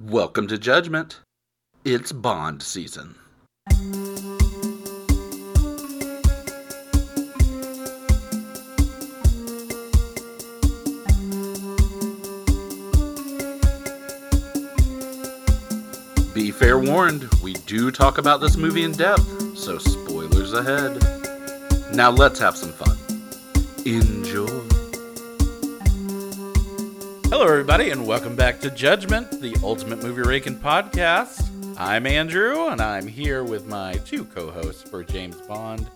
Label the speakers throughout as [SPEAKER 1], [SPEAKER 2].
[SPEAKER 1] Welcome to Judgment. It's Bond season. Be fair warned, we do talk about this movie in depth, so spoilers ahead. Now let's have some fun. Enjoy. Hello, everybody, and welcome back to Judgment, the ultimate movie ranking podcast. I'm Andrew, and I'm here with my two co hosts for James Bond.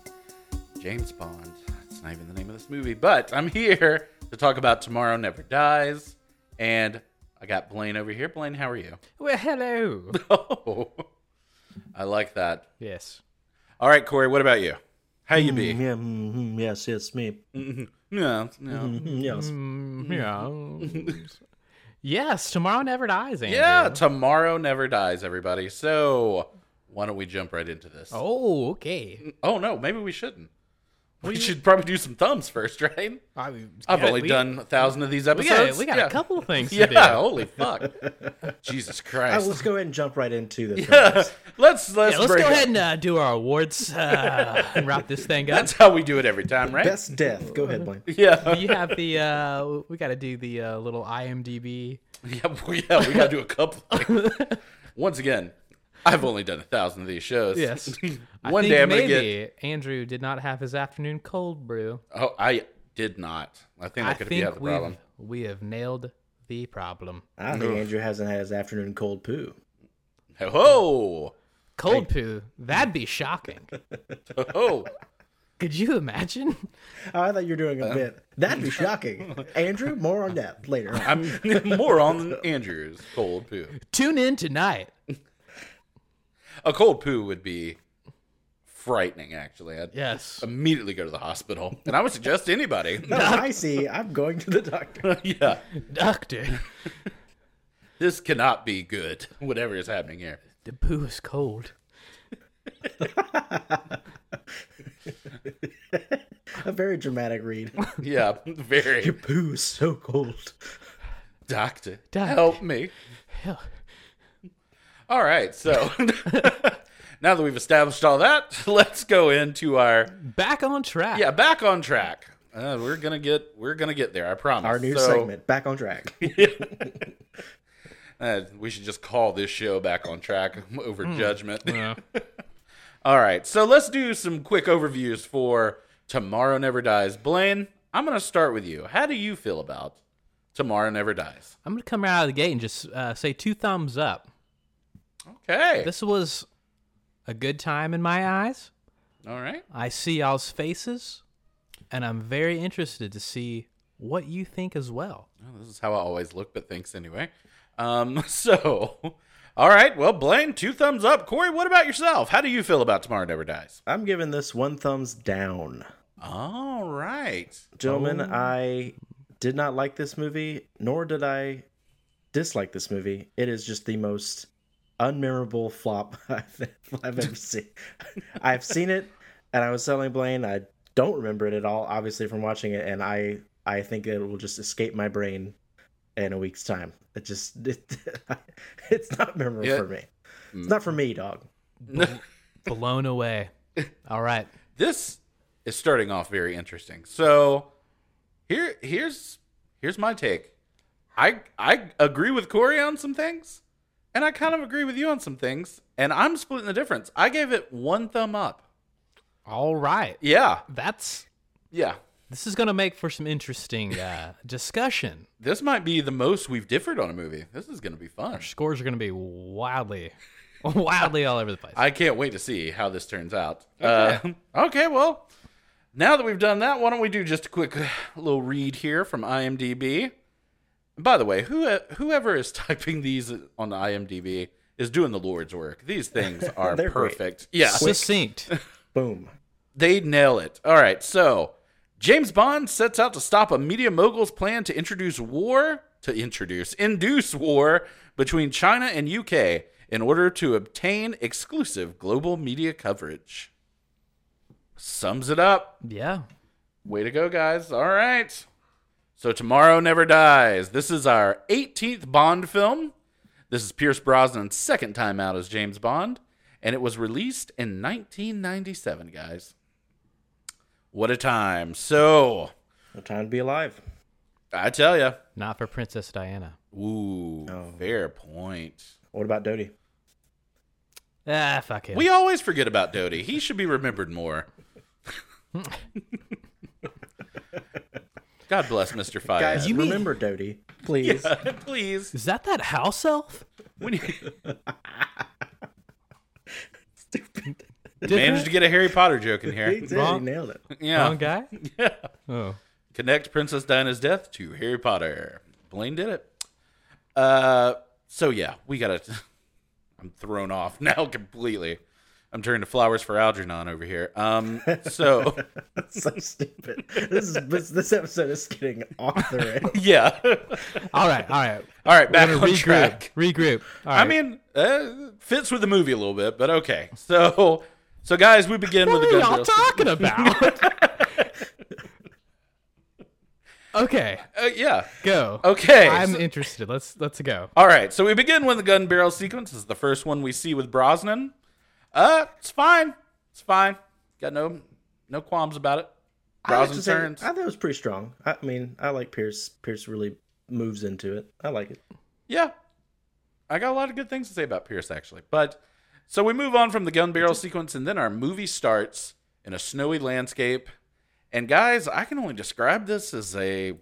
[SPEAKER 1] James Bond. It's not even the name of this movie, but I'm here to talk about Tomorrow Never Dies. And I got Blaine over here. Blaine, how are you?
[SPEAKER 2] Well, hello.
[SPEAKER 1] Oh, I like that.
[SPEAKER 2] yes.
[SPEAKER 1] All right, Corey, what about you? How you be?
[SPEAKER 3] Yeah, mm, mm, yes, yes, me.
[SPEAKER 1] No, no.
[SPEAKER 3] Mm, Yes.
[SPEAKER 2] Mm, yeah. yes, tomorrow never dies, Andrew.
[SPEAKER 1] Yeah, tomorrow never dies, everybody. So why don't we jump right into this?
[SPEAKER 2] Oh, okay.
[SPEAKER 1] Oh no, maybe we shouldn't. We should probably do some thumbs first, right?
[SPEAKER 2] I mean,
[SPEAKER 1] I've
[SPEAKER 2] yeah,
[SPEAKER 1] only
[SPEAKER 2] we-
[SPEAKER 1] done a thousand of these
[SPEAKER 2] We
[SPEAKER 1] episodes.
[SPEAKER 2] got, we got
[SPEAKER 1] yeah.
[SPEAKER 2] a couple of things
[SPEAKER 1] Yeah,
[SPEAKER 2] to do.
[SPEAKER 1] holy fuck! Jesus
[SPEAKER 3] Uh,
[SPEAKER 1] Christ!
[SPEAKER 3] let's go ahead and jump right into this.
[SPEAKER 1] let's let's,
[SPEAKER 2] Yeah, let's
[SPEAKER 1] break
[SPEAKER 2] go
[SPEAKER 1] up.
[SPEAKER 2] ahead and uh, do our awards uh, and wrap this thing up.
[SPEAKER 1] That's how we do it every time, right?
[SPEAKER 3] Best death. Go ahead, Blaine.
[SPEAKER 1] Yeah,
[SPEAKER 2] you have the uh, we got to do the uh, little IMDb.
[SPEAKER 1] yeah, we- yeah. We gotta do a couple. Once again, I've only done a thousand of these shows.
[SPEAKER 2] Yes. I
[SPEAKER 1] One
[SPEAKER 2] think
[SPEAKER 1] day I'm gonna
[SPEAKER 2] maybe
[SPEAKER 1] get
[SPEAKER 2] Andrew did not have his afternoon cold brew.
[SPEAKER 1] Oh, I did not. I think
[SPEAKER 2] I
[SPEAKER 1] that could be
[SPEAKER 2] think
[SPEAKER 1] the
[SPEAKER 2] we
[SPEAKER 1] problem.
[SPEAKER 2] we have nailed the problem.
[SPEAKER 3] I don't think Andrew hasn't had his afternoon cold poo.
[SPEAKER 1] Ho
[SPEAKER 2] Cold poo. That'd be shocking.
[SPEAKER 1] ho ho!
[SPEAKER 2] Could you imagine?
[SPEAKER 3] Oh, I thought you were doing
[SPEAKER 1] Uh,
[SPEAKER 3] a bit. That'd be shocking. Andrew, more on that later.
[SPEAKER 1] I'm more on Andrew's cold poo.
[SPEAKER 2] Tune in tonight.
[SPEAKER 1] A cold poo would be frightening. Actually, I'd
[SPEAKER 2] Yes.
[SPEAKER 1] immediately go to the hospital, and I would suggest anybody.
[SPEAKER 3] No, I see. I'm going to the doctor.
[SPEAKER 1] yeah,
[SPEAKER 2] Doctor,
[SPEAKER 1] this cannot be good. Whatever is happening here.
[SPEAKER 2] the poo is cold.
[SPEAKER 3] A very dramatic read.
[SPEAKER 1] Yeah, very
[SPEAKER 3] Pooh is so cold.
[SPEAKER 1] doctor,
[SPEAKER 2] Doctor.
[SPEAKER 1] help me.
[SPEAKER 2] Hell.
[SPEAKER 1] All right, so. Now that we've established all that, let's go into our
[SPEAKER 2] Back on track.
[SPEAKER 1] yeah back on track. Uh, we're gonna get we're gonna get there. I promise.
[SPEAKER 3] Our new
[SPEAKER 1] So-
[SPEAKER 3] segment. Back on track.
[SPEAKER 1] Uh, we should just call this show back on track over
[SPEAKER 3] Hmm.
[SPEAKER 1] judgment.
[SPEAKER 2] Yeah.
[SPEAKER 1] All right, so let's do some quick overviews for Tomorrow Never Dies. Blaine, I'm going to start with you. How do you feel about Tomorrow Never Dies?
[SPEAKER 2] I'm gonna come right out of the gate and just uh, say two thumbs up.
[SPEAKER 1] Okay.
[SPEAKER 2] This was a good time in my eyes.
[SPEAKER 1] All right.
[SPEAKER 2] I see y'all's faces, and I'm very interested to see what you think as well.
[SPEAKER 1] Well, this is how I always look, but thanks anyway. Um, so, all right. Well, Blaine, two thumbs up. Corey, what about yourself? How do you feel about Tomorrow Never Dies?
[SPEAKER 3] I'm giving this one thumbs down.
[SPEAKER 1] All right.
[SPEAKER 3] Gentlemen, I did not like this movie, nor did I dislike this movie. It is just the most unmemorable flop I've, I've ever seen. I've seen it, and I was telling Blaine I don't remember it at all, obviously from watching it, and I I think it will just escape my brain in a week's time. It just it, it's not memorable
[SPEAKER 1] Yeah.
[SPEAKER 3] for me. It's not for me, dog.
[SPEAKER 2] Blown away. All right.
[SPEAKER 1] this is starting off very interesting. So here here's here's my take. I I agree with Corey on some things, and I kind of agree with you on some things, and I'm splitting the difference. I gave it one thumb up.
[SPEAKER 2] All right.
[SPEAKER 1] Yeah,
[SPEAKER 2] That's
[SPEAKER 1] yeah.
[SPEAKER 2] this is gonna make for some interesting uh, discussion.
[SPEAKER 1] This might be the most we've differed on a movie. This is gonna be fun.
[SPEAKER 2] Scores are gonna be wildly, wildly all over the place.
[SPEAKER 1] I can't wait to see how this turns out. Okay. Uh, okay, well, now that we've done that, why don't we do just a quick uh, little read here from IMDb? By the way, who whoever is typing these on the IMDb is doing the Lord's work. These things are
[SPEAKER 3] They're great.
[SPEAKER 1] perfect. Yeah,
[SPEAKER 2] Succinct.
[SPEAKER 3] Boom.
[SPEAKER 1] they nail it. All right, so James Bond sets out to stop a media mogul's plan to introduce war, to introduce, induce war between China and UK in order to obtain exclusive global media coverage. Sums it up.
[SPEAKER 2] yeah.
[SPEAKER 1] Way to go, guys. All right. So, Tomorrow Never Dies. This is our 18th Bond film. This is Pierce Brosnan's second time out as James Bond, and it was released in 1997, guys. What a time. So,
[SPEAKER 3] No time to be alive.
[SPEAKER 1] I tell you.
[SPEAKER 2] Not for Princess Diana.
[SPEAKER 1] Ooh,
[SPEAKER 3] Oh.
[SPEAKER 1] fair point.
[SPEAKER 3] What about Dodie?
[SPEAKER 2] Ah, fuck him.
[SPEAKER 1] We always forget about Doty. He should be remembered more. God bless Mr. Fire.
[SPEAKER 3] Guys,
[SPEAKER 2] You mean-
[SPEAKER 3] remember Dodie, please.
[SPEAKER 1] please.
[SPEAKER 2] Is that that house elf?
[SPEAKER 1] When you
[SPEAKER 3] Stupid.
[SPEAKER 1] managed to get a Harry Potter joke in
[SPEAKER 3] He
[SPEAKER 1] here.
[SPEAKER 3] did. He
[SPEAKER 2] Wrong.
[SPEAKER 3] nailed it.
[SPEAKER 1] Yeah.
[SPEAKER 2] Wrong guy?
[SPEAKER 1] Yeah.
[SPEAKER 2] Oh.
[SPEAKER 1] Connect Princess Diana's death to Harry Potter. Blaine did it. Uh, so yeah, we gotta. I'm thrown off now completely. I'm turning to flowers for Algernon over here. Um, so
[SPEAKER 3] so stupid. This is this, this episode is getting off the rails.
[SPEAKER 1] yeah. All
[SPEAKER 2] All right, all right.
[SPEAKER 1] right,
[SPEAKER 2] We're
[SPEAKER 1] back
[SPEAKER 2] gonna
[SPEAKER 1] on
[SPEAKER 2] regroup.
[SPEAKER 1] track.
[SPEAKER 2] Regroup. All right.
[SPEAKER 1] I mean, uh, fits with the movie a little bit, but okay. So, so guys, we begin
[SPEAKER 2] what
[SPEAKER 1] with
[SPEAKER 2] are
[SPEAKER 1] the
[SPEAKER 2] y'all
[SPEAKER 1] gun barrel.
[SPEAKER 2] talking about? okay,
[SPEAKER 1] Uh, yeah.
[SPEAKER 2] go.
[SPEAKER 1] Okay.
[SPEAKER 2] I'm
[SPEAKER 1] so-
[SPEAKER 2] interested. Let's let's go.
[SPEAKER 1] all right. So we begin with the gun barrel sequence. This is the first one we see with Brosnan. Uh, it's fine. It's fine. Got no no qualms about it.
[SPEAKER 3] I have
[SPEAKER 1] Brosnan
[SPEAKER 3] to say,
[SPEAKER 1] turns.
[SPEAKER 3] I thought it was pretty strong. I mean, I like Pierce. Pierce really moves into it. I like it.
[SPEAKER 1] Yeah. I got a lot of good things to say about Pierce, actually. But so we move on from the gun barrel sequence, and then our movie starts in a snowy landscape. And guys, I can only describe this as a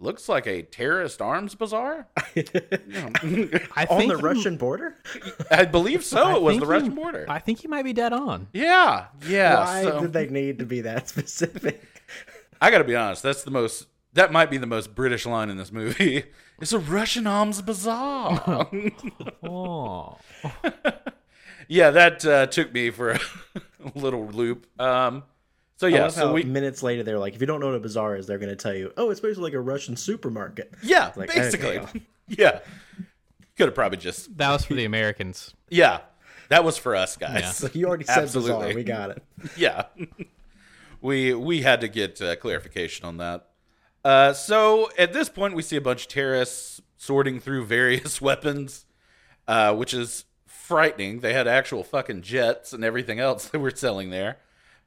[SPEAKER 1] looks like a terrorist arms bazaar.
[SPEAKER 2] I
[SPEAKER 3] On
[SPEAKER 2] think
[SPEAKER 3] the
[SPEAKER 2] you-
[SPEAKER 3] Russian border?
[SPEAKER 1] I believe so.
[SPEAKER 2] I
[SPEAKER 1] it was
[SPEAKER 2] think
[SPEAKER 1] the
[SPEAKER 2] you-
[SPEAKER 1] Russian border.
[SPEAKER 2] I think you might be dead on.
[SPEAKER 1] yeah, yeah.
[SPEAKER 3] Why
[SPEAKER 1] so-
[SPEAKER 3] did they need to be that specific?
[SPEAKER 1] I got to be honest. That's the most. That might be the most British line in this movie. It's a Russian arms bazaar.
[SPEAKER 2] Oh,
[SPEAKER 1] yeah, that uh, took me for a little loop. Um, so
[SPEAKER 3] I
[SPEAKER 1] yeah,
[SPEAKER 3] love
[SPEAKER 1] so
[SPEAKER 3] how
[SPEAKER 1] we
[SPEAKER 3] minutes later they're like, if you don't know what a bazaar is, they're going to tell you, oh, it's basically like a Russian supermarket.
[SPEAKER 1] yeah,
[SPEAKER 3] like,
[SPEAKER 1] basically,
[SPEAKER 3] okay.
[SPEAKER 1] yeah. Could have probably just
[SPEAKER 2] that was for the Americans.
[SPEAKER 1] yeah. That was for us guys.
[SPEAKER 3] You already said
[SPEAKER 1] Absolutely.
[SPEAKER 3] bazaar. We got it.
[SPEAKER 1] yeah. we we had to get uh, clarification on that. Uh, so at this point, we see a bunch of terrorists sorting through various weapons, uh, which is frightening. They had actual fucking jets and everything else they were selling there.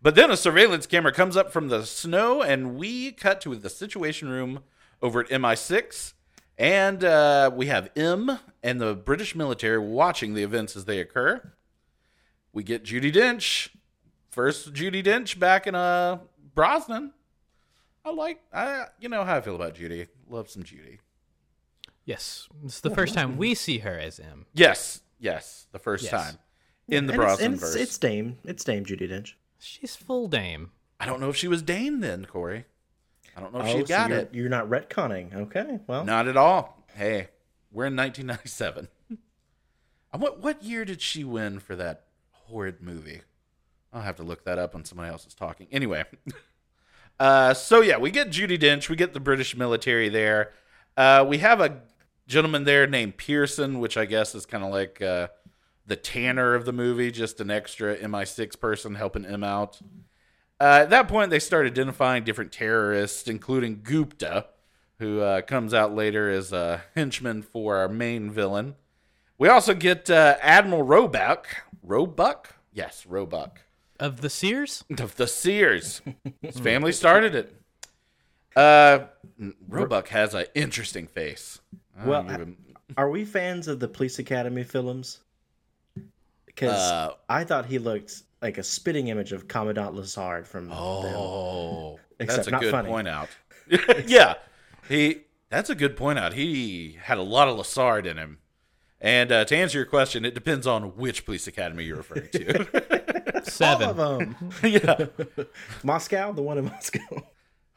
[SPEAKER 1] But then a surveillance camera comes up from the snow, and we cut to the Situation Room over at MI6. And uh, we have M and the British military watching the events as they occur. We get Judy Dench first Judy Dench back in uh Brosnan. I like I you know how I feel about Judy. Love some Judy.
[SPEAKER 2] Yes, it's the first time we see her as M.
[SPEAKER 1] Yes, yes, the first
[SPEAKER 2] Yes.
[SPEAKER 1] time in the
[SPEAKER 3] And it's-
[SPEAKER 1] Brosnan
[SPEAKER 3] and it's,
[SPEAKER 1] verse.
[SPEAKER 3] it's Dame. It's Dame Judy Dench.
[SPEAKER 2] She's full dame.
[SPEAKER 1] I don't know if she was Dane then, Corey. I don't know if
[SPEAKER 3] Oh,
[SPEAKER 1] she
[SPEAKER 3] so
[SPEAKER 1] got
[SPEAKER 3] you're,
[SPEAKER 1] it.
[SPEAKER 3] You're not retconning. Okay. Well,
[SPEAKER 1] Not at all. Hey, we're in 1997. And what what year did she win for that horrid movie? I'll have to look that up when somebody else is talking. Anyway, uh, so yeah, we get Judy Dench, we get the British military there. Uh, we have a gentleman there named Pearson, which I guess is kind of like uh, the Tanner of the movie, just an extra MI6 person helping him out. Uh, at that point, they start identifying different terrorists, including Gupta, who uh, comes out later as a henchman for our main villain. We also get uh, Admiral Roebuck. Roebuck? Yes, Roebuck.
[SPEAKER 2] Of the Sears?
[SPEAKER 1] Of the Sears. His family started it. Uh, Roebuck has an interesting face. I
[SPEAKER 3] Well,
[SPEAKER 1] don't even-
[SPEAKER 3] are we fans of the Police Academy films? Because
[SPEAKER 1] Uh,
[SPEAKER 3] I thought he looked like a spitting image of Commandant Lazard from them.
[SPEAKER 1] Oh, that's
[SPEAKER 3] Except
[SPEAKER 1] a
[SPEAKER 3] not
[SPEAKER 1] good
[SPEAKER 3] funny.
[SPEAKER 1] point out. yeah, he. That's a good point out. He had a lot of Lassard in him. And uh, to answer your question, it depends on which police academy you're referring to.
[SPEAKER 2] Seven.
[SPEAKER 3] All of them.
[SPEAKER 1] yeah.
[SPEAKER 3] Moscow, the one in Moscow,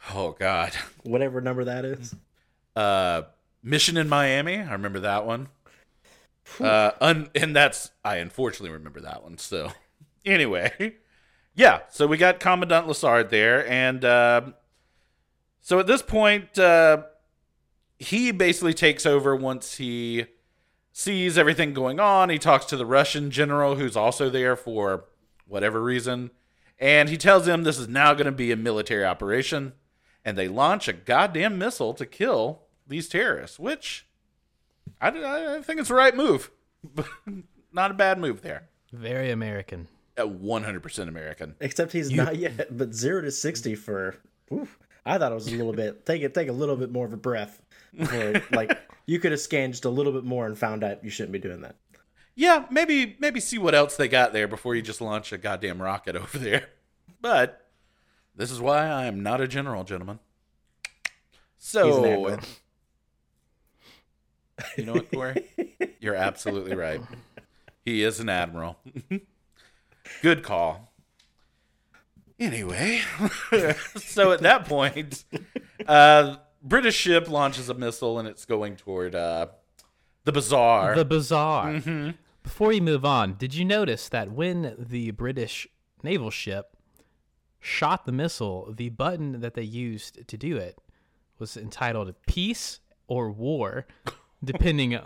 [SPEAKER 1] Oh God.
[SPEAKER 3] whatever number that is.
[SPEAKER 1] Uh, Mission in Miami. I remember that one. Uh, un- and that's I unfortunately remember that one. So anyway, yeah. So we got Commandant Lassard there, and uh, so at this point, uh, he basically takes over once he sees everything going on. He talks to the Russian general who's also there for whatever reason, and he tells him this is now going to be a military operation, and they launch a goddamn missile to kill these terrorists, which I, d- I think it's the right move. Not a bad move there.
[SPEAKER 2] Very American.
[SPEAKER 1] At 100% American.
[SPEAKER 3] Except he's not yet, but zero to sixty for. oof. I thought it was a little bit. Take it. Take a little bit more of a breath. before, like you could have scanned just a little bit more and found out you shouldn't be doing that.
[SPEAKER 1] Yeah, maybe maybe see what else they got there before you just launch a goddamn rocket over there. But this is why I am not a general, gentlemen.
[SPEAKER 3] He's an
[SPEAKER 1] So
[SPEAKER 3] admiral.
[SPEAKER 1] you know what, Corey? You're absolutely right. He is an admiral. Good call. Anyway, so at that point, uh, British ship launches a missile and it's going toward uh, the bazaar.
[SPEAKER 2] The bazaar.
[SPEAKER 3] Mm-hmm.
[SPEAKER 2] Before you move on, did you notice that when the British naval ship shot the missile, the button that they used to do it was entitled peace or war, depending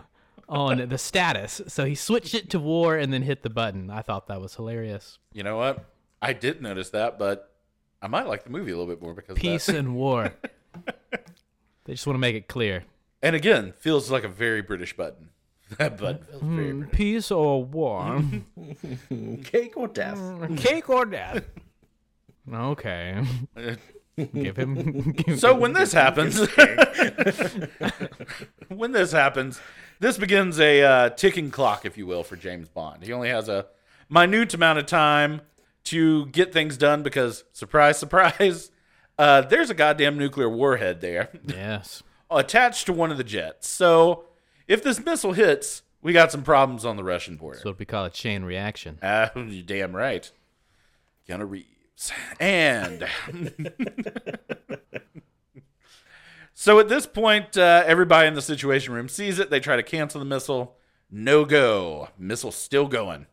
[SPEAKER 2] on the status. So he switched it to war and then hit the button. I thought that was hilarious.
[SPEAKER 1] You know what? I did notice that, but I might like the movie a little bit more because of that.
[SPEAKER 2] Peace and war. they just want to make it clear.
[SPEAKER 1] And again, feels like a very British button. That button feels very
[SPEAKER 3] Mm.
[SPEAKER 1] British.
[SPEAKER 2] Peace or war.
[SPEAKER 3] Cake or death.
[SPEAKER 2] Mm. Cake or death. Okay. give him. Give
[SPEAKER 1] So when this happens, when this happens, this begins a uh, ticking clock, if you will, for James Bond. He only has a minute amount of time to get things done because, surprise, surprise, uh, there's a goddamn nuclear warhead there.
[SPEAKER 2] yes.
[SPEAKER 1] attached to one of the jets. So if this missile hits, we got some problems on the Russian border.
[SPEAKER 2] So what we call a chain reaction.
[SPEAKER 1] Ah, you're damn right. Keanu Reeves. And so at this point, uh, everybody in the Situation Room sees it. They try to cancel the missile. No go. Missile still going.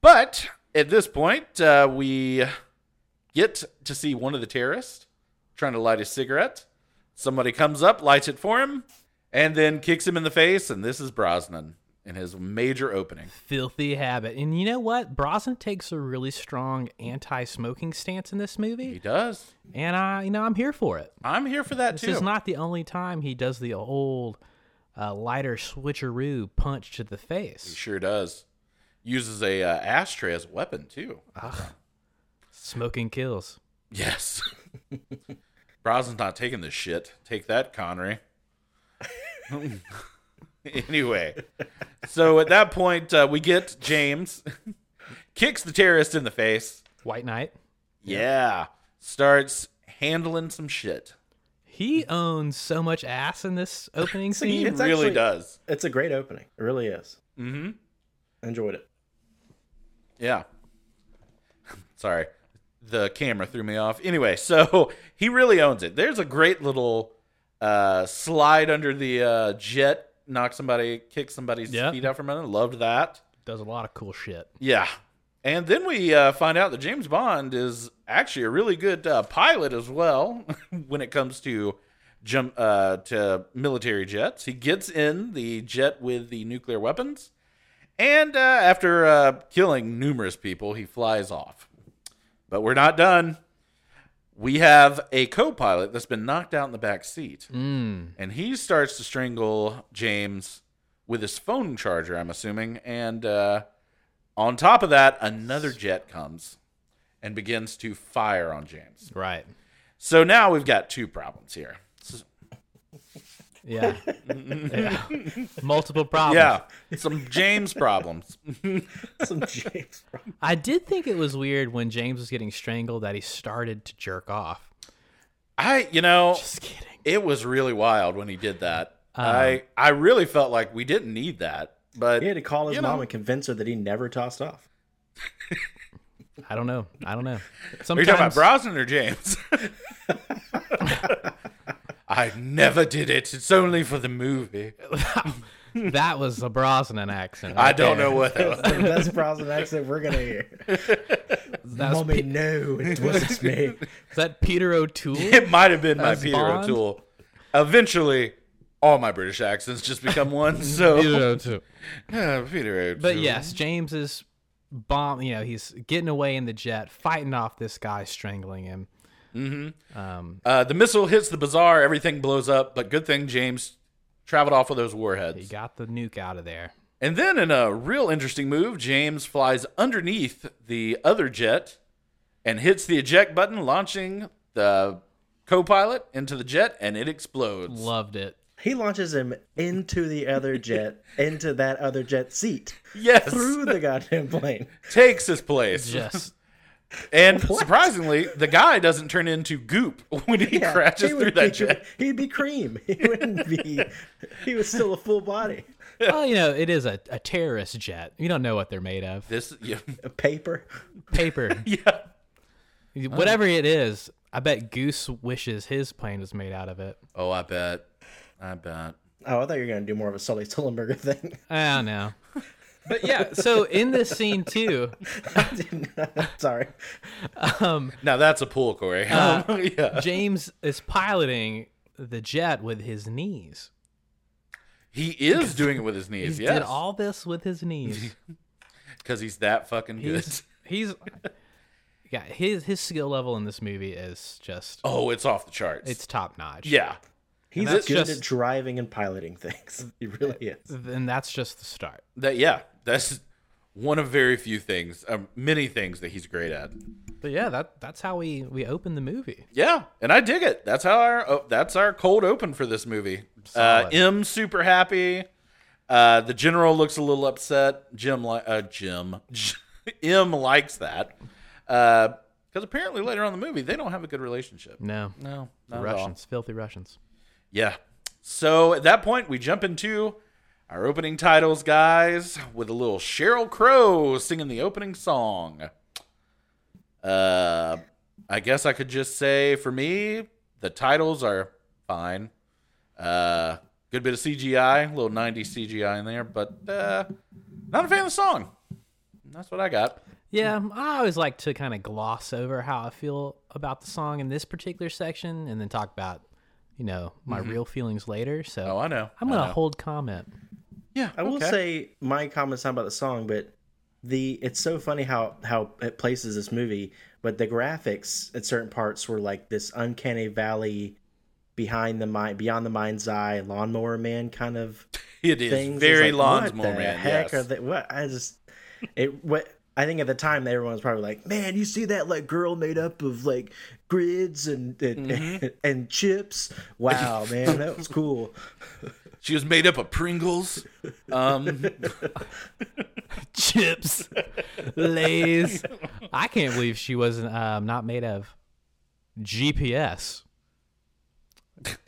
[SPEAKER 1] But at this point, uh, we get to see one of the terrorists trying to light a cigarette. Somebody comes up, lights it for him, and then kicks him in the face. And this is Brosnan in his major opening.
[SPEAKER 2] Filthy habit. And you know what? Brosnan takes a really strong anti-smoking stance in this
[SPEAKER 1] He
[SPEAKER 2] movie,
[SPEAKER 1] does.
[SPEAKER 2] and I, you know, I'm here for it.
[SPEAKER 1] I'm here for that
[SPEAKER 2] This
[SPEAKER 1] too.
[SPEAKER 2] is not the only time he does the old uh, lighter switcheroo punch to the
[SPEAKER 1] he
[SPEAKER 2] face.
[SPEAKER 1] sure does. Uses a uh, ashtray as a weapon too.
[SPEAKER 2] Smoking kills.
[SPEAKER 1] Yes. Brosnan's not taking this shit. Take that, Connery. anyway, so at that point, uh, we get James kicks the terrorist in the face.
[SPEAKER 2] White Knight.
[SPEAKER 1] Yeah, starts handling some shit.
[SPEAKER 2] He owns so much ass in this opening
[SPEAKER 1] He
[SPEAKER 2] scene.
[SPEAKER 3] It's
[SPEAKER 1] really
[SPEAKER 3] actually-
[SPEAKER 1] does.
[SPEAKER 3] It's a great opening. It really is.
[SPEAKER 1] Mm-hmm.
[SPEAKER 3] Enjoyed it.
[SPEAKER 1] Yeah. Sorry. The camera threw me off. Anyway, so he really owns it. There's a great little uh, slide under the uh, jet, knock somebody, kick somebody's
[SPEAKER 2] Yeah.
[SPEAKER 1] feet out from under. Loved that.
[SPEAKER 2] Does a lot of cool shit.
[SPEAKER 1] Yeah. And then we uh, find out that James Bond is actually a really good uh, pilot as well when it comes to jump uh, to military jets. He gets in the jet with the nuclear weapons, and uh, after uh, killing numerous people, he flies off. But we're not done. We have a co-pilot that's been knocked out in the back seat, and he starts to strangle James with his phone charger. I'm assuming, and. Uh, on top of that, another jet comes and begins to fire on James.
[SPEAKER 2] Right.
[SPEAKER 1] So now we've got two problems here. S-
[SPEAKER 2] Yeah. Yeah. Multiple problems.
[SPEAKER 1] Yeah, some James problems.
[SPEAKER 3] Some James. Brown.
[SPEAKER 2] I did think it was weird when James was getting strangled that he started to jerk off.
[SPEAKER 1] I, you know,
[SPEAKER 2] Just kidding.
[SPEAKER 1] it was really wild when he did that. I, I really felt like we didn't need that, but
[SPEAKER 3] He had to call his
[SPEAKER 1] You
[SPEAKER 3] mom
[SPEAKER 1] know.
[SPEAKER 3] and convince her that he never tossed off.
[SPEAKER 2] I don't know. I don't know.
[SPEAKER 1] are you
[SPEAKER 2] Sometimes
[SPEAKER 1] talking about Brosnan or James? I never did it. It's only for the movie.
[SPEAKER 2] that was a Brosnan accent.
[SPEAKER 1] I
[SPEAKER 2] right
[SPEAKER 1] don't
[SPEAKER 2] there.
[SPEAKER 1] know what that was.
[SPEAKER 3] That's the best Brosnan accent we're gonna hear.
[SPEAKER 2] That was Pe-
[SPEAKER 3] no, it wasn't me.
[SPEAKER 2] is that Peter O'Toole?
[SPEAKER 1] It might have been my
[SPEAKER 2] As
[SPEAKER 1] Peter
[SPEAKER 2] Bond?
[SPEAKER 1] O'Toole. Eventually, all my British accents just become one. So
[SPEAKER 2] O'Toole.
[SPEAKER 1] Yeah, Peter O'Toole.
[SPEAKER 2] But yes, James is bomb. You know, he's getting away in the jet, fighting off this guy, strangling him.
[SPEAKER 1] Mm-hmm.
[SPEAKER 2] Um,
[SPEAKER 1] uh, the missile hits the bazaar, everything blows up. But good thing James traveled off with those warheads.
[SPEAKER 2] He got the nuke out of there.
[SPEAKER 1] And then, in a real interesting move, James flies underneath the other jet and hits the eject button, launching the co pilot into the jet, and it explodes.
[SPEAKER 2] Loved it.
[SPEAKER 3] He launches him into the other jet, into that other jet seat,
[SPEAKER 1] yes.
[SPEAKER 3] through the goddamn plane.
[SPEAKER 1] Takes his place.
[SPEAKER 2] Just
[SPEAKER 1] And surprisingly, the guy doesn't turn into goop when he
[SPEAKER 3] Yeah,
[SPEAKER 1] crashes
[SPEAKER 3] he would
[SPEAKER 1] through
[SPEAKER 3] be
[SPEAKER 1] that
[SPEAKER 3] cre-
[SPEAKER 1] jet.
[SPEAKER 3] He'd be cream. He wouldn't be. he was still a full body.
[SPEAKER 2] well, you know, it is a, a terrorist jet. You don't know what they're made of.
[SPEAKER 1] This, yeah.
[SPEAKER 3] A paper.
[SPEAKER 2] Paper,
[SPEAKER 1] yeah.
[SPEAKER 2] whatever it is. I bet Goose wishes his plane was made out of it.
[SPEAKER 1] Oh, I bet. I bet.
[SPEAKER 3] Oh, I thought you were gonna do more of a Sully Sullenberger thing.
[SPEAKER 2] I don't know. But yeah, so in this scene too,
[SPEAKER 3] I didn't. Sorry.
[SPEAKER 1] Now that's a pull, Corey.
[SPEAKER 2] Uh,
[SPEAKER 1] yeah.
[SPEAKER 2] James is piloting the jet with his knees.
[SPEAKER 1] He is doing it with his knees,
[SPEAKER 2] He's
[SPEAKER 1] yes.
[SPEAKER 2] did all this with his knees.
[SPEAKER 1] Because he's that fucking good.
[SPEAKER 2] He's he's yeah, his his skill level in this movie is just
[SPEAKER 1] Oh, it's off the charts.
[SPEAKER 2] it's top notch.
[SPEAKER 1] yeah.
[SPEAKER 3] He's good
[SPEAKER 2] that's
[SPEAKER 3] at
[SPEAKER 2] just-
[SPEAKER 3] driving and piloting things. He really is.
[SPEAKER 2] And that's just the start.
[SPEAKER 1] That yeah, that's one of very few things, um, many things that he's great at.
[SPEAKER 2] But yeah, that that's how we we open the movie.
[SPEAKER 1] Yeah, and I dig it. That's how our oh, that's our cold open for this movie. Uh,
[SPEAKER 2] Solid.
[SPEAKER 1] M super happy. Uh, the general looks a little upset. Jim li- uh, Jim M likes that because apparently later on in the movie they don't have a good relationship.
[SPEAKER 2] No.
[SPEAKER 1] No, not at all.
[SPEAKER 2] Russians, filthy Russians.
[SPEAKER 1] Yeah. So at that point, we jump into our opening titles, guys, with a little Cheryl Crow singing the opening song. Uh, I guess I could just say for me, the titles are fine. Uh, good bit of CGI, little 90s CGI in there, but uh, not a fan of the song. That's what I got.
[SPEAKER 2] Yeah, um, I always like to kind of gloss over how I feel about the song in this particular section and then talk about, you know, my real feelings later. So
[SPEAKER 1] Oh, I know.
[SPEAKER 2] I'm
[SPEAKER 1] I
[SPEAKER 2] going
[SPEAKER 1] know.
[SPEAKER 2] to hold comment.
[SPEAKER 1] Yeah,
[SPEAKER 3] I will
[SPEAKER 1] okay.
[SPEAKER 3] say my comments not about the song, but the it's so funny how how it places this movie, but the graphics at certain parts were like this uncanny valley behind the mind beyond the mind's eye lawnmower man kind of
[SPEAKER 1] it is
[SPEAKER 3] things.
[SPEAKER 1] very
[SPEAKER 3] It's like,
[SPEAKER 1] Lawns
[SPEAKER 3] what the
[SPEAKER 1] Mower Man.
[SPEAKER 3] Heck are
[SPEAKER 1] yes.
[SPEAKER 3] they, what I just it what I think at the time everyone was probably like, man, you see that like girl made up of like grids and and,
[SPEAKER 1] Mm-hmm.
[SPEAKER 3] and chips. Wow, man, that was cool.
[SPEAKER 1] She was made up of Pringles. Um,
[SPEAKER 2] Chips, Lays. I can't believe she wasn't um, not made of GPS.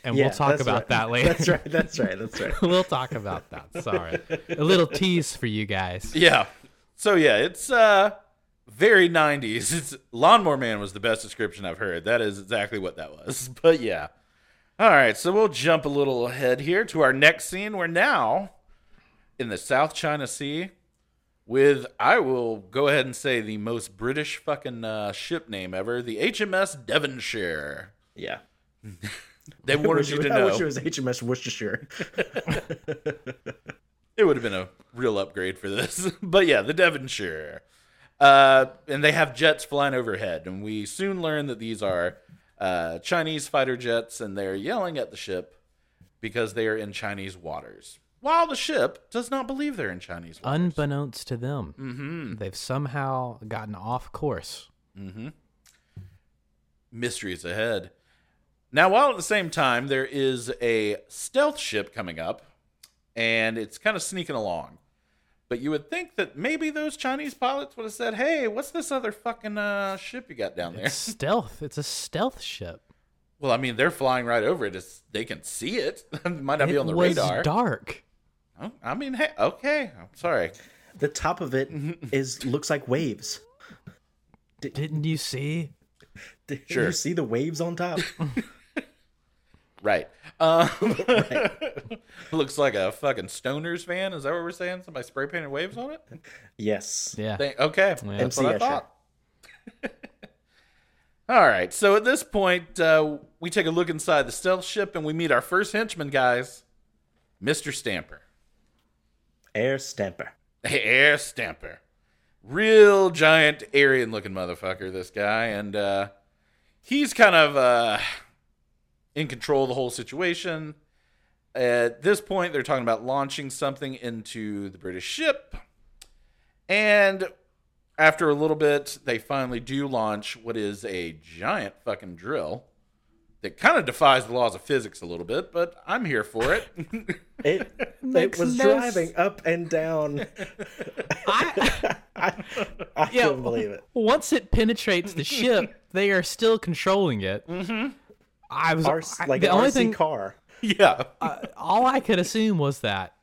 [SPEAKER 2] And
[SPEAKER 3] Yeah,
[SPEAKER 2] we'll talk
[SPEAKER 3] that's
[SPEAKER 2] about
[SPEAKER 3] right.
[SPEAKER 2] that later.
[SPEAKER 3] That's right. That's right. That's right.
[SPEAKER 2] we'll talk about that. Sorry. A little tease for you guys.
[SPEAKER 1] Yeah. So yeah, it's uh very 90s. It's Lawnmower Man was the best description I've heard. That is exactly what that was. But yeah. All right, so we'll jump a little ahead here to our next scene. We're now in the South China Sea with I will go ahead and say the most British fucking uh, ship name ever, the HMS Devonshire.
[SPEAKER 3] Yeah.
[SPEAKER 1] They wanted
[SPEAKER 3] Wish
[SPEAKER 1] you
[SPEAKER 3] it-
[SPEAKER 1] to
[SPEAKER 3] I
[SPEAKER 1] know
[SPEAKER 3] wish it was HMS Worcestershire.
[SPEAKER 1] it would have been a real upgrade for this. but yeah, the Devonshire. Uh, and they have jets flying overhead. And we soon learn that these are uh, Chinese fighter jets, and they're yelling at the ship because they are in Chinese waters. While the ship does not believe they're in Chinese waters.
[SPEAKER 2] Unbeknownst to them, mm-hmm. they've somehow gotten off course.
[SPEAKER 1] mysteries ahead. Now, while at the same time, there is a stealth ship coming up, and it's kind of sneaking along. But you would think that maybe those Chinese pilots would have said, "Hey, what's this other fucking uh, ship you got down there?"
[SPEAKER 2] It's stealth. It's a stealth ship.
[SPEAKER 1] Well, I mean, they're flying right over it. It's, they can see it. it might not be
[SPEAKER 2] it
[SPEAKER 1] on the
[SPEAKER 2] was
[SPEAKER 1] radar.
[SPEAKER 2] dark.
[SPEAKER 1] Oh, I mean, hey, okay. I'm sorry.
[SPEAKER 3] the top of it is looks like waves.
[SPEAKER 2] Didn't you see?
[SPEAKER 3] Did
[SPEAKER 1] Sure.
[SPEAKER 3] you see the waves on top?
[SPEAKER 1] Right. Um, looks like a fucking stoner's van. Is that what we're saying? Somebody spray painted waves on it?
[SPEAKER 3] yes.
[SPEAKER 2] Yeah.
[SPEAKER 1] Thank- okay. That's
[SPEAKER 3] MC
[SPEAKER 1] what I
[SPEAKER 3] Escher.
[SPEAKER 1] thought. All right. So at this point, uh, we take a look inside the stealth ship and we meet our first henchman, guys, Mr. Stamper.
[SPEAKER 3] Air stamper.
[SPEAKER 1] Air Stamper. Real giant Aryan looking motherfucker, this guy. And uh, he's kind of uh, in control of the whole situation. At this point, they're talking about launching something into the British ship. And after a little bit, they finally do launch what is a giant fucking drill that kind of defies the laws of physics a little bit, but I'm here for it.
[SPEAKER 3] It, it
[SPEAKER 2] Makes
[SPEAKER 3] was
[SPEAKER 2] no s-
[SPEAKER 3] driving up and down.
[SPEAKER 2] I,
[SPEAKER 3] I, I
[SPEAKER 2] Yeah.
[SPEAKER 3] couldn't believe it.
[SPEAKER 2] once it penetrates the ship, they are still controlling it. Mm-hmm. I was
[SPEAKER 3] Our,
[SPEAKER 2] I-
[SPEAKER 3] like
[SPEAKER 2] the
[SPEAKER 3] an
[SPEAKER 2] only
[SPEAKER 3] RC
[SPEAKER 2] thing
[SPEAKER 3] car.
[SPEAKER 1] yeah.
[SPEAKER 2] uh, all I could assume was that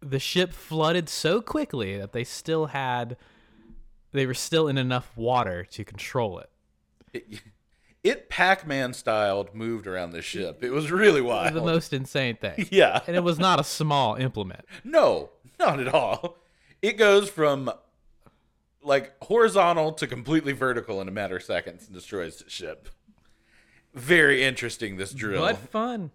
[SPEAKER 2] the ship flooded so quickly that they still had they were still in enough water to control it.
[SPEAKER 1] It, it Pac Man styled moved around this ship. It was really wild.
[SPEAKER 2] The most insane thing.
[SPEAKER 1] Oh. yeah.
[SPEAKER 2] And it was not a small implement.
[SPEAKER 1] No, not at all. It goes from like horizontal to completely vertical in a matter of seconds and destroys the ship. Very interesting this drill.
[SPEAKER 2] But fun.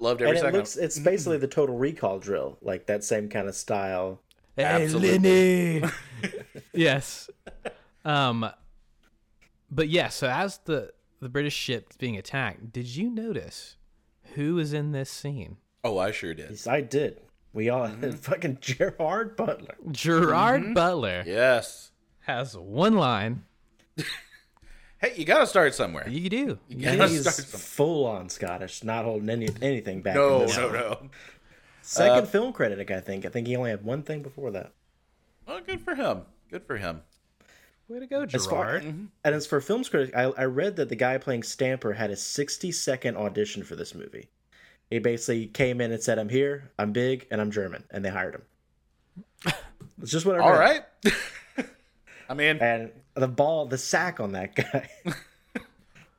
[SPEAKER 1] Loved every
[SPEAKER 3] And it
[SPEAKER 1] second.
[SPEAKER 3] looks, it's basically the total recall drill, like that same kind of style.
[SPEAKER 2] Hey,
[SPEAKER 1] Absolutely.
[SPEAKER 2] Lenny. yes. Um but yeah, so as the the British ship's being attacked, did you notice who is in this scene?
[SPEAKER 1] oh, I sure did.
[SPEAKER 3] Yes, I did. We all fucking Gerard Butler.
[SPEAKER 2] Gerard Butler
[SPEAKER 1] Yes.
[SPEAKER 2] has one line.
[SPEAKER 1] Hey, you got to start somewhere.
[SPEAKER 2] You do.
[SPEAKER 1] You
[SPEAKER 3] And
[SPEAKER 1] gotta start
[SPEAKER 3] he's
[SPEAKER 1] somewhere.
[SPEAKER 3] full on Scottish, not holding any, anything back. in
[SPEAKER 1] No,
[SPEAKER 3] this
[SPEAKER 1] no,
[SPEAKER 3] one.
[SPEAKER 1] no.
[SPEAKER 3] Second film credit, I think. I think he only had one thing before that.
[SPEAKER 1] Well, good for him. Good for him.
[SPEAKER 2] Way to go,
[SPEAKER 3] As far-
[SPEAKER 2] Gerard.
[SPEAKER 1] Mm-hmm.
[SPEAKER 3] And as for film critic, I, I read that the guy playing Stamper had a 60 second audition for this movie. He basically came in and said, "I'm here, I'm big, and I'm German," and they hired him. It's just what I
[SPEAKER 1] All
[SPEAKER 3] read.
[SPEAKER 1] right. I mean,
[SPEAKER 3] And the ball, the sack on that guy.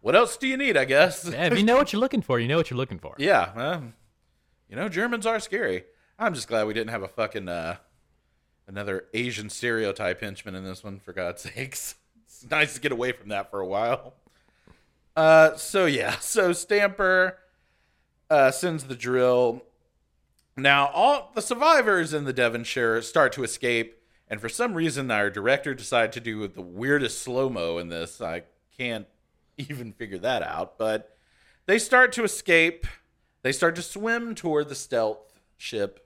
[SPEAKER 1] what else do you need, I guess?
[SPEAKER 2] Yeah, if you know what you're looking for, you know what you're looking for.
[SPEAKER 1] Yeah, well, you know Germans are scary. I'm just glad we didn't have a fucking uh, another Asian stereotype henchman in this one. For God's sakes, it's nice to get away from that for a while. Uh, so yeah, so Stamper uh, sends the drill. Now all the survivors in the Devonshire start to escape, and for some reason, our director decided to do the weirdest slow mo in this. I can't even figure that out, but they start to escape. They start to swim toward the stealth ship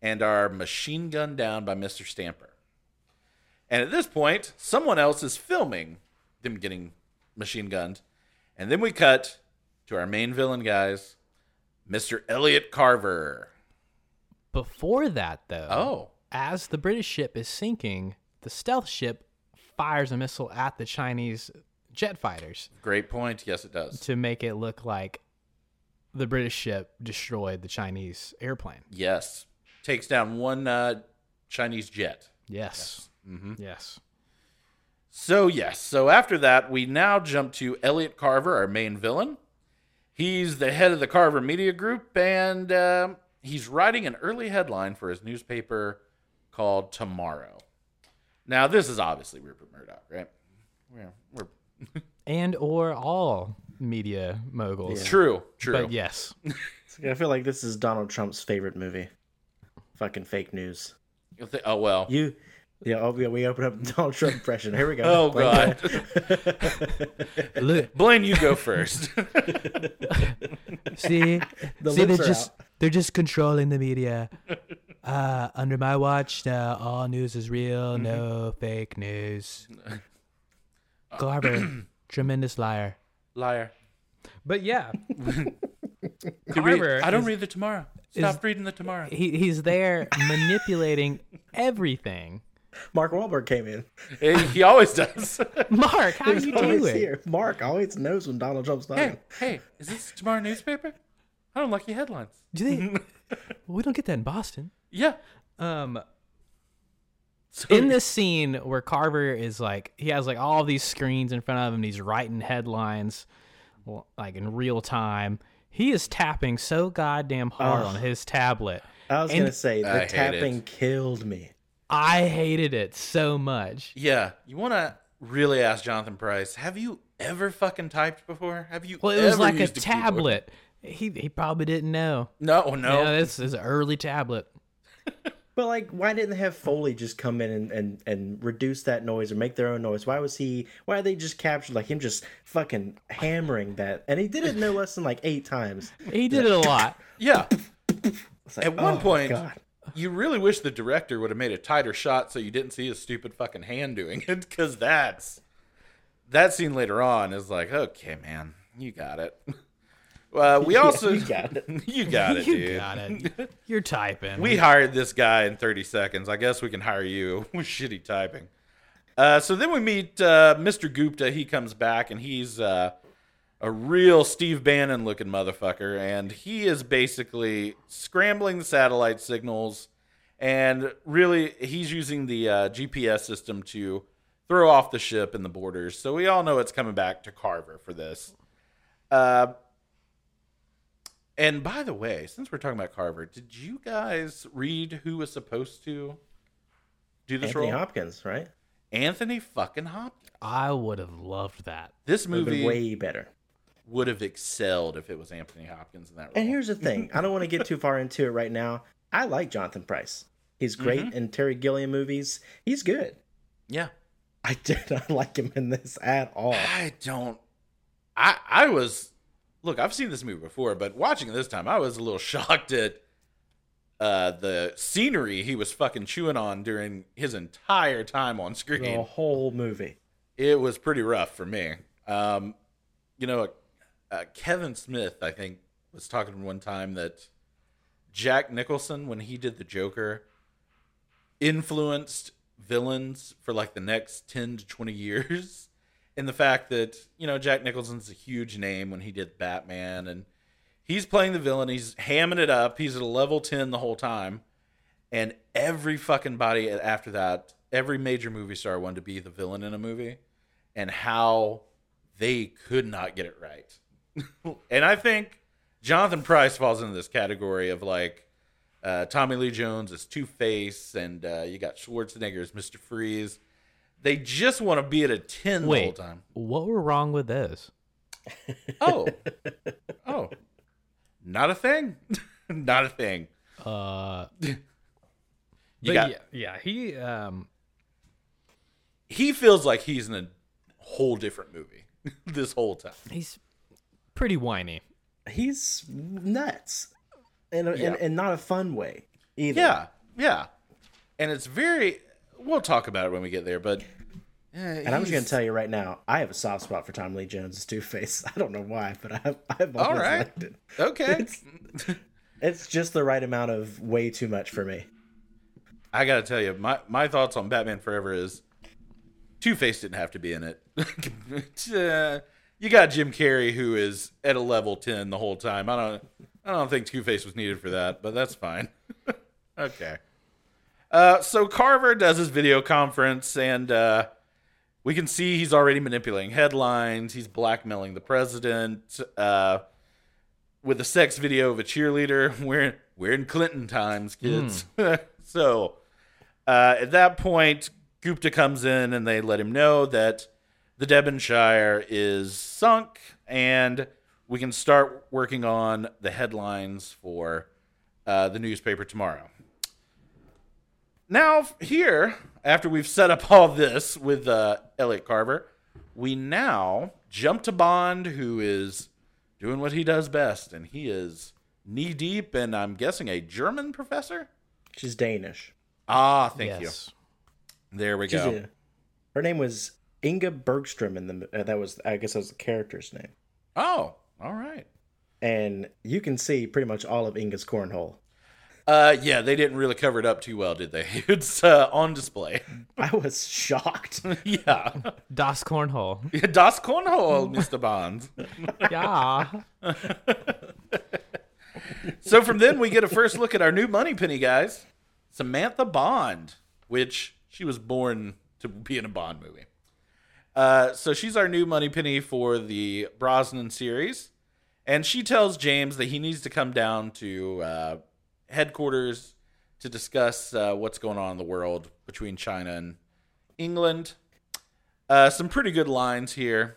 [SPEAKER 1] and are machine gunned down by Mr. Stamper. And at this point, someone else is filming them getting machine gunned. And then we cut to our main villain, guys, Mr. Elliot Carver.
[SPEAKER 2] Before that, though,
[SPEAKER 1] Oh,
[SPEAKER 2] as the British ship is sinking, the stealth ship fires a missile at the Chinese jet fighters
[SPEAKER 1] great point. Yes, it does.
[SPEAKER 2] to make it look like the British ship destroyed the Chinese airplane.
[SPEAKER 1] Yes. Takes down one uh, Chinese jet.
[SPEAKER 2] Yes.
[SPEAKER 1] Mm-hmm.
[SPEAKER 2] Yes.
[SPEAKER 1] So, yes. So, after that, we now jump to Elliot Carver, our main villain. He's the head of the Carver Media Group, and um he's writing an early headline for his newspaper called Tomorrow. Now, this is obviously Rupert Murdoch, right? Yeah, we're-
[SPEAKER 2] And or all media moguls.
[SPEAKER 1] True, true.
[SPEAKER 2] But yes.
[SPEAKER 3] I feel like this is Donald Trump's favorite movie. Fucking fake news.
[SPEAKER 1] You'll think, oh, well.
[SPEAKER 3] You, yeah. Oh, yeah. We open up Donald Trump impression. Here we go.
[SPEAKER 1] Oh,
[SPEAKER 3] Like,
[SPEAKER 1] God.
[SPEAKER 2] Look,
[SPEAKER 1] Blaine, you go first.
[SPEAKER 2] see, see,
[SPEAKER 3] The
[SPEAKER 2] they're
[SPEAKER 3] lips are
[SPEAKER 2] just
[SPEAKER 3] out.
[SPEAKER 2] they're just controlling the media. Uh, under my watch, now all news is real,
[SPEAKER 3] Mm-hmm.
[SPEAKER 2] no fake news. Garber, tremendous liar.
[SPEAKER 1] Liar.
[SPEAKER 2] But yeah,
[SPEAKER 1] You read-
[SPEAKER 2] Carver
[SPEAKER 1] I don't
[SPEAKER 2] is-
[SPEAKER 1] read the Tomorrow. Stop
[SPEAKER 2] is-
[SPEAKER 1] reading the Tomorrow.
[SPEAKER 2] he, he's there manipulating everything.
[SPEAKER 3] Mark Wahlberg came in.
[SPEAKER 1] he, he always does.
[SPEAKER 2] Mark, how you
[SPEAKER 3] Always
[SPEAKER 2] doing?
[SPEAKER 3] here. Mark always knows when Donald Trump's not.
[SPEAKER 1] hey,
[SPEAKER 3] in.
[SPEAKER 1] hey, is this Tomorrow newspaper? I don't like your headlines.
[SPEAKER 2] Do
[SPEAKER 1] Mm-hmm.
[SPEAKER 2] they? we don't get that in Boston.
[SPEAKER 1] Yeah.
[SPEAKER 2] Um,
[SPEAKER 1] So
[SPEAKER 2] in this scene where Carver is like he has like all these screens in front of him and he's writing headlines well, like in real time. He is tapping so goddamn hard on his tablet.
[SPEAKER 3] I was
[SPEAKER 2] And-
[SPEAKER 3] gonna say
[SPEAKER 1] I
[SPEAKER 3] the
[SPEAKER 1] hate it.
[SPEAKER 3] tapping killed me.
[SPEAKER 2] I hated it so much.
[SPEAKER 1] Yeah, you want to really ask Jonathan Price, have you ever fucking typed before? Have you
[SPEAKER 2] Well, it
[SPEAKER 1] ever
[SPEAKER 2] was like a
[SPEAKER 1] used keyboard?
[SPEAKER 2] tablet. He he probably didn't know.
[SPEAKER 1] No,
[SPEAKER 2] No,
[SPEAKER 1] no.
[SPEAKER 2] this is an early tablet.
[SPEAKER 3] But like, why didn't they have Foley just come in and, and, and reduce that noise or make their own noise? Why was he? Why they just captured like him just fucking hammering that? And he did it no less than like eight times.
[SPEAKER 2] He did it a lot.
[SPEAKER 1] Yeah.
[SPEAKER 3] It's like,
[SPEAKER 1] At one
[SPEAKER 3] oh,
[SPEAKER 1] point,
[SPEAKER 3] God.
[SPEAKER 1] you really wish the director would have made a tighter shot so you didn't see his stupid fucking hand doing it because that's that scene later on is like okay man you got it uh, we also
[SPEAKER 3] you got it.
[SPEAKER 1] you got it
[SPEAKER 2] you
[SPEAKER 1] dude
[SPEAKER 2] got it. You're typing.
[SPEAKER 1] we hired this guy in 30 seconds i guess we can hire you with shitty typing uh, so then we meet uh, mr gupta he comes back and he's uh, a real steve bannon looking motherfucker and he is basically scrambling the satellite signals and really he's using the uh, gps system to throw off the ship and the borders so we all know it's coming back to carver for this uh, and by the way, since we're talking about Carver, did you guys read who was supposed to do this
[SPEAKER 3] Anthony
[SPEAKER 1] role?
[SPEAKER 3] Hopkins, right?
[SPEAKER 1] Anthony fucking Hopkins.
[SPEAKER 2] I would have loved that.
[SPEAKER 1] This
[SPEAKER 3] Would have been
[SPEAKER 1] movie
[SPEAKER 3] way better.
[SPEAKER 1] would have excelled if it was Anthony Hopkins in that role.
[SPEAKER 3] And here's the thing: I don't want to get too far into it right now. I like Jonathan Price. He's great
[SPEAKER 1] Mm-hmm.
[SPEAKER 3] in Terry Gilliam movies. He's good.
[SPEAKER 1] yeah,
[SPEAKER 3] I did not like him in this at all.
[SPEAKER 1] I don't. I I was look. I've seen this movie before, but watching it this time, I was a little shocked at uh, the scenery he was fucking chewing on during his entire time on screen.
[SPEAKER 3] The whole movie.
[SPEAKER 1] it was pretty rough for me. Um, you know, uh, Kevin Smith, I think, was talking one time that Jack Nicholson, when he did the Joker, influenced villains for like the next 10 to 20 years. And the fact that, you know, Jack Nicholson's a huge name when he did Batman and he's playing the villain, he's hamming it up, he's at a level 10 the whole time. And every fucking body after that, every major movie star wanted to be the villain in a movie and how they could not get it right. and I think Jonathan Price falls into this category of like uh, Tommy Lee Jones is Two Face, and uh, you got Schwarzenegger as Mister Freeze. They just want to be at a ten the whole
[SPEAKER 2] Wait,
[SPEAKER 1] time.
[SPEAKER 2] what were wrong with those?
[SPEAKER 1] Oh, oh, not a thing, not a thing.
[SPEAKER 2] Uh,
[SPEAKER 1] You
[SPEAKER 2] but
[SPEAKER 1] got
[SPEAKER 2] yeah, yeah, he um,
[SPEAKER 1] he feels like he's in a whole different movie this whole time.
[SPEAKER 2] he's pretty whiny.
[SPEAKER 3] He's nuts, and
[SPEAKER 1] Yeah.
[SPEAKER 3] and, and not a fun way either.
[SPEAKER 1] Yeah, yeah, and it's very. We'll talk about it when we get there, but. eh,
[SPEAKER 3] And I'm just gonna tell you right now, I have a soft spot for Tom Lee Jones' Two Face. I don't know why, but I've I've always
[SPEAKER 1] All right.
[SPEAKER 3] liked it.
[SPEAKER 1] Okay.
[SPEAKER 3] It's- It's just the right amount of way too much for me.
[SPEAKER 1] I gotta tell you, my, my thoughts on Batman Forever is Two Face didn't have to be in it. Uh, you got Jim Carrey who is at a level ten the whole time. I don't I don't think Two Face was needed for that, but that's fine. okay. Uh, so Carver does his video conference and uh, we can see he's already manipulating headlines. He's blackmailing the president uh, with a sex video of a cheerleader. We're we're in Clinton times, kids. so uh, at that point, Gupta comes in and they let him know that the Devonshire is sunk, and we can start working on the headlines for uh, the newspaper tomorrow. Now, f- here, after we've set up all this with uh, Elliot Carver, we now jump to Bond, who is doing what he does best, and he is knee deep, and I'm guessing a German professor.
[SPEAKER 3] She's Danish.
[SPEAKER 1] Ah, thank
[SPEAKER 2] yes.
[SPEAKER 1] you. There we
[SPEAKER 3] She's
[SPEAKER 1] go.
[SPEAKER 3] a- her name was Inga Bergstrom in the uh, that was I guess that was the character's name.
[SPEAKER 1] Oh, all right.
[SPEAKER 3] And you can see pretty much all of Inga's cornhole.
[SPEAKER 1] Uh, yeah, they didn't really cover it up too well, did they? It's uh, on display.
[SPEAKER 3] I was shocked.
[SPEAKER 1] yeah,
[SPEAKER 2] Das Cornhole.
[SPEAKER 1] das Cornhole, Mister Bond.
[SPEAKER 2] yeah.
[SPEAKER 1] So from then we get a first look at our new money penny guys, Samantha Bond, which she was born to be in a Bond movie. Uh, so she's our new money penny for the Brosnan series, and she tells James that he needs to come down to uh, headquarters to discuss uh, what's going on in the world between China and England. Uh, some pretty good lines here.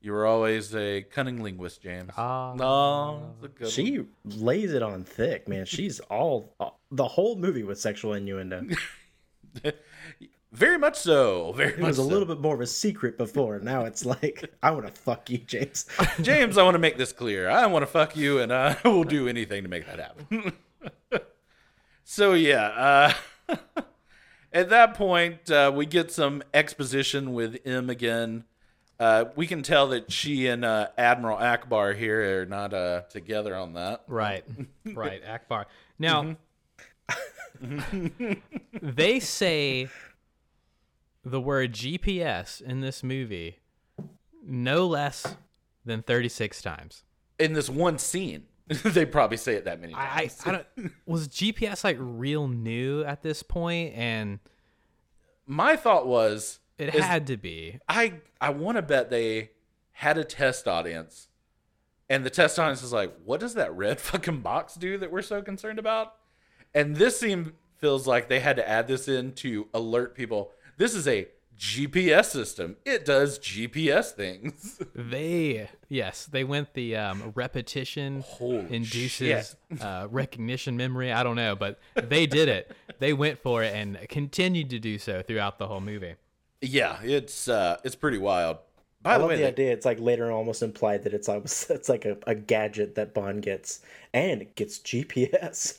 [SPEAKER 1] You were always a cunning linguist, James.
[SPEAKER 2] Ah.
[SPEAKER 1] no, it's a good one.
[SPEAKER 3] She lays it on thick, man. She's all uh, the whole movie with sexual innuendo.
[SPEAKER 1] very much so. Very
[SPEAKER 3] It
[SPEAKER 1] much
[SPEAKER 3] was a
[SPEAKER 1] so.
[SPEAKER 3] little bit more of a secret before. Now it's like, I want to fuck you, James.
[SPEAKER 1] James, I want to make this clear. I want to fuck you, and I will do anything to make that happen. so yeah, uh, at that point, uh, we get some exposition with M again. Uh, we can tell that she and uh, Admiral Akbar here are not uh, together on that.
[SPEAKER 2] Right, right. Akbar. Now,
[SPEAKER 1] Mm-hmm.
[SPEAKER 2] they say the word GPS in this movie no less than 36 times.
[SPEAKER 1] In this one scene, they probably say it that many times.
[SPEAKER 2] I, I, I don't, was GPS like real new at this point, and
[SPEAKER 1] My thought was
[SPEAKER 2] it
[SPEAKER 1] is-
[SPEAKER 2] had to be.
[SPEAKER 1] I I want to bet they had a test audience, and the test audience is like, "What does that red fucking box do that we're so concerned about?" And this seem feels like they had to add this in to alert people. This is a GPS system. It does GPS things.
[SPEAKER 2] They yes, they went the um, repetition
[SPEAKER 1] Holy
[SPEAKER 2] induces uh, recognition memory. I don't know, but they did it. They went for it and continued to do so throughout the whole movie.
[SPEAKER 1] yeah, it's uh, it's pretty wild. By the
[SPEAKER 3] I love
[SPEAKER 1] way,
[SPEAKER 3] the
[SPEAKER 1] they-
[SPEAKER 3] idea. It's like later almost implied that it's almost, it's like a, a gadget that Bond gets, and it gets GPS.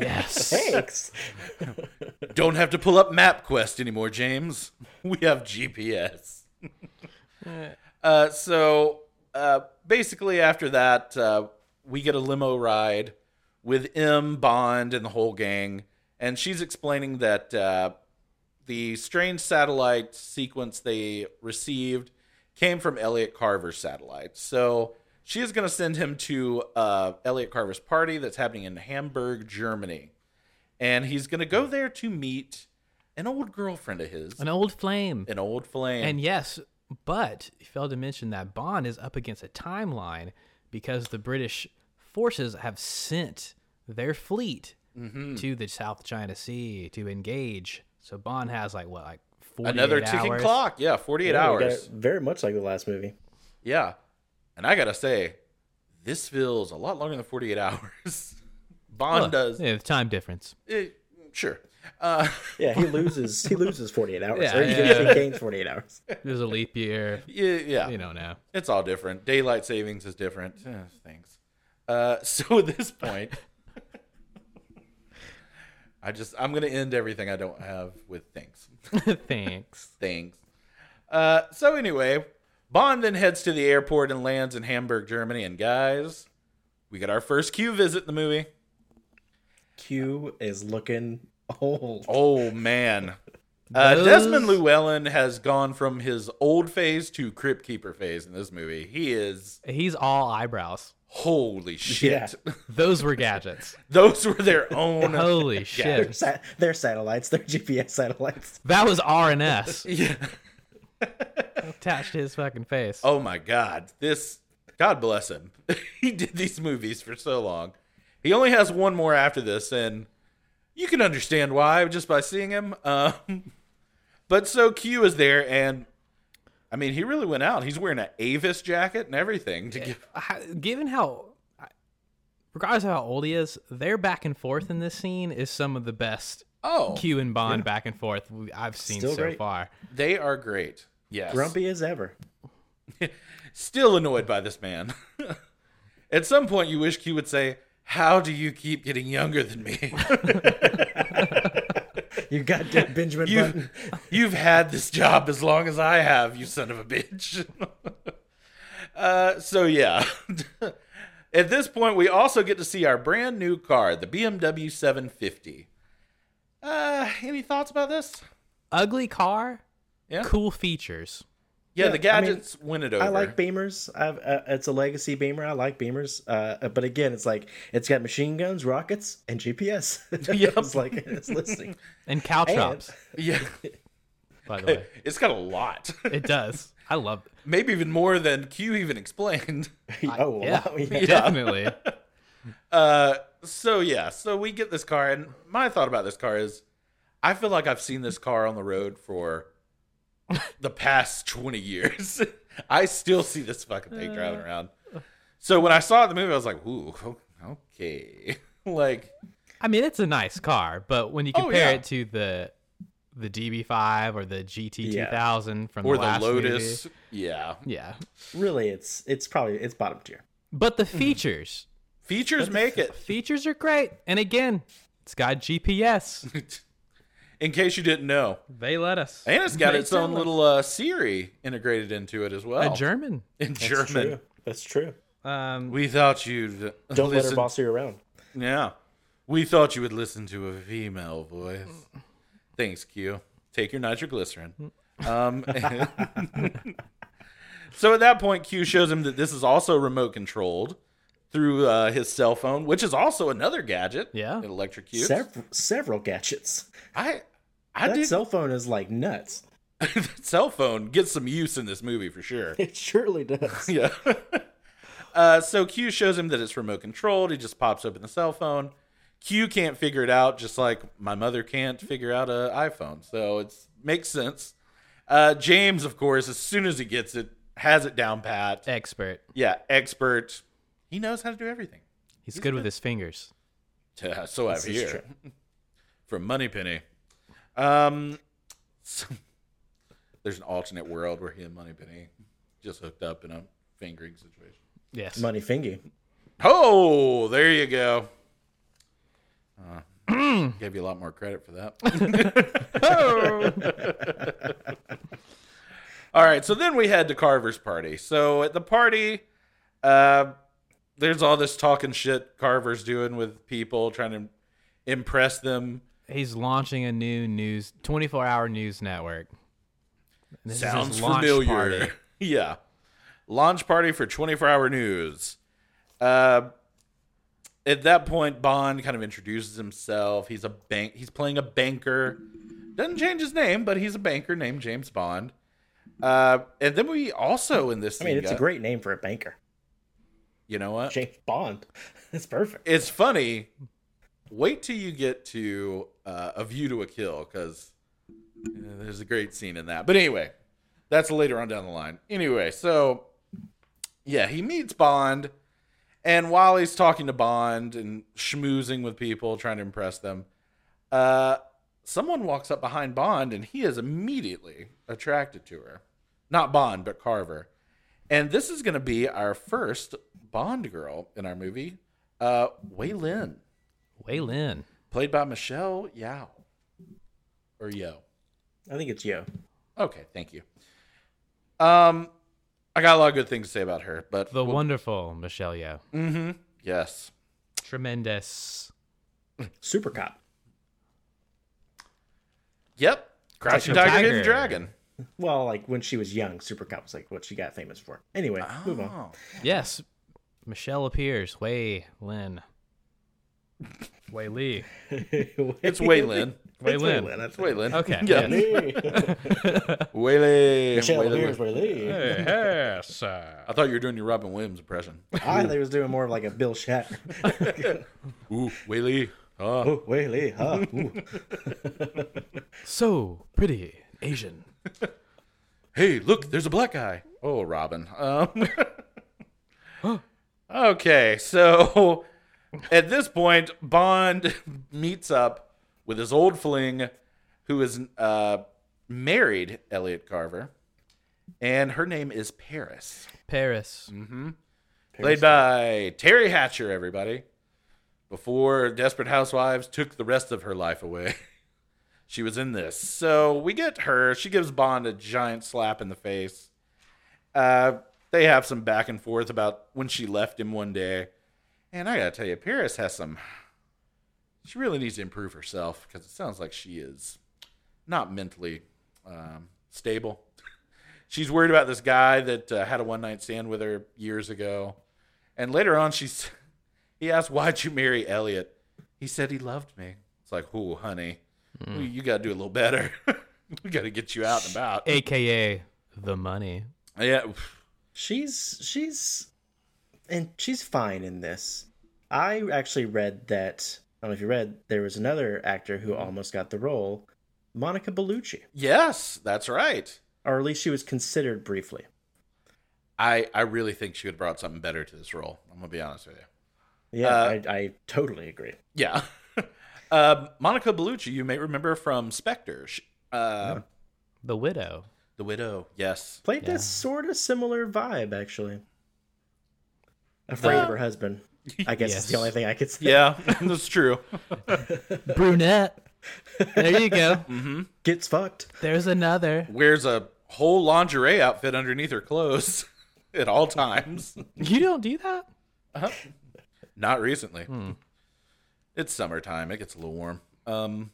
[SPEAKER 2] Yes,
[SPEAKER 3] Thanks.
[SPEAKER 1] don't have to pull up MapQuest anymore, James. We have GPS. uh, so uh, basically, after that, uh, we get a limo ride with M, Bond, and the whole gang. And she's explaining that uh, the strange satellite sequence they received came from Elliot Carver's satellite. So she is going to send him to uh, Elliot Carver's party that's happening in Hamburg, Germany and he's gonna go there to meet an old girlfriend of his,
[SPEAKER 2] an old flame.
[SPEAKER 1] an old flame.
[SPEAKER 2] And yes, but you failed to mention that Bond is up against a timeline because the British forces have sent their fleet
[SPEAKER 1] Mm-hmm.
[SPEAKER 2] to the South China Sea to engage. So Bond has like what, like forty
[SPEAKER 1] another ticking
[SPEAKER 2] hours?
[SPEAKER 1] clock, yeah, forty-eight
[SPEAKER 3] Yeah, we got
[SPEAKER 1] hours,
[SPEAKER 3] it Very much like the last movie.
[SPEAKER 1] yeah. And I gotta say, this feels a lot longer than forty-eight hours. Bond
[SPEAKER 2] Look,
[SPEAKER 1] does,
[SPEAKER 2] yeah, the time difference.
[SPEAKER 1] eh, sure. Uh,
[SPEAKER 3] Yeah, he loses. he loses forty eight hours.
[SPEAKER 2] Yeah,
[SPEAKER 3] or he,
[SPEAKER 2] yeah.
[SPEAKER 3] he gains forty eight hours.
[SPEAKER 2] There's a leap year.
[SPEAKER 1] yeah, yeah.
[SPEAKER 2] You don't know.
[SPEAKER 1] It's all different. Daylight savings is different. Eh, thanks. Uh, so at this point, I just I'm gonna end everything I don't have with thanks.
[SPEAKER 2] Thanks.
[SPEAKER 1] things. Uh, so anyway, Bond then heads to the airport and lands in Hamburg, Germany. And guys, we got our first Q visit in the movie.
[SPEAKER 3] Q is looking old.
[SPEAKER 1] Oh man, uh,
[SPEAKER 2] Those-
[SPEAKER 1] Desmond Llewellyn has gone from his old phase to Crypt Keeper phase in this movie. He is
[SPEAKER 2] He's all eyebrows.
[SPEAKER 1] holy shit.
[SPEAKER 2] Those were gadgets.
[SPEAKER 1] Those were their own.
[SPEAKER 2] Holy
[SPEAKER 3] They're,
[SPEAKER 2] shit.
[SPEAKER 3] sa- they're satellites. They're GPS satellites.
[SPEAKER 2] That was RNS
[SPEAKER 1] Yeah.
[SPEAKER 2] attached to his fucking face.
[SPEAKER 1] Oh my God. This, God bless him. he did these movies for so long. He only has one more after this, and you can understand why just by seeing him. Um, but so Q is there, and I mean, he really went out. He's wearing an Avis jacket and everything to give.
[SPEAKER 2] how, given how regardless of how old he is their back and forth in this scene is some of the best
[SPEAKER 1] Oh,
[SPEAKER 2] q and bond back and forth we- i've seen
[SPEAKER 3] Still
[SPEAKER 2] so
[SPEAKER 3] great.
[SPEAKER 2] far
[SPEAKER 1] they are great. Yes.
[SPEAKER 3] Grumpy as ever.
[SPEAKER 1] Still annoyed by this man. At some point, you wish Q would say, How do you keep getting younger than me?
[SPEAKER 3] You got Benjamin Button.
[SPEAKER 1] You've, you've had this job as long as I have, you son of a bitch. uh, so, yeah. At this point, we also get to see our brand new car, the BMW 750. Uh, any thoughts about this?
[SPEAKER 2] ugly car
[SPEAKER 1] Yeah.
[SPEAKER 2] cool features
[SPEAKER 1] Yeah, the
[SPEAKER 3] Yeah, I mean,
[SPEAKER 1] gadgets win it over.
[SPEAKER 3] I like Beamers. I've, uh, it's a legacy Beamer. I like Beamers. Uh, but again, it's like it's got machine guns, rockets, and GPS.
[SPEAKER 1] Yep.
[SPEAKER 3] it's like it's listening.
[SPEAKER 2] and cow chops
[SPEAKER 1] yeah,
[SPEAKER 2] by the way
[SPEAKER 1] it's got a lot.
[SPEAKER 2] it does i love it
[SPEAKER 1] Maybe even more than Q even explained.
[SPEAKER 3] oh,
[SPEAKER 2] yeah,
[SPEAKER 3] wow. yeah.
[SPEAKER 2] definitely
[SPEAKER 1] Uh, so yeah, so we get this car, and my thought about this car is, I feel like I've seen this car on the road for the past twenty years. I still see this fucking thing driving
[SPEAKER 2] Uh.
[SPEAKER 1] around. So when I saw the movie, I was like, ooh, okay. like,
[SPEAKER 2] I mean, it's a nice car, but when you
[SPEAKER 1] Oh,
[SPEAKER 2] compare
[SPEAKER 1] yeah.
[SPEAKER 2] it to the the DB5 or the GT2000 from
[SPEAKER 1] or
[SPEAKER 2] the,
[SPEAKER 1] the
[SPEAKER 2] last
[SPEAKER 1] Lotus. Yeah.
[SPEAKER 2] movie, yeah.
[SPEAKER 3] Really, it's it's probably it's bottom tier.
[SPEAKER 2] But the features,
[SPEAKER 1] Features make it.
[SPEAKER 2] features are great, and again, it's got GPS.
[SPEAKER 1] In case you didn't know.
[SPEAKER 2] Mm-hmm. They let us.
[SPEAKER 1] And it's got
[SPEAKER 2] They
[SPEAKER 1] its own
[SPEAKER 2] tell us.
[SPEAKER 1] little uh, Siri integrated into it as well.
[SPEAKER 2] a German.
[SPEAKER 1] In
[SPEAKER 3] That's
[SPEAKER 1] German.
[SPEAKER 3] true. That's true.
[SPEAKER 2] Um,
[SPEAKER 1] We thought you'd
[SPEAKER 3] Don't let her
[SPEAKER 1] listen.
[SPEAKER 3] boss you around.
[SPEAKER 1] Yeah. We thought you would listen to a female voice. Thanks, Q. Take your nitroglycerin. Um, so at that point, Q shows him that this is also remote controlled through uh, his cell phone, which is also another gadget.
[SPEAKER 2] Yeah.
[SPEAKER 1] It electrocutes.
[SPEAKER 3] Several several gadgets.
[SPEAKER 1] I, I
[SPEAKER 3] that
[SPEAKER 1] did.
[SPEAKER 3] cell phone is like nuts.
[SPEAKER 1] that cell phone gets some use in this movie for sure.
[SPEAKER 3] It surely does.
[SPEAKER 1] yeah. Uh, so Q shows him that it's remote controlled. He just pops open the cell phone. Q can't figure it out, just like my mother can't figure out a iPhone. So it makes sense. Uh, James, of course, as soon as he gets it, has it down pat.
[SPEAKER 2] expert.
[SPEAKER 1] Yeah, expert. He knows how to do everything.
[SPEAKER 2] He's good with his fingers.
[SPEAKER 1] Yeah, so I've
[SPEAKER 3] This
[SPEAKER 1] here
[SPEAKER 3] is true.
[SPEAKER 1] from Moneypenny. Um, so- there's an alternate world where he and Moneypenny just hooked up in a fingering situation.
[SPEAKER 2] Yes.
[SPEAKER 3] Money fingy.
[SPEAKER 1] Oh, there you go. Uh, gave you a lot more credit for that. All right, so then we head to Carver's party. So at the party, uh, there's all this talking shit Carver's doing with people, trying to impress them.
[SPEAKER 2] He's launching a new news 24-hour news network. And this is his
[SPEAKER 1] Sounds
[SPEAKER 2] launch
[SPEAKER 1] familiar.
[SPEAKER 2] party.
[SPEAKER 1] yeah. Launch party for 24 hour news. Uh, at that point, Bond kind of introduces himself. He's a bank. He's playing a banker. Doesn't change his name, but he's a banker named James Bond. Uh, and then we also in this.
[SPEAKER 3] I mean,
[SPEAKER 1] thing
[SPEAKER 3] it's a
[SPEAKER 1] got-
[SPEAKER 3] great name for a banker.
[SPEAKER 1] You know what?
[SPEAKER 3] James Bond. It's perfect.
[SPEAKER 1] It's funny. Wait till you get to uh, a view to a kill because there's a great scene in that. But anyway, that's later on down the line. Anyway, so yeah, he meets Bond, and while he's talking to Bond and schmoozing with people, trying to impress them, uh, someone walks up behind Bond, and he is immediately attracted to her. Not Bond, but Carver. And this is going to be our first Bond girl in our movie, uh, Wei Lin,
[SPEAKER 2] Waylon.
[SPEAKER 1] played by Michelle Yao. Or Yo.
[SPEAKER 3] I think it's yo.
[SPEAKER 1] Okay, thank you. Um, I got a lot of good things to say about her, but
[SPEAKER 2] The wonderful Michelle Yeoh.
[SPEAKER 1] Mm-hmm. Yes.
[SPEAKER 2] Tremendous.
[SPEAKER 3] Super cop.
[SPEAKER 1] Yep. Crouching
[SPEAKER 2] Like a
[SPEAKER 1] Tiger, Hidden
[SPEAKER 2] tiger.
[SPEAKER 1] Dragon.
[SPEAKER 3] Well, like when she was young, Super Cop was like what she got famous for. Anyway, move
[SPEAKER 1] Ah.
[SPEAKER 3] on.
[SPEAKER 1] Oh,
[SPEAKER 2] Yes. Michelle appears. Way Lin. Way Lee.
[SPEAKER 1] It's Wei Lin.
[SPEAKER 2] Wei Lin.
[SPEAKER 1] It's Wei Lin.
[SPEAKER 2] Okay.
[SPEAKER 1] Yeah.
[SPEAKER 2] yes.
[SPEAKER 1] Wei Lin.
[SPEAKER 3] Michelle,
[SPEAKER 1] Wei Lin.
[SPEAKER 3] here's Wei Lin.
[SPEAKER 2] Yes.
[SPEAKER 1] I thought you were doing your Robin Williams impression.
[SPEAKER 3] I thought he was doing more of like a Bill Shatner.
[SPEAKER 1] Ooh, Wei Li. Oh.
[SPEAKER 3] oh, Wei Lin, huh? Ooh.
[SPEAKER 2] So pretty. Asian.
[SPEAKER 1] hey, look, there's a black guy. Oh, Robin. Um, okay, so at this point, Bond meets up with his old fling, who is uh, married Elliot Carver, and her name is Paris,
[SPEAKER 2] Paris.
[SPEAKER 1] played by Terry Hatcher. Everybody, before Desperate Housewives took the rest of her life away. She was in this. So we get her. She gives Bond a giant slap in the face. Uh, they have some back and forth about when she left him one day. And I got to tell you, Paris has some. She really needs to improve herself because it sounds like she is not mentally um, stable. She's worried about this guy that uh, had a one night stand with her years ago. And later on, she's. He asked, Why'd you marry Elliot? He said he loved me. It's like, Oh, honey, you- you got to do a little better. we got to get you out and about.
[SPEAKER 2] AKA the money.
[SPEAKER 1] Yeah.
[SPEAKER 3] She's she's and she's fine in this. I actually read that I don't know if you read there was another actor who almost got the role, Monica Bellucci,
[SPEAKER 1] Yes, that's right.
[SPEAKER 3] or at least she was considered briefly.
[SPEAKER 1] I I really think she would have brought something better to this role. I'm gonna be honest with you.
[SPEAKER 3] Yeah,
[SPEAKER 1] Uh,
[SPEAKER 3] I, I totally agree.
[SPEAKER 1] Yeah. uh, Monica Bellucci, you may remember from Spectre, She- uh,
[SPEAKER 2] The widow.
[SPEAKER 1] the widow. Yes.
[SPEAKER 3] Played
[SPEAKER 2] Yeah.
[SPEAKER 3] that sort of similar vibe, actually. Afraid of her husband. I guess it's the
[SPEAKER 2] Yes.
[SPEAKER 3] only thing I could say.
[SPEAKER 1] Uh, Yeah, that's true.
[SPEAKER 2] Brunette. There you go.
[SPEAKER 3] Gets fucked.
[SPEAKER 2] There's another.
[SPEAKER 1] Wears a whole lingerie outfit underneath her clothes at all times.
[SPEAKER 2] You don't do that?
[SPEAKER 1] Not recently. It's summertime. It gets a little warm. Um.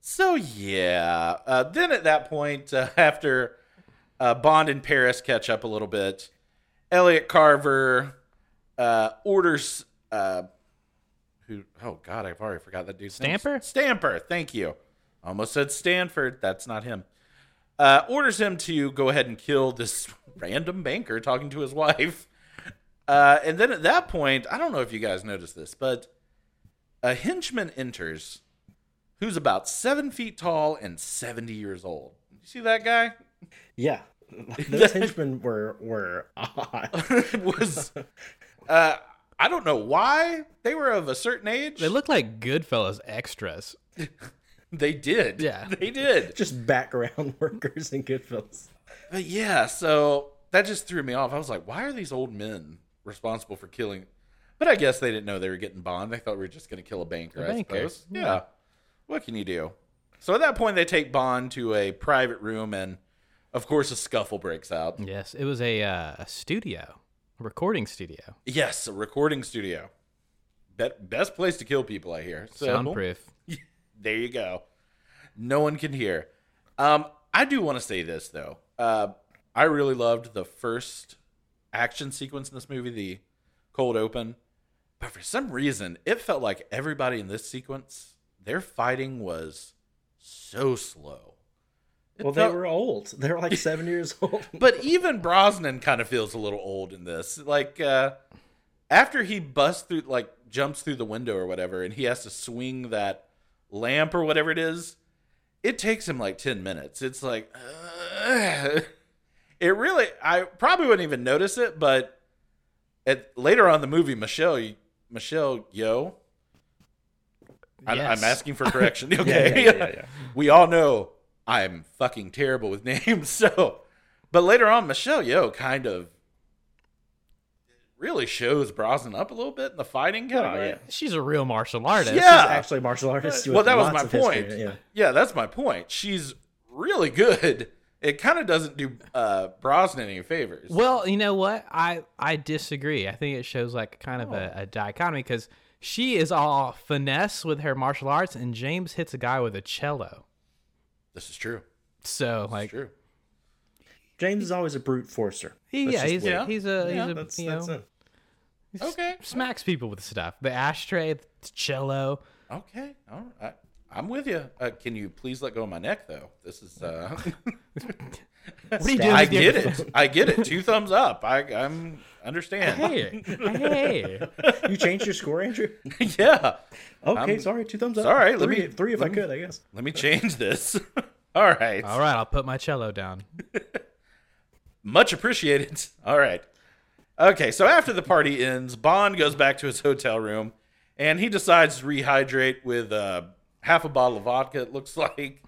[SPEAKER 1] So yeah. Uh, then at that point, uh, after uh, Bond and Paris catch up a little bit, Elliot Carver uh, orders. Uh, who? Oh God, I've already forgot that dude's name.
[SPEAKER 2] Stamper?
[SPEAKER 1] Stamper. Thank you. Almost said Stanford. That's not him. Uh, orders him to go ahead and kill this random banker talking to his wife. Uh, and then at that point, I don't know if you guys noticed this, but a henchman enters who's about seven feet tall and 70 years old. You see that guy?
[SPEAKER 3] Yeah. Those henchmen were were odd.
[SPEAKER 1] was, uh, I don't know why they were of a certain age.
[SPEAKER 2] They look like Goodfellas extras.
[SPEAKER 1] They did.
[SPEAKER 2] Yeah.
[SPEAKER 1] They did.
[SPEAKER 3] Just background workers in Goodfellas.
[SPEAKER 1] But yeah, so that just threw me off. I was like, why are these old men responsible for killing? But I guess they didn't know they were getting bond. They thought we were just going to kill a banker,
[SPEAKER 2] A
[SPEAKER 1] I
[SPEAKER 2] banker,
[SPEAKER 1] suppose. Yeah.
[SPEAKER 2] yeah.
[SPEAKER 1] What can you do? So at that point, they take Bond to a private room, and of course, a scuffle breaks out.
[SPEAKER 2] Yes, it was a, uh, a studio, a recording studio,
[SPEAKER 1] Yes, a recording studio. Bet best place to kill people, I hear. So,
[SPEAKER 2] soundproof.
[SPEAKER 1] There you go. No one can hear. Um, I do want to say this though. Uh, I really loved the first action sequence in this movie, the cold open. But for some reason, it felt like everybody in this sequence, their fighting was so slow. It
[SPEAKER 3] Well, they
[SPEAKER 1] felt-
[SPEAKER 3] were old. They were like seven years old.
[SPEAKER 1] but even Brosnan kind of feels a little old in this. Like uh, after he busts through, like jumps through the window or whatever, and he has to swing that lamp or whatever it is. It takes him like ten minutes. It's like uh, it really. I probably wouldn't even notice it, but at later on in the movie, Michelle, Michelle, yo. I,
[SPEAKER 2] Yes.
[SPEAKER 1] I'm asking for correction.
[SPEAKER 3] yeah,
[SPEAKER 1] Okay,
[SPEAKER 3] yeah, yeah, yeah.
[SPEAKER 1] we all know I'm fucking terrible with names. So, but later on, Michelle Yeoh kind of really shows Brosnan up a little bit in the fighting category.
[SPEAKER 3] yeah.
[SPEAKER 2] She's a real martial artist.
[SPEAKER 1] Yeah.
[SPEAKER 3] She's actually a martial artist.
[SPEAKER 1] Well,
[SPEAKER 3] with
[SPEAKER 1] that was
[SPEAKER 3] lots
[SPEAKER 1] my
[SPEAKER 3] of history,
[SPEAKER 1] point.
[SPEAKER 3] Yeah.
[SPEAKER 1] Yeah, that's my point. She's really good. It kind of doesn't do uh, Brosnan any favors.
[SPEAKER 2] Well, you know what? I I disagree. I think it shows like kind of
[SPEAKER 1] Oh.
[SPEAKER 2] a, a dichotomy because she is all finesse with her martial arts, and James hits a guy with a cello.
[SPEAKER 1] This is true.
[SPEAKER 2] So
[SPEAKER 1] This is
[SPEAKER 2] like,
[SPEAKER 1] true.
[SPEAKER 3] James is always a brute forcer.
[SPEAKER 2] he,
[SPEAKER 3] That's
[SPEAKER 2] yeah,
[SPEAKER 3] just
[SPEAKER 2] he's
[SPEAKER 3] the way-
[SPEAKER 1] weird.
[SPEAKER 2] a, he's a
[SPEAKER 1] Yeah,
[SPEAKER 2] he's a
[SPEAKER 3] that's
[SPEAKER 2] you know
[SPEAKER 3] that's it.
[SPEAKER 2] he's-
[SPEAKER 1] Okay.
[SPEAKER 2] smacks people with stuff. The ashtray, the cello.
[SPEAKER 1] Okay. All right. I'm with you. Uh, can you please let go of my neck, though? This is. Uh,
[SPEAKER 2] What are you doing?
[SPEAKER 1] I
[SPEAKER 2] with your-
[SPEAKER 1] get it. I get it. Two thumbs up. I I'm understand.
[SPEAKER 2] Hey, hey.
[SPEAKER 3] You changed your score, Andrew?
[SPEAKER 1] yeah.
[SPEAKER 3] Okay,
[SPEAKER 1] I'm-
[SPEAKER 3] sorry. Two thumbs up.
[SPEAKER 1] all right, let
[SPEAKER 3] Three,
[SPEAKER 1] me-
[SPEAKER 3] three if I
[SPEAKER 1] let me-
[SPEAKER 3] could, I guess.
[SPEAKER 1] Let me change this. All right.
[SPEAKER 2] All right, I'll put my cello down.
[SPEAKER 1] Much appreciated. All right. Okay, so after the party ends, Bond goes back to his hotel room and he decides to rehydrate with uh, half a bottle of vodka, it looks like.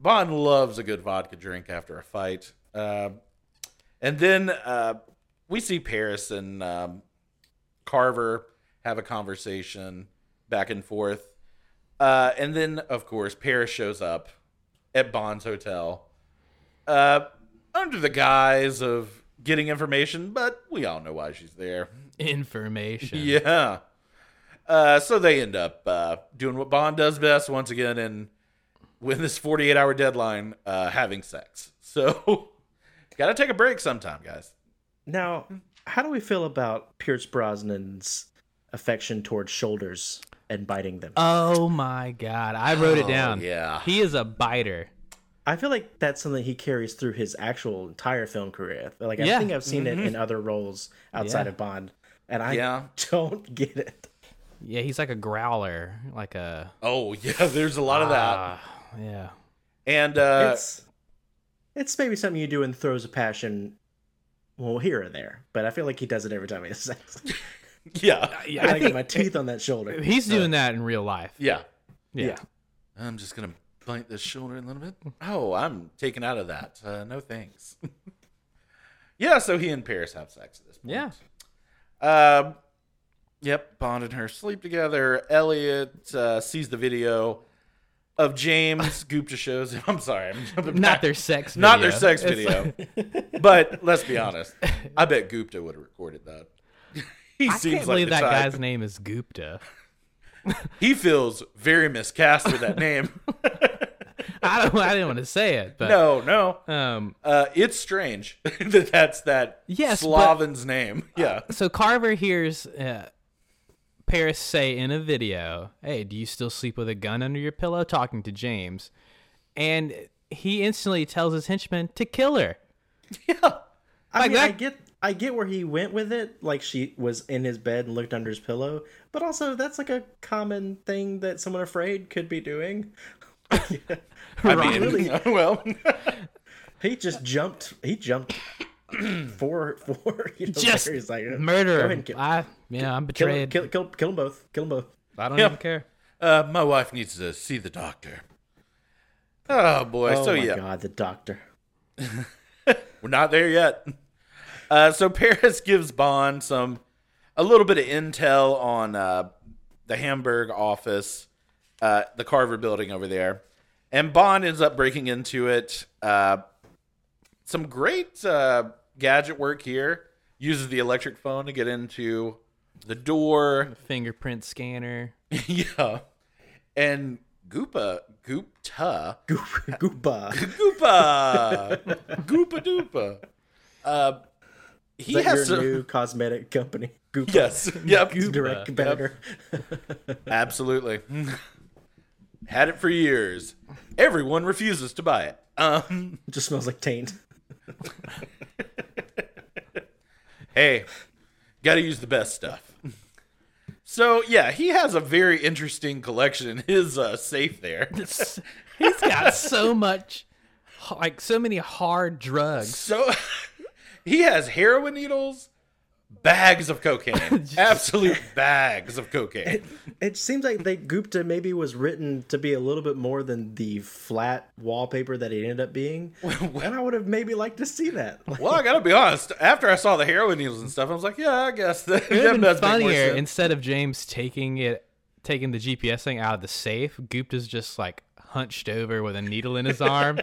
[SPEAKER 1] Bond loves a good vodka drink after a fight. Uh, and then uh, we see Paris and um, Carver have a conversation back and forth. Uh, and then, of course, Paris shows up at Bond's hotel uh, under the guise of getting information, but we all know why she's there.
[SPEAKER 2] Information.
[SPEAKER 1] Yeah. Uh, so they end up uh, doing what Bond does best once again, and with this 48 hour deadline, uh, having sex. So, gotta take a break sometime, guys.
[SPEAKER 3] Now, how do we feel about Pierce Brosnan's affection towards shoulders and biting them?
[SPEAKER 2] Oh my God! I wrote it down.
[SPEAKER 1] Oh, yeah.
[SPEAKER 2] He is a biter.
[SPEAKER 3] I feel like that's something he carries through his actual entire film career. Like I
[SPEAKER 2] Yeah. Mm-hmm.
[SPEAKER 3] think I've seen it in other roles outside
[SPEAKER 2] Yeah.
[SPEAKER 3] of Bond, and I
[SPEAKER 1] Yeah.
[SPEAKER 3] don't get it.
[SPEAKER 2] Yeah, he's like a growler, like a
[SPEAKER 1] Oh, yeah, there's a lot of that.
[SPEAKER 2] Ah, yeah.
[SPEAKER 1] And uh,
[SPEAKER 3] It's it's maybe something you do in throes of passion well, here or there, but I feel like he does it every time he has sex.
[SPEAKER 1] Yeah.
[SPEAKER 2] Yeah,
[SPEAKER 3] I,
[SPEAKER 2] I
[SPEAKER 3] gotta get
[SPEAKER 2] think
[SPEAKER 3] my teeth on that shoulder.
[SPEAKER 2] he's doing that in real life.
[SPEAKER 1] Yeah.
[SPEAKER 2] Yeah.
[SPEAKER 3] yeah.
[SPEAKER 1] I'm just gonna bite this shoulder a little bit.
[SPEAKER 2] Hmm.
[SPEAKER 1] Oh, I'm taken out of that. Uh, no thanks. yeah, so he and Paris have sex at this point.
[SPEAKER 2] Yeah.
[SPEAKER 1] Um, yep, Bond and her sleep together. Elliot uh, sees the video of James. Gupta shows him. I'm sorry, I'm jumping
[SPEAKER 2] Not
[SPEAKER 1] back.
[SPEAKER 2] their sex video.
[SPEAKER 1] not their sex
[SPEAKER 2] It's-
[SPEAKER 1] video. but let's be honest, I bet Gupta would have recorded that. He
[SPEAKER 2] I
[SPEAKER 1] seems
[SPEAKER 2] can't
[SPEAKER 1] like
[SPEAKER 2] believe
[SPEAKER 1] the
[SPEAKER 2] that
[SPEAKER 1] type.
[SPEAKER 2] guy's name is Gupta.
[SPEAKER 1] He feels very miscast with that name.
[SPEAKER 2] I don't. I didn't want to say it, but
[SPEAKER 1] no, no.
[SPEAKER 2] Um.
[SPEAKER 1] Uh, it's strange that that's that
[SPEAKER 2] Yes, but-
[SPEAKER 1] Slavin's name. Yeah.
[SPEAKER 2] So Carver hears uh, Paris say in a video, "Hey, do you still sleep with a gun under your pillow?" Talking to James, and he instantly tells his henchman to kill her.
[SPEAKER 1] yeah.
[SPEAKER 3] I
[SPEAKER 2] Like
[SPEAKER 3] mean,
[SPEAKER 2] that-
[SPEAKER 3] I get, I get where he went with it. Like she was in his bed and looked under his pillow, but also that's like a common thing that someone afraid could be doing.
[SPEAKER 1] I
[SPEAKER 2] Right.
[SPEAKER 1] mean, well,
[SPEAKER 3] He just jumped. He jumped four, four. You know,
[SPEAKER 2] Just
[SPEAKER 3] there. He's like, "Go
[SPEAKER 2] Murder.
[SPEAKER 3] ahead
[SPEAKER 2] him.
[SPEAKER 3] and kill,
[SPEAKER 2] I yeah, I'm
[SPEAKER 3] kill,
[SPEAKER 2] betrayed.
[SPEAKER 3] kill, kill, kill them both. Kill them both.
[SPEAKER 2] I don't
[SPEAKER 1] Yeah.
[SPEAKER 2] even care.
[SPEAKER 1] uh, my wife needs to see the doctor. Oh boy.
[SPEAKER 3] Oh
[SPEAKER 1] so
[SPEAKER 3] my
[SPEAKER 1] yeah,
[SPEAKER 3] god, the doctor.
[SPEAKER 1] we're not there yet. Uh, so Paris gives Bond some a little bit of intel on uh, the Hamburg office, uh, the Carver building over there, and Bond ends up breaking into it. Uh, some great uh, gadget work here. Uses the electric phone to get into the door.
[SPEAKER 2] Fingerprint scanner.
[SPEAKER 1] yeah, and Goopa Goopta.
[SPEAKER 3] Goop- Goopa.
[SPEAKER 1] Goopa Goopa Doopa. Uh, he
[SPEAKER 3] Is that your
[SPEAKER 1] has some,
[SPEAKER 3] new cosmetic company? Goopa.
[SPEAKER 1] yes, yep,
[SPEAKER 3] Direct competitor.
[SPEAKER 1] absolutely. Had it for years. Everyone refuses to buy it. Um,
[SPEAKER 3] Just smells like taint.
[SPEAKER 1] hey, got to use the best stuff. So yeah, he has a very interesting collection in his uh, safe there.
[SPEAKER 2] He's got so much, like so many hard drugs.
[SPEAKER 1] So he has heroin needles, bags of cocaine, absolute bags of cocaine.
[SPEAKER 3] It seems like they Gupta maybe was written to be a little bit more than the flat wallpaper that it ended up being. and I would have maybe liked to see that. Like,
[SPEAKER 1] Well, I gotta be honest. After I saw the heroin needles and stuff, I was like, yeah, I guess that,
[SPEAKER 2] It would
[SPEAKER 1] that
[SPEAKER 2] have
[SPEAKER 1] does
[SPEAKER 2] been
[SPEAKER 1] make more
[SPEAKER 2] funnier
[SPEAKER 1] sense.
[SPEAKER 2] instead of James taking it, taking the GPS thing out of the safe. Gupta's just like hunched over with a needle in his arm,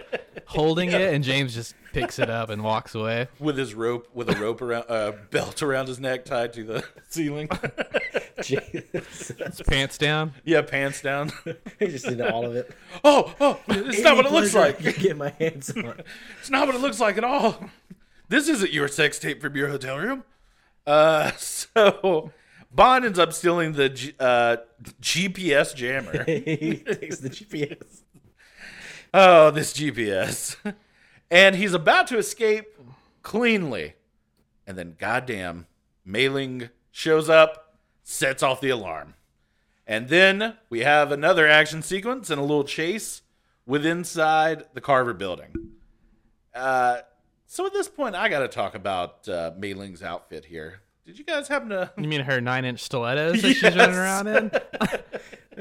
[SPEAKER 2] holding it, and James just picks it up and walks away.
[SPEAKER 1] with his rope, with a rope around, uh, belt around his neck tied to the ceiling.
[SPEAKER 3] Jesus.
[SPEAKER 2] His pants down.
[SPEAKER 1] yeah, pants down.
[SPEAKER 3] I just need all of it.
[SPEAKER 1] oh, oh, it's not what it looks
[SPEAKER 3] Any pleasure I
[SPEAKER 1] like.
[SPEAKER 3] could Get my hands on.
[SPEAKER 1] It's not what it looks like at all. This isn't your sex tape from your hotel room. Uh, so Bond ends up stealing the G- uh, GPS jammer.
[SPEAKER 3] he takes the GPS.
[SPEAKER 1] Oh, this GPS. And he's about to escape cleanly. And then, goddamn, Mailing shows up, sets off the alarm. And then we have another action sequence and a little chase with inside the Carver building. Uh, so at this point, I got to talk about uh, Mailing's outfit here. Did you guys happen to?
[SPEAKER 2] You mean her nine-inch stilettos that
[SPEAKER 1] Yes.
[SPEAKER 2] she's running around in?
[SPEAKER 3] It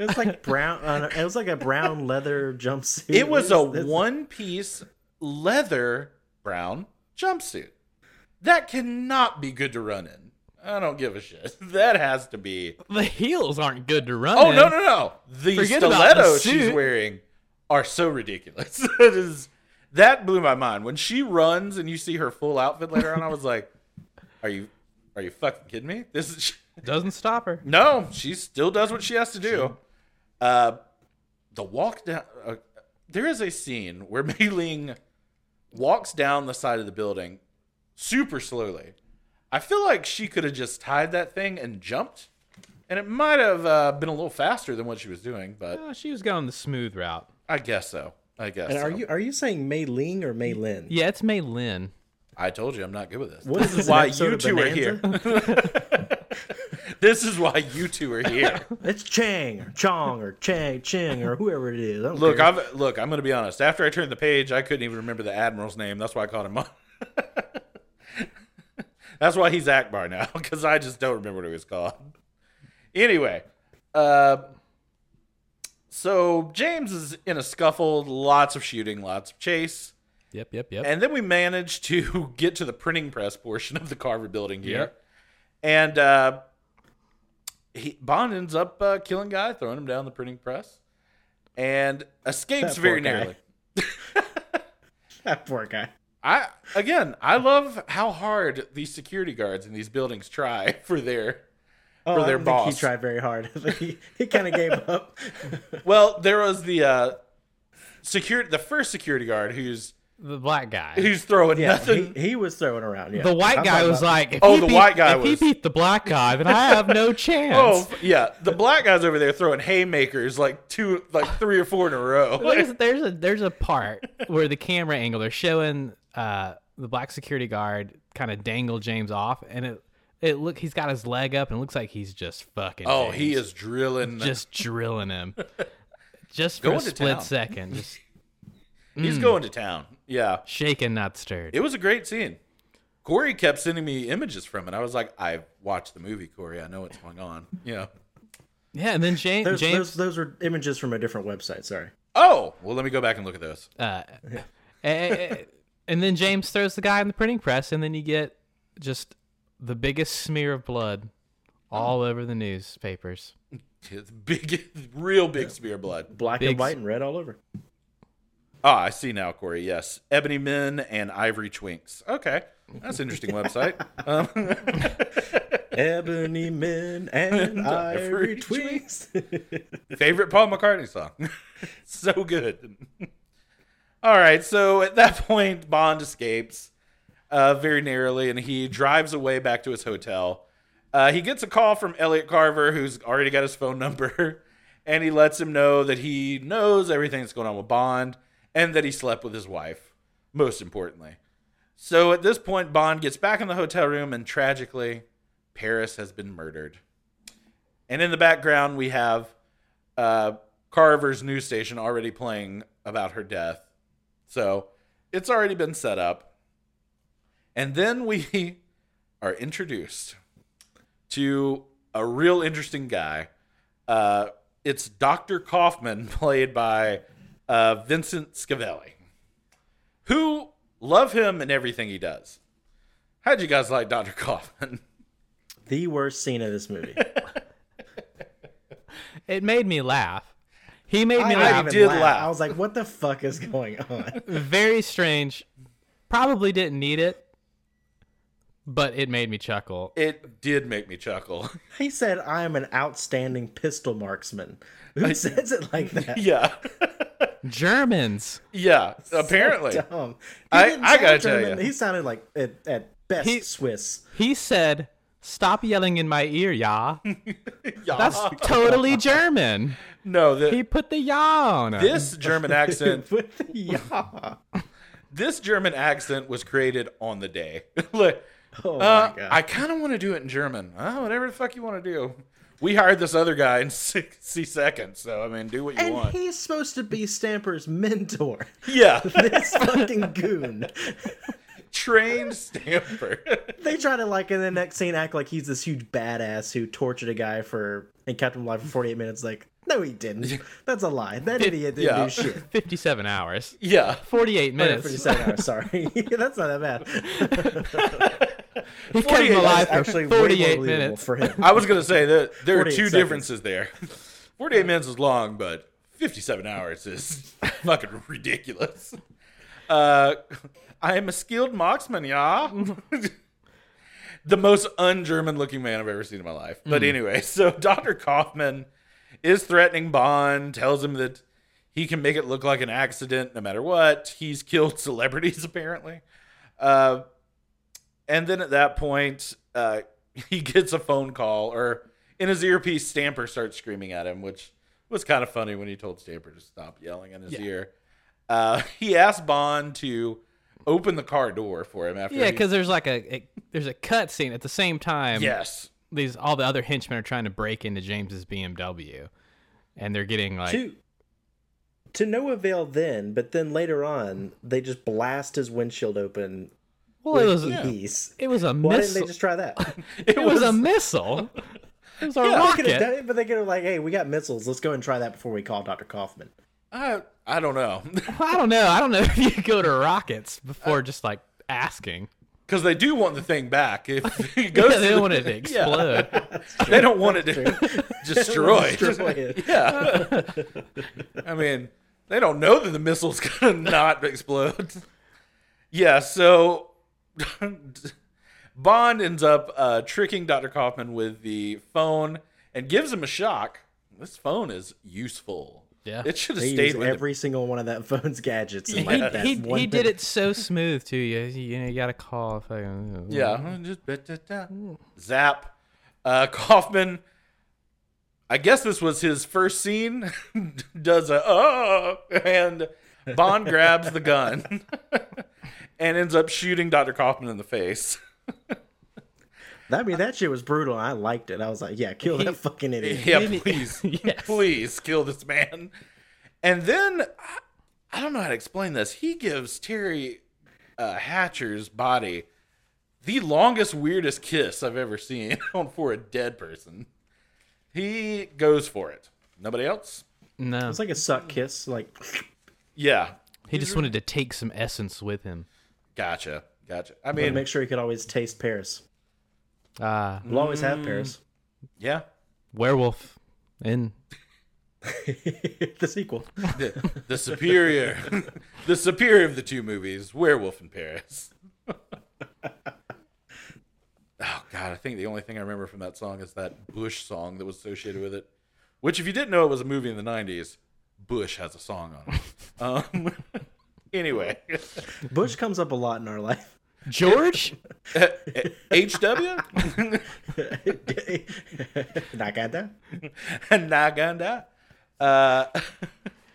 [SPEAKER 3] was like brown. Uh, it was like a brown leather jumpsuit.
[SPEAKER 1] It was a
[SPEAKER 3] What is this?
[SPEAKER 1] one-piece leather brown jumpsuit. That cannot be good to run in. I don't give a shit. That has to be.
[SPEAKER 2] The heels aren't good to run.
[SPEAKER 1] Oh
[SPEAKER 2] in.
[SPEAKER 1] no no no! The
[SPEAKER 2] Forget about the
[SPEAKER 1] stilettos she's
[SPEAKER 2] suit.
[SPEAKER 1] wearing are so ridiculous. it is that blew my mind when she runs and you see her full outfit later on. I was like, "Are you are you fucking kidding me? This is."
[SPEAKER 2] Doesn't stop her.
[SPEAKER 1] No, she still does what she has to do. Uh, the walk down. Uh, there is a scene where Mei Ling walks down the side of the building super slowly. I feel like she could have just tied that thing and jumped, and it might have uh, been a little faster than what she was doing. But
[SPEAKER 2] Oh, she was going the smooth route.
[SPEAKER 1] I guess so. I guess.
[SPEAKER 3] And are
[SPEAKER 1] so.
[SPEAKER 3] you are you saying Mei Ling or Mei Lin?
[SPEAKER 2] Yeah, it's May Lin.
[SPEAKER 1] I told you I'm not good with this.
[SPEAKER 3] What
[SPEAKER 1] this
[SPEAKER 3] is
[SPEAKER 1] is
[SPEAKER 3] this, an
[SPEAKER 1] why
[SPEAKER 3] episode
[SPEAKER 1] you
[SPEAKER 3] of
[SPEAKER 1] two are here. this is why you two are here.
[SPEAKER 3] It's Chang or Chong or Chang Ching or whoever it is. I don't
[SPEAKER 1] Look,
[SPEAKER 3] care.
[SPEAKER 1] I've look. I'm gonna be honest. After I turned the page, I couldn't even remember the admiral's name. That's why I called him. Mon- That's why he's Akbar now, because I just don't remember what he was called. Anyway, uh, so James is in a scuffle, lots of shooting, lots of chase,
[SPEAKER 2] Yep, yep, yep.
[SPEAKER 1] and then we manage to get to the printing press portion of the Carver building here,
[SPEAKER 2] Yep.
[SPEAKER 1] and uh, he, Bond ends up uh, killing guy, throwing him down the printing press, and escapes
[SPEAKER 3] That poor
[SPEAKER 1] very
[SPEAKER 3] guy.
[SPEAKER 1] narrowly.
[SPEAKER 3] That poor guy.
[SPEAKER 1] I again, I love how hard these security guards in these buildings try for their
[SPEAKER 3] Oh,
[SPEAKER 1] For
[SPEAKER 3] I
[SPEAKER 1] their
[SPEAKER 3] don't think
[SPEAKER 1] boss.
[SPEAKER 3] he tried very hard. I think he he kind of gave up.
[SPEAKER 1] Well, there was the uh secure the first security guard who's
[SPEAKER 2] the black guy.
[SPEAKER 1] who's throwing
[SPEAKER 3] Yeah, he,
[SPEAKER 1] nothing.
[SPEAKER 3] he was throwing around. Yeah,
[SPEAKER 2] The white
[SPEAKER 3] I'm
[SPEAKER 2] guy
[SPEAKER 3] talking
[SPEAKER 2] was
[SPEAKER 3] about-
[SPEAKER 2] like, if
[SPEAKER 1] Oh,
[SPEAKER 2] he
[SPEAKER 1] the
[SPEAKER 2] beat,
[SPEAKER 1] white guy
[SPEAKER 2] if he
[SPEAKER 1] was-
[SPEAKER 2] beat the black guy, then I have no chance.
[SPEAKER 1] Oh yeah, the black guy's over there throwing haymakers like two, like three or four in a row.
[SPEAKER 2] there's, there's a there's a part where the camera angle they're showing uh, the black security guard kind of dangle James off, and it it look he's got his leg up and it looks like he's just fucking.
[SPEAKER 1] Oh, he
[SPEAKER 2] James.
[SPEAKER 1] is drilling.
[SPEAKER 2] just drilling him, just for
[SPEAKER 1] Going
[SPEAKER 2] a
[SPEAKER 1] to
[SPEAKER 2] split
[SPEAKER 1] town.
[SPEAKER 2] second, just
[SPEAKER 1] he's going to town. Yeah,
[SPEAKER 2] shaken, not stirred.
[SPEAKER 1] it was a great scene. Corey kept sending me images from it. I was like, I watched the movie, Corey. I know what's going on. Yeah.
[SPEAKER 2] yeah, and then James
[SPEAKER 1] uh,
[SPEAKER 3] Those,
[SPEAKER 2] James
[SPEAKER 3] those those were images from a different website. Sorry.
[SPEAKER 1] Oh well, let me go back and look at those.
[SPEAKER 2] Uh, eh, eh, eh, and then James throws the guy in the printing press, and then you get just the biggest smear of blood all over the newspapers.
[SPEAKER 1] It's big, real big spear blood.
[SPEAKER 3] Black
[SPEAKER 2] Big
[SPEAKER 3] and white and red all over.
[SPEAKER 1] Ah, I see now, Corey. Yes, Ebony Men and Ivory Twinks. Okay, that's an interesting website. Um,
[SPEAKER 3] Ebony men and
[SPEAKER 1] Ivory
[SPEAKER 3] ivory twinks.
[SPEAKER 1] favorite Paul McCartney song. so good. All right, so at that point, Bond escapes uh, very narrowly, and he drives away back to his hotel. Uh, he gets a call from Elliot Carver, who's already got his phone number, and he lets him know that he knows everything that's going on with Bond and that he slept with his wife, most importantly. So at this point, Bond gets back in the hotel room, and tragically, Paris has been murdered. And in the background, we have uh, Carver's news station already playing about her death. So it's already been set up. And then we are introduced to a real interesting guy. Uh, it's Dr. Kaufman, played by uh, Vincent Scavelli, who love him and everything he does. How'd you guys like Dr. Kaufman?
[SPEAKER 3] the worst scene of this movie.
[SPEAKER 2] It made me laugh. He made me
[SPEAKER 3] I
[SPEAKER 2] laugh.
[SPEAKER 3] even
[SPEAKER 1] did laugh.
[SPEAKER 3] I was like, "What the fuck is going on?"
[SPEAKER 2] Very strange. Probably didn't need it, but it made me chuckle.
[SPEAKER 1] It did make me chuckle.
[SPEAKER 3] He said, "I am an outstanding pistol marksman." Who says it like that?
[SPEAKER 1] yeah.
[SPEAKER 2] Germans.
[SPEAKER 1] Yeah, apparently.
[SPEAKER 3] Dumb. He
[SPEAKER 1] I-
[SPEAKER 3] didn't
[SPEAKER 1] I gotta
[SPEAKER 3] sound
[SPEAKER 1] tell
[SPEAKER 3] German.
[SPEAKER 1] ya.
[SPEAKER 3] he sounded like at, at best
[SPEAKER 2] He-
[SPEAKER 3] Swiss.
[SPEAKER 2] He said, "Stop yelling in my ear, ya."
[SPEAKER 1] Yeah.
[SPEAKER 2] That's totally German.
[SPEAKER 1] no, the,
[SPEAKER 2] He put the ya on him.
[SPEAKER 1] this German accent,
[SPEAKER 3] With the yeah.
[SPEAKER 1] this German accent was created on the day. Look,
[SPEAKER 3] Oh my
[SPEAKER 1] uh,
[SPEAKER 3] god.
[SPEAKER 1] I kind of want to do it in German. Uh, whatever the fuck you want to do. We hired this other guy in 60 seconds, so I mean, do what you
[SPEAKER 3] and
[SPEAKER 1] want.
[SPEAKER 3] he's supposed to be Stamper's mentor.
[SPEAKER 1] yeah,
[SPEAKER 3] This fucking goon.
[SPEAKER 1] trained stamper.
[SPEAKER 3] They try to like in the next scene act like he's this huge badass who tortured a guy for and kept him alive for 48 minutes. Like, no, he didn't. That's a lie. That idiot didn't
[SPEAKER 1] Yeah.
[SPEAKER 3] do shit.
[SPEAKER 2] 57 hours.
[SPEAKER 1] yeah,
[SPEAKER 2] 48
[SPEAKER 3] For the
[SPEAKER 2] minutes.
[SPEAKER 3] second hour, sorry. That's not that bad.
[SPEAKER 2] He kept
[SPEAKER 1] 48
[SPEAKER 2] him alive
[SPEAKER 1] That's
[SPEAKER 2] for
[SPEAKER 3] Actually, way more
[SPEAKER 2] 48
[SPEAKER 3] believable
[SPEAKER 2] minutes.
[SPEAKER 3] for him.
[SPEAKER 1] I was gonna say that there are
[SPEAKER 3] 48
[SPEAKER 1] two
[SPEAKER 3] seconds.
[SPEAKER 1] differences there. 48 minutes is long, but 57 hours is fucking ridiculous. Uh, I am a skilled marksman, yeah. the most un-German looking man I've ever seen in my life. But anyway, so Dr. Kaufman is threatening Bond, tells him that he can make it look like an accident no matter what. He's killed celebrities apparently. Uh, and then at that point, uh, he gets a phone call, or in his earpiece, Stamper starts screaming at him, which was kind of funny when he told Stamper to stop yelling in his ear. Uh, he asked Bond to open the car door for him after.
[SPEAKER 2] Yeah,
[SPEAKER 1] he-
[SPEAKER 2] because there's like a, a there's a cut scene at the same time.
[SPEAKER 1] yes,
[SPEAKER 2] These all the other henchmen are trying to break into James's BMW, and they're getting like
[SPEAKER 3] to to no avail then but then later on they just blast his windshield open
[SPEAKER 2] Well, it was
[SPEAKER 1] Yeah.
[SPEAKER 3] Ease.
[SPEAKER 2] it was a
[SPEAKER 3] Why
[SPEAKER 2] missile.
[SPEAKER 3] didn't they just try that?
[SPEAKER 2] it, was, a missile. It was a
[SPEAKER 3] They could have done
[SPEAKER 2] rocket.
[SPEAKER 3] it, but they could have like, hey, we got missiles. Let's go and try that before we call Dr. Kaufman.
[SPEAKER 1] I I don't know
[SPEAKER 2] I don't know. I don't know if you go to rockets
[SPEAKER 3] Uh,
[SPEAKER 2] before just like asking.
[SPEAKER 1] because they do want the thing back. If it goes,
[SPEAKER 2] they
[SPEAKER 1] to
[SPEAKER 2] don't
[SPEAKER 1] the-
[SPEAKER 2] want it to explode.
[SPEAKER 1] they don't want it to destroy.
[SPEAKER 3] Destroy it.
[SPEAKER 1] yeah, I mean they don't know that the missile's gonna not explode. Yeah, so Bond ends up uh, tricking Dr. Kaufman with the phone and gives him a shock. This phone is useful.
[SPEAKER 2] Yeah.
[SPEAKER 1] it should have
[SPEAKER 3] They
[SPEAKER 1] stayed
[SPEAKER 3] use
[SPEAKER 1] with him.
[SPEAKER 3] every single one of that phone's gadgets. And, like, that
[SPEAKER 2] he, he,
[SPEAKER 3] one
[SPEAKER 2] he
[SPEAKER 3] thing.
[SPEAKER 2] did it so smooth to you. You know, you got to call. if I-
[SPEAKER 1] Yeah, just da- da- da. zap. Uh, Kaufman. I guess this was his first scene. does a oh, and Bond grabs the gun and ends up shooting Doctor Kaufman in the face.
[SPEAKER 3] I mean, that shit was brutal. and I liked it. I was like, yeah, kill that fucking idiot.
[SPEAKER 1] Yeah,
[SPEAKER 2] Maybe-
[SPEAKER 1] please,
[SPEAKER 2] Yes.
[SPEAKER 1] please kill this man. And then I- I don't know how to explain this. He gives Terry uh, Hatcher's body the longest, weirdest kiss I've ever seen for a dead person. He goes for it. Nobody else.
[SPEAKER 2] No,
[SPEAKER 3] It's like a suck kiss. Like,
[SPEAKER 1] Yeah,
[SPEAKER 2] he just wanted to take some essence with him.
[SPEAKER 1] gotcha, gotcha. I
[SPEAKER 3] to
[SPEAKER 1] mean,
[SPEAKER 3] make sure he could always taste Paris.
[SPEAKER 2] Ah,
[SPEAKER 3] We'll always
[SPEAKER 1] Mm.
[SPEAKER 3] have Paris.
[SPEAKER 1] yeah.
[SPEAKER 2] werewolf in
[SPEAKER 3] the sequel.
[SPEAKER 1] The, the superior, the superior of the two movies, Werewolf in Paris. oh God, I think the only thing I remember from that song is that Bush song that was associated with it. Which, if you didn't know, it was a movie in the '90s. Bush has a song on it. Um, anyway,
[SPEAKER 3] Bush comes up a lot in our life.
[SPEAKER 2] George.
[SPEAKER 1] HW
[SPEAKER 3] Nagada?
[SPEAKER 1] Naganda. Uh,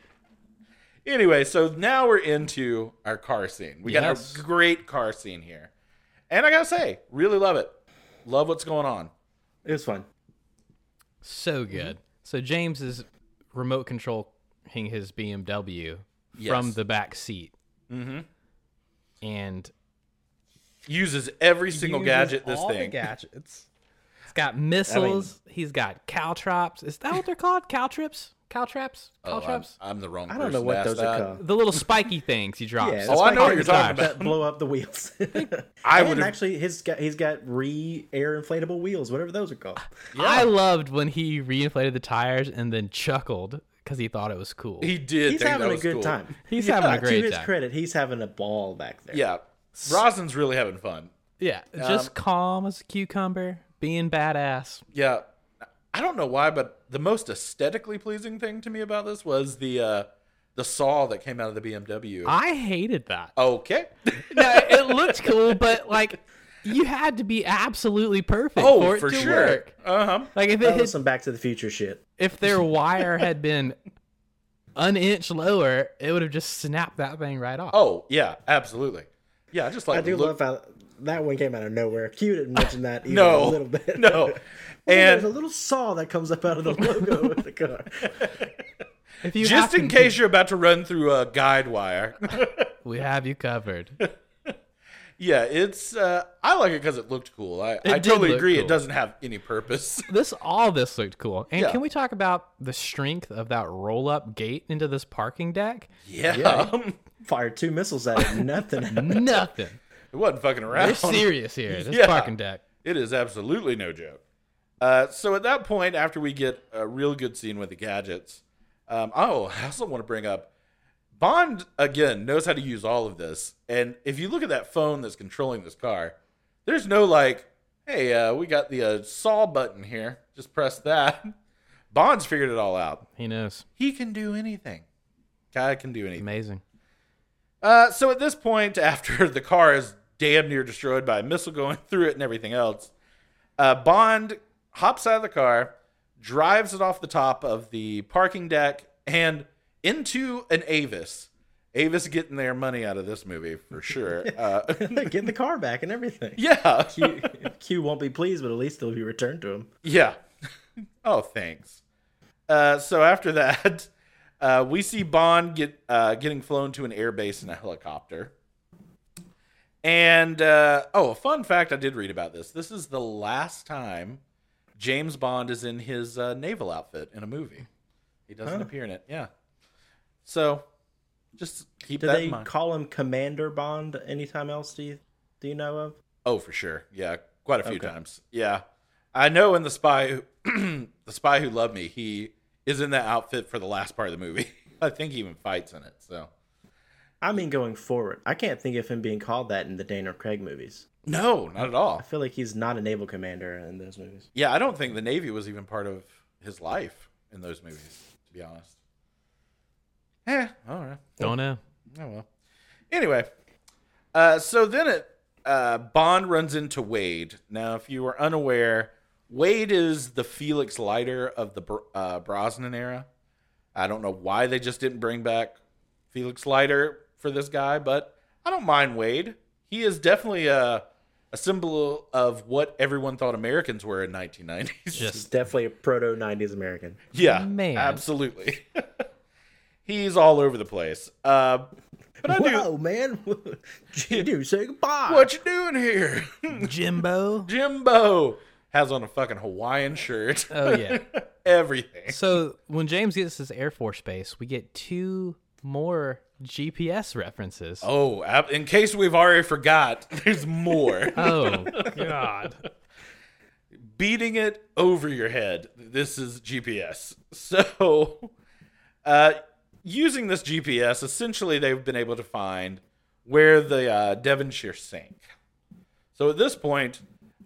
[SPEAKER 1] anyway, so now we're into our car scene. We
[SPEAKER 2] Yes.
[SPEAKER 1] got a great car scene here. And I gotta say, really love it. Love what's going on.
[SPEAKER 3] It was fun.
[SPEAKER 2] So good. So James is remote controlling his BMW from
[SPEAKER 1] Yes.
[SPEAKER 2] the back seat. Mm-hmm. And
[SPEAKER 1] Uses every single
[SPEAKER 2] uses
[SPEAKER 1] gadget this
[SPEAKER 2] all the
[SPEAKER 1] thing.
[SPEAKER 2] gadgets. He's got missiles. he's got caltrops. Is that what they're called? Caltrips? Caltraps?
[SPEAKER 1] Oh, I'm,
[SPEAKER 2] Caltraps?
[SPEAKER 1] I'm the wrong
[SPEAKER 3] I
[SPEAKER 1] person.
[SPEAKER 3] don't know
[SPEAKER 1] to
[SPEAKER 3] what
[SPEAKER 1] ask
[SPEAKER 3] those
[SPEAKER 1] that.
[SPEAKER 3] are called.
[SPEAKER 2] the little spiky things he drops.
[SPEAKER 3] Yeah,
[SPEAKER 1] Oh, I know what
[SPEAKER 3] Like
[SPEAKER 1] you're
[SPEAKER 3] those
[SPEAKER 1] talking
[SPEAKER 3] that
[SPEAKER 1] about.
[SPEAKER 3] blow up the wheels.
[SPEAKER 1] I
[SPEAKER 3] and
[SPEAKER 1] would have.
[SPEAKER 3] actually, he's got he's got re air inflatable wheels, whatever those are called.
[SPEAKER 2] I loved when he reinflated the tires and then chuckled because he thought it was cool.
[SPEAKER 1] He did.
[SPEAKER 3] He's
[SPEAKER 1] think
[SPEAKER 3] having
[SPEAKER 1] that
[SPEAKER 3] a
[SPEAKER 1] was
[SPEAKER 3] good
[SPEAKER 1] cool.
[SPEAKER 3] time.
[SPEAKER 2] He's having a
[SPEAKER 3] Yeah,
[SPEAKER 2] great
[SPEAKER 3] To his
[SPEAKER 2] time.
[SPEAKER 3] credit, he's having a ball back there.
[SPEAKER 1] Yeah, Rosin's really having fun.
[SPEAKER 2] yeah,
[SPEAKER 1] Um,
[SPEAKER 2] just calm as a cucumber, being badass.
[SPEAKER 1] Yeah. I don't know why, but the most aesthetically pleasing thing to me about this was the uh, the saw that came out of the BMW.
[SPEAKER 2] I hated that.
[SPEAKER 1] okay.
[SPEAKER 2] No, it looked cool, but like you had to be absolutely perfect
[SPEAKER 1] Oh,
[SPEAKER 2] for it
[SPEAKER 1] for
[SPEAKER 2] to
[SPEAKER 1] sure.
[SPEAKER 2] work.
[SPEAKER 1] Uh huh.
[SPEAKER 2] Like if
[SPEAKER 3] That
[SPEAKER 2] it
[SPEAKER 3] was
[SPEAKER 2] had,
[SPEAKER 3] some Back to the Future shit.
[SPEAKER 2] if their wire had been an inch lower, it would have just snapped that thing right off.
[SPEAKER 1] Oh yeah, absolutely. Yeah, just like
[SPEAKER 3] I do
[SPEAKER 1] look-
[SPEAKER 3] love how that one came out of nowhere. Q didn't mention that even
[SPEAKER 1] no
[SPEAKER 3] a little bit.
[SPEAKER 1] no,
[SPEAKER 3] there's a
[SPEAKER 1] and
[SPEAKER 3] little saw that comes up out of the logo of the car.
[SPEAKER 2] if you
[SPEAKER 1] just
[SPEAKER 2] have
[SPEAKER 1] in
[SPEAKER 2] to-
[SPEAKER 1] case you're about to run through a guide wire.
[SPEAKER 2] we have you covered.
[SPEAKER 1] yeah, it's uh, I like it because it looked cool. I, I
[SPEAKER 2] did
[SPEAKER 1] totally
[SPEAKER 2] look
[SPEAKER 1] agree. It
[SPEAKER 2] cool.
[SPEAKER 1] doesn't have any purpose.
[SPEAKER 2] This all this looked cool. And
[SPEAKER 1] Yeah.
[SPEAKER 2] can we talk about the strength of that roll up gate into this parking deck?
[SPEAKER 1] Yeah, um,
[SPEAKER 3] Fired two missiles at it, nothing.
[SPEAKER 2] Nothing.
[SPEAKER 1] it wasn't fucking
[SPEAKER 2] We're
[SPEAKER 1] around.
[SPEAKER 2] serious here. This
[SPEAKER 1] Yeah.
[SPEAKER 2] parking deck.
[SPEAKER 1] It is absolutely no joke. Uh, so at that point, after we get a real good scene with the gadgets, um, oh, I also want to bring up Bond again knows how to use all of this. And if you look at that phone that's controlling this car, there's no like, hey, uh, we got the uh, saw button here. Just press that. Bond's figured it all out.
[SPEAKER 2] He knows.
[SPEAKER 1] He can do anything. Guy can do anything.
[SPEAKER 2] Amazing.
[SPEAKER 1] Uh, so at this point, after the car is damn near destroyed by a missile going through it and everything else, uh, Bond hops out of the car, drives it off the top of the parking deck, and into an Avis. Avis getting their money out of this movie for sure. Uh,
[SPEAKER 3] They're getting the car back and everything.
[SPEAKER 1] yeah,
[SPEAKER 3] Q, Q won't be pleased, but at least they'll be returned to him.
[SPEAKER 1] yeah. Oh, thanks. Uh, so after that, uh, we see Bond get uh, getting flown to an airbase in a helicopter, And uh, oh, a fun fact I did read about this. This is the last time James Bond is in his uh, naval outfit in a movie. He doesn't
[SPEAKER 3] Huh.
[SPEAKER 1] appear in it. Yeah. So just keep
[SPEAKER 3] Do
[SPEAKER 1] that
[SPEAKER 3] they
[SPEAKER 1] in mind.
[SPEAKER 3] call him Commander Bond anytime else? Do you do you know of?
[SPEAKER 1] oh, for sure. Yeah, quite a few
[SPEAKER 3] Okay.
[SPEAKER 1] times. Yeah. I know in the spy who, the spy who loved me, he is in that outfit for the last part of the movie. I think he even fights in it. So
[SPEAKER 3] I mean, going forward, I can't think of him being called that in the Daniel Craig movies.
[SPEAKER 1] no, not at all.
[SPEAKER 3] I feel like he's not a naval commander in those movies.
[SPEAKER 1] Yeah, I don't think the Navy was even part of his life in those movies, to be honest. Eh, all right.
[SPEAKER 2] Don't know.
[SPEAKER 1] Oh, well. Anyway, uh, so then it, uh, Bond runs into Wade. Now, if you were unaware, Wade is the Felix Leiter of the Br- uh, Brosnan era. I don't know why they just didn't bring back Felix Leiter for this guy, but I don't mind Wade. He is definitely a, a symbol of what everyone thought Americans were in 1990s.
[SPEAKER 3] He's
[SPEAKER 2] Just
[SPEAKER 3] definitely a proto '90s American.
[SPEAKER 1] yeah,
[SPEAKER 2] Man.
[SPEAKER 1] absolutely. He's all over the place. Uh, but I do.
[SPEAKER 3] Whoa, man! you do say goodbye.
[SPEAKER 1] What you doing here?
[SPEAKER 2] Jimbo.
[SPEAKER 1] Jimbo has on a fucking Hawaiian shirt.
[SPEAKER 2] Oh yeah.
[SPEAKER 1] Everything.
[SPEAKER 2] So when James gets his Air Force base, we get two more GPS references. Oh,
[SPEAKER 1] Oh, ab- in case we've already forgot, there's more.
[SPEAKER 2] Oh, God.
[SPEAKER 1] Beating it over your head. This is GPS. So, uh, using this GPS, essentially they've been able to find where the uh, Devonshire sank. So at this point,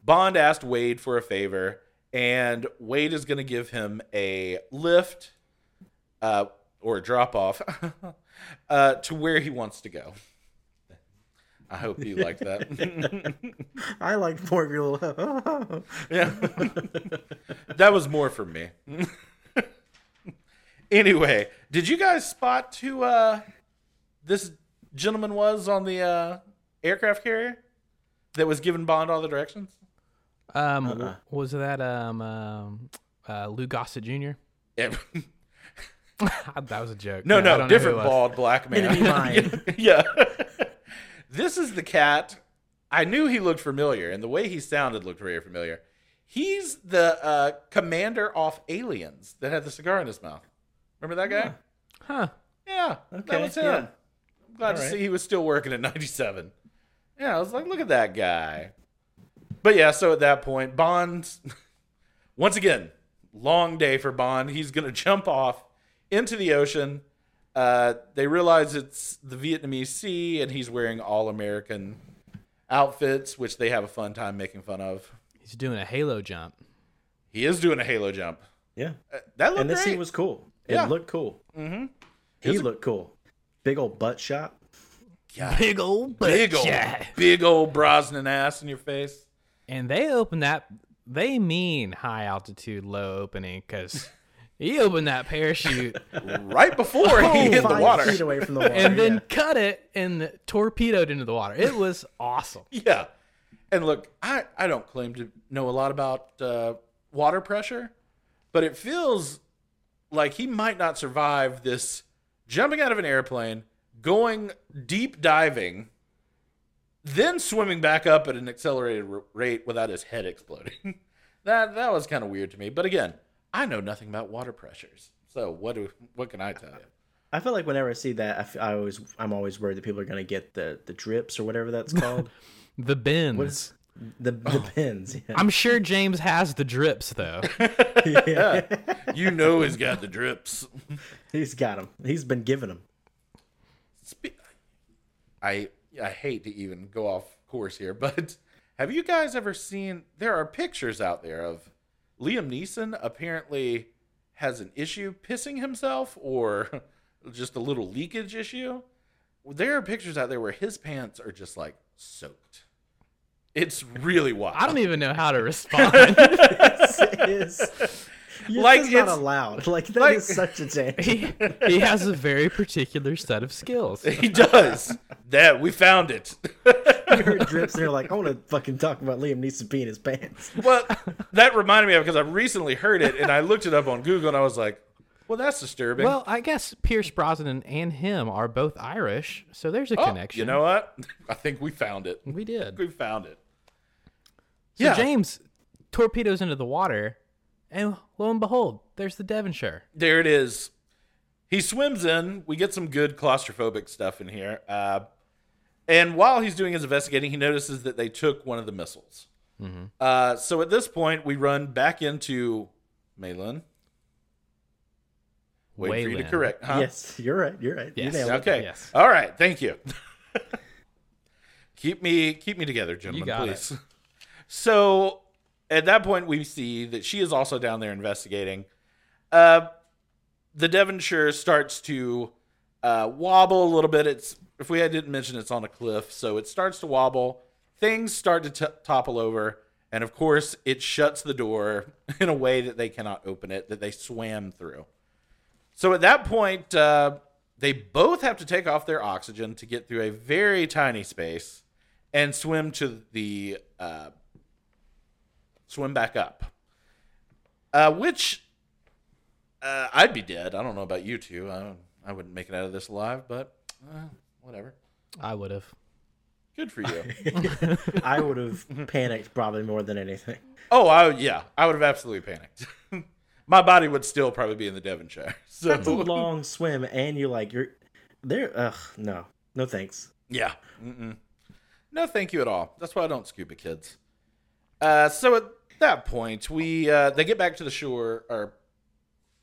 [SPEAKER 1] Bond asked Wade for a favor, and Wade is going to give him a lift uh, or a drop off uh, to where he wants to go. I hope you like that.
[SPEAKER 3] I like more of your little.
[SPEAKER 1] Yeah. that was more for me. anyway, did you guys spot who uh this gentleman was on the uh aircraft carrier that was giving Bond all the directions?
[SPEAKER 2] Um, w- was that um, um uh, Lou Gossett Jr.?
[SPEAKER 1] Yeah.
[SPEAKER 2] that was a joke.
[SPEAKER 1] no,
[SPEAKER 2] Yeah, I don't know
[SPEAKER 1] no,
[SPEAKER 2] who
[SPEAKER 1] different
[SPEAKER 2] it was.
[SPEAKER 1] bald black man.
[SPEAKER 3] Enemy mine.
[SPEAKER 1] yeah. this is the cat. I knew he looked familiar, and the way he sounded looked very familiar. He's the uh, commander off Aliens that had the cigar in his mouth. Remember that guy?
[SPEAKER 2] Huh.
[SPEAKER 1] Yeah, that
[SPEAKER 3] Okay,
[SPEAKER 1] was him.
[SPEAKER 3] yeah.
[SPEAKER 1] I'm glad to
[SPEAKER 3] All right.
[SPEAKER 1] see he was still working at 97. Yeah, I was like, look at that guy. But yeah, so at that point, Bond, once again, long day for Bond. He's going to jump off into the ocean. Uh, they realize it's the Vietnamese Sea, and he's wearing all American outfits, which they have a fun time making fun of.
[SPEAKER 2] He's doing a halo jump.
[SPEAKER 1] He is doing a halo jump.
[SPEAKER 3] yeah,
[SPEAKER 1] Uh, That looked
[SPEAKER 3] and this
[SPEAKER 1] great.
[SPEAKER 3] scene was cool. It
[SPEAKER 1] Yeah.
[SPEAKER 3] looked cool. Mm-hmm. He looked cool. Big old butt shot.
[SPEAKER 2] Big old
[SPEAKER 1] big old, big old Brosnan ass in your face.
[SPEAKER 2] And they open that. They mean high altitude, low opening because he opened that parachute
[SPEAKER 1] right before
[SPEAKER 3] Oh,
[SPEAKER 1] he hit the
[SPEAKER 3] Five
[SPEAKER 1] water.
[SPEAKER 3] feet away from the water.
[SPEAKER 2] and then
[SPEAKER 3] Oh, yeah.
[SPEAKER 2] cut it and torpedoed into the water. It was awesome.
[SPEAKER 1] Yeah. And look, I, I don't claim to know a lot about uh, water pressure, but it feels like he might not survive this jumping out of an airplane, going deep diving, then swimming back up at an accelerated r- rate without his head exploding. that that was kind of weird to me. But again, I know nothing about water pressures. So what do what can I tell you?
[SPEAKER 3] I feel like whenever I see that, I, f- I always I'm always worried that people are gonna get the the drips or whatever that's called.
[SPEAKER 2] The bins.
[SPEAKER 3] is- the the pins. Yeah.
[SPEAKER 2] I'm sure James has the drips though.
[SPEAKER 1] You know he's got the drips.
[SPEAKER 3] He's got him. He's been giving him.
[SPEAKER 1] Spe- I I hate to even go off course here, but have you guys ever seen? There are pictures out there of Liam Neeson apparently has an issue pissing himself or just a little leakage issue. There are pictures out there where his pants are just like soaked. It's really wild.
[SPEAKER 2] I don't even know how to respond.
[SPEAKER 3] It is,
[SPEAKER 1] Like,
[SPEAKER 3] like it's not
[SPEAKER 1] it's-
[SPEAKER 3] allowed. Like that is
[SPEAKER 1] like-
[SPEAKER 3] such a change.
[SPEAKER 2] he, he has a very particular set of skills.
[SPEAKER 1] He does. that we found it.
[SPEAKER 3] You heard drips and you're like, I want to fucking talk about Liam Neeson peeing his pants.
[SPEAKER 1] Well, that reminded me of because I recently heard it and I looked it up on Google and I was like, Well, that's disturbing.
[SPEAKER 2] Well, I guess Pierce Brosnan and him are both Irish, so there's a
[SPEAKER 1] Oh,
[SPEAKER 2] connection.
[SPEAKER 1] You know what? I think we found it.
[SPEAKER 2] we did.
[SPEAKER 1] We found it.
[SPEAKER 2] So James torpedoes into the water, and lo and behold, there's the Devonshire.
[SPEAKER 1] There it is. He swims in. We get some good claustrophobic stuff in here. Uh, and while he's doing his investigating, he notices that they took one of the missiles. Uh, so at this point, we run back into Malin. Wait for you to
[SPEAKER 2] Waylon.
[SPEAKER 1] correct. Huh?
[SPEAKER 3] Yes, you're right. You're right. You
[SPEAKER 2] Yes.
[SPEAKER 3] nailed it.
[SPEAKER 1] Okay.
[SPEAKER 2] Yes.
[SPEAKER 1] All right. Thank you. keep me keep me together, gentlemen,
[SPEAKER 2] got
[SPEAKER 1] please. So at that point, we see that she is also down there investigating. Uh, the Devonshire starts to uh, wobble a little bit. It's if we I didn't mention it's on a cliff, so it starts to wobble. Things start to t- topple over, and of course, it shuts the door in a way that they cannot open it. That they swam through. So at that point, uh, they both have to take off their oxygen to get through a very tiny space and swim to the uh, swim back up. Uh, which uh, I'd be dead. I don't know about you two. I, don't- I wouldn't make it out of this alive, but uh, whatever.
[SPEAKER 2] I would have.
[SPEAKER 1] Good for you.
[SPEAKER 3] I would have panicked probably more than anything.
[SPEAKER 1] oh, I, yeah, I would have absolutely panicked. My body would still probably be in the Devonshire.
[SPEAKER 3] That's a
[SPEAKER 1] So
[SPEAKER 3] long swim, and you're like you're there. Ugh, no, no thanks.
[SPEAKER 1] Yeah. Mm-mm. No, thank you at all. That's why I don't scuba kids. Uh, so at that point, we uh, they get back to the shore. Or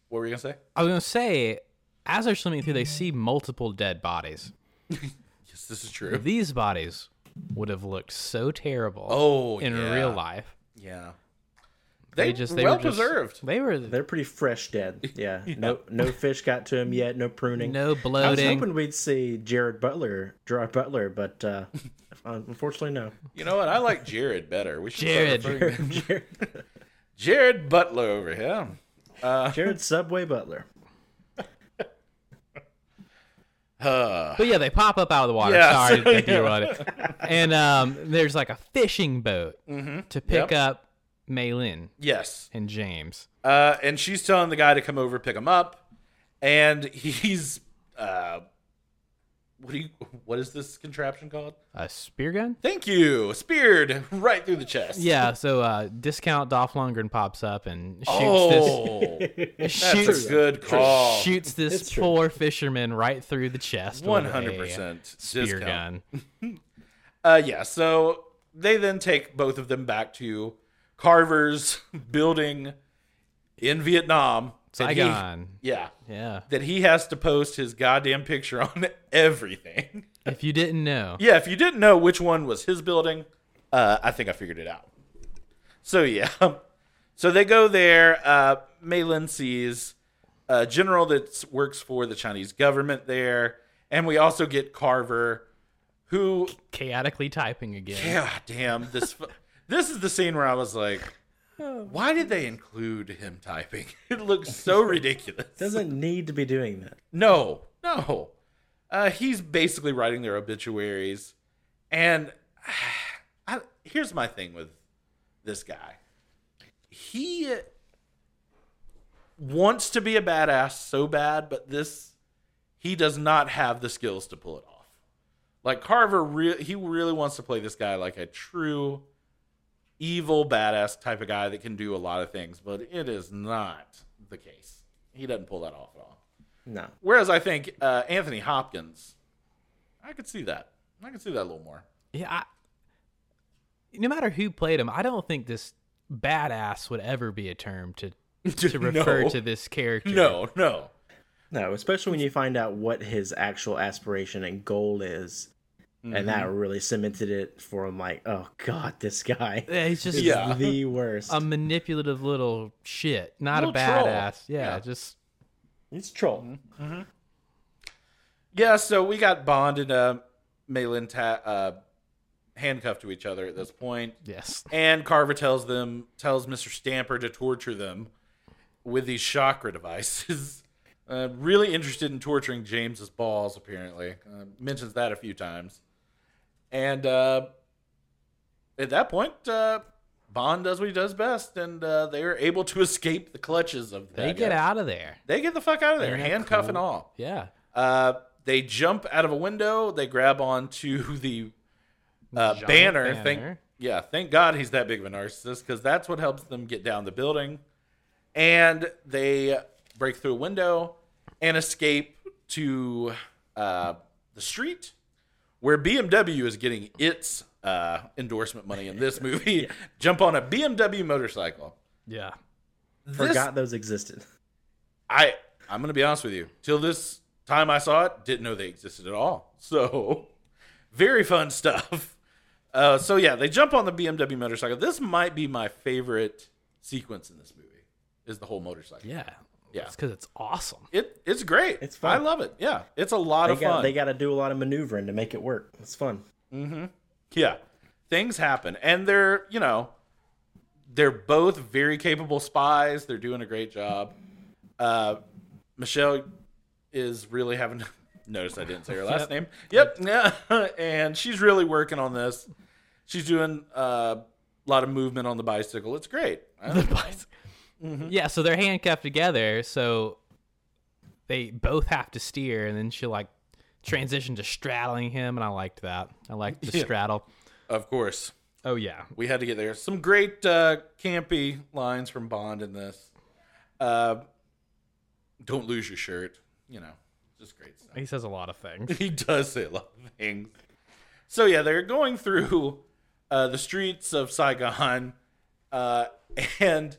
[SPEAKER 1] what were you gonna say?
[SPEAKER 2] I was gonna say, as they're swimming through, they see multiple dead bodies.
[SPEAKER 1] Yes, this is true.
[SPEAKER 2] These bodies would have looked so terrible.
[SPEAKER 1] Oh,
[SPEAKER 2] in
[SPEAKER 1] yeah.
[SPEAKER 2] real life,
[SPEAKER 1] Yeah.
[SPEAKER 2] they,
[SPEAKER 1] They,
[SPEAKER 2] just they
[SPEAKER 1] well
[SPEAKER 2] were just-
[SPEAKER 1] preserved.
[SPEAKER 2] They were
[SPEAKER 3] They're pretty fresh dead. Yeah, no, no fish got to him yet. No pruning.
[SPEAKER 2] no
[SPEAKER 3] I was
[SPEAKER 2] bloating.
[SPEAKER 3] hoping we'd see Jared Butler, Gerard Butler, but uh, unfortunately, no.
[SPEAKER 1] You know what? I like Jared better. We should
[SPEAKER 2] Jared.
[SPEAKER 1] start referring-
[SPEAKER 3] Jared,
[SPEAKER 1] Jared Butler over here.
[SPEAKER 3] Jared Subway Butler.
[SPEAKER 1] Uh,
[SPEAKER 2] But yeah, they pop up out of the water.
[SPEAKER 1] Yeah,
[SPEAKER 2] Sorry,
[SPEAKER 1] so-
[SPEAKER 2] to take you on it. And um, there's like a fishing boat to pick
[SPEAKER 1] Mm-hmm. Yep.
[SPEAKER 2] up Maylin
[SPEAKER 1] yes.
[SPEAKER 2] and James.
[SPEAKER 1] Uh, and she's telling the guy to come over pick him up, and he's uh, what do you? What is this contraption called?
[SPEAKER 2] A spear gun?
[SPEAKER 1] Thank you. Speared right through the chest.
[SPEAKER 2] Yeah. So uh, discount Dolph Lundgren pops up and shoots
[SPEAKER 1] Oh,
[SPEAKER 2] this
[SPEAKER 1] that's
[SPEAKER 2] shoots
[SPEAKER 1] a good call.
[SPEAKER 2] shoots this
[SPEAKER 3] It's true.
[SPEAKER 2] poor fisherman right through the chest. with a
[SPEAKER 1] 100%
[SPEAKER 2] spear
[SPEAKER 1] discount.
[SPEAKER 2] gun.
[SPEAKER 1] Uh, yeah. So they then take both of them back to Carver's building in Vietnam. that he-
[SPEAKER 2] Saigon.
[SPEAKER 1] yeah.
[SPEAKER 2] Yeah.
[SPEAKER 1] That he has to post his goddamn picture on everything.
[SPEAKER 2] If you didn't know,
[SPEAKER 1] Yeah, if you didn't know which one was his building, uh, I think I figured it out. So yeah, so they go there. Uh, Malin sees a general that works for the Chinese government there, and we also get Carver, who
[SPEAKER 2] chaotically typing again.
[SPEAKER 1] god damn this. fu- this is the scene where I was like, why did they include him typing? It looks so ridiculous.
[SPEAKER 3] Doesn't need to be doing that.
[SPEAKER 1] No, no. Uh, he's basically writing their obituaries. And I, here's my thing with this guy he wants to be a badass so bad, but this, he does not have the skills to pull it off. Like Carver, re- he really wants to play this guy like a true evil badass type of guy that can do a lot of things, but it is not the case. He doesn't pull that off at all.
[SPEAKER 3] No.
[SPEAKER 1] Whereas I think uh, Anthony Hopkins, I could see that. I could see that a little more.
[SPEAKER 2] Yeah. I, no matter who played him, I don't think this badass would ever be a term to to refer
[SPEAKER 1] No.
[SPEAKER 2] to this character.
[SPEAKER 1] No, no.
[SPEAKER 3] No, especially when you find out what his actual aspiration and goal is. And that
[SPEAKER 1] Mm-hmm.
[SPEAKER 3] really cemented it for him. Like, oh god, this guy
[SPEAKER 2] Yeah, he's just
[SPEAKER 3] is Um,
[SPEAKER 1] Yeah.
[SPEAKER 3] the worst.
[SPEAKER 2] a manipulative little shit, not
[SPEAKER 1] Little
[SPEAKER 2] a
[SPEAKER 1] troll.
[SPEAKER 2] badass. Yeah,
[SPEAKER 1] Yeah.
[SPEAKER 2] just
[SPEAKER 3] He's troll.
[SPEAKER 1] Yeah, so we got Bond and uh, Malin ta- uh, handcuffed to each other at this point,
[SPEAKER 2] yes.
[SPEAKER 1] and Carver tells them tells Mister Stamper to torture them with these chakra devices. Uh, really interested in torturing James's balls, apparently. Uh, mentions that a few times, and uh, at that point, uh, Bond does what he does best, and uh, they are able to escape the clutches of.
[SPEAKER 2] They
[SPEAKER 1] that
[SPEAKER 2] get
[SPEAKER 1] guy.
[SPEAKER 2] out of there.
[SPEAKER 1] They get the fuck out of there,
[SPEAKER 2] Isn't that
[SPEAKER 1] handcuff and
[SPEAKER 2] cool?
[SPEAKER 1] all.
[SPEAKER 2] Yeah.
[SPEAKER 1] Uh, they jump out of a window. They grab onto the uh,
[SPEAKER 2] Giant
[SPEAKER 1] banner. Thank
[SPEAKER 2] banner.
[SPEAKER 1] yeah, thank God he's that big of a narcissist because that's what helps them get down the building. And they break through a window and escape to uh, the street where BMW is getting its uh, endorsement money in this movie. Jump on a BMW motorcycle.
[SPEAKER 2] Yeah.
[SPEAKER 1] This-
[SPEAKER 3] Forgot those existed.
[SPEAKER 1] I I'm gonna be honest with you. Till this time I saw it, didn't know they existed at all. So very fun stuff. Uh, so yeah, they jump on the BMW motorcycle. This might be my favorite sequence in this movie. Is the whole motorcycle?
[SPEAKER 2] Yeah.
[SPEAKER 1] Yeah.
[SPEAKER 2] It's because it's awesome.
[SPEAKER 1] It it's great.
[SPEAKER 3] It's fun.
[SPEAKER 1] I love it. Yeah, it's a lot
[SPEAKER 3] They
[SPEAKER 1] of fun.
[SPEAKER 3] got, they got to do a lot of maneuvering to make it work. It's fun.
[SPEAKER 1] Yeah. Things happen. And they're, you know, they're both very capable spies. They're doing a great job. Uh, Michelle is really having notice I didn't say her last
[SPEAKER 2] Yep.
[SPEAKER 1] name. Yep. Yeah. and she's really working on this. She's doing uh, a lot of movement on the bicycle. It's great.
[SPEAKER 2] The bicycle.
[SPEAKER 1] Mm-hmm.
[SPEAKER 2] Yeah, so they're handcuffed together, so they both have to steer, and then she like transitioned to straddling him, and I liked that. I liked the
[SPEAKER 1] Yeah.
[SPEAKER 2] straddle.
[SPEAKER 1] Of course.
[SPEAKER 2] Oh yeah,
[SPEAKER 1] we had to get there. Some great uh, campy lines from Bond in this. Uh, don't lose your shirt. You know, just great stuff.
[SPEAKER 2] he says a lot of things.
[SPEAKER 1] He does say a lot of things. So yeah, they're going through uh, the streets of Saigon, uh, and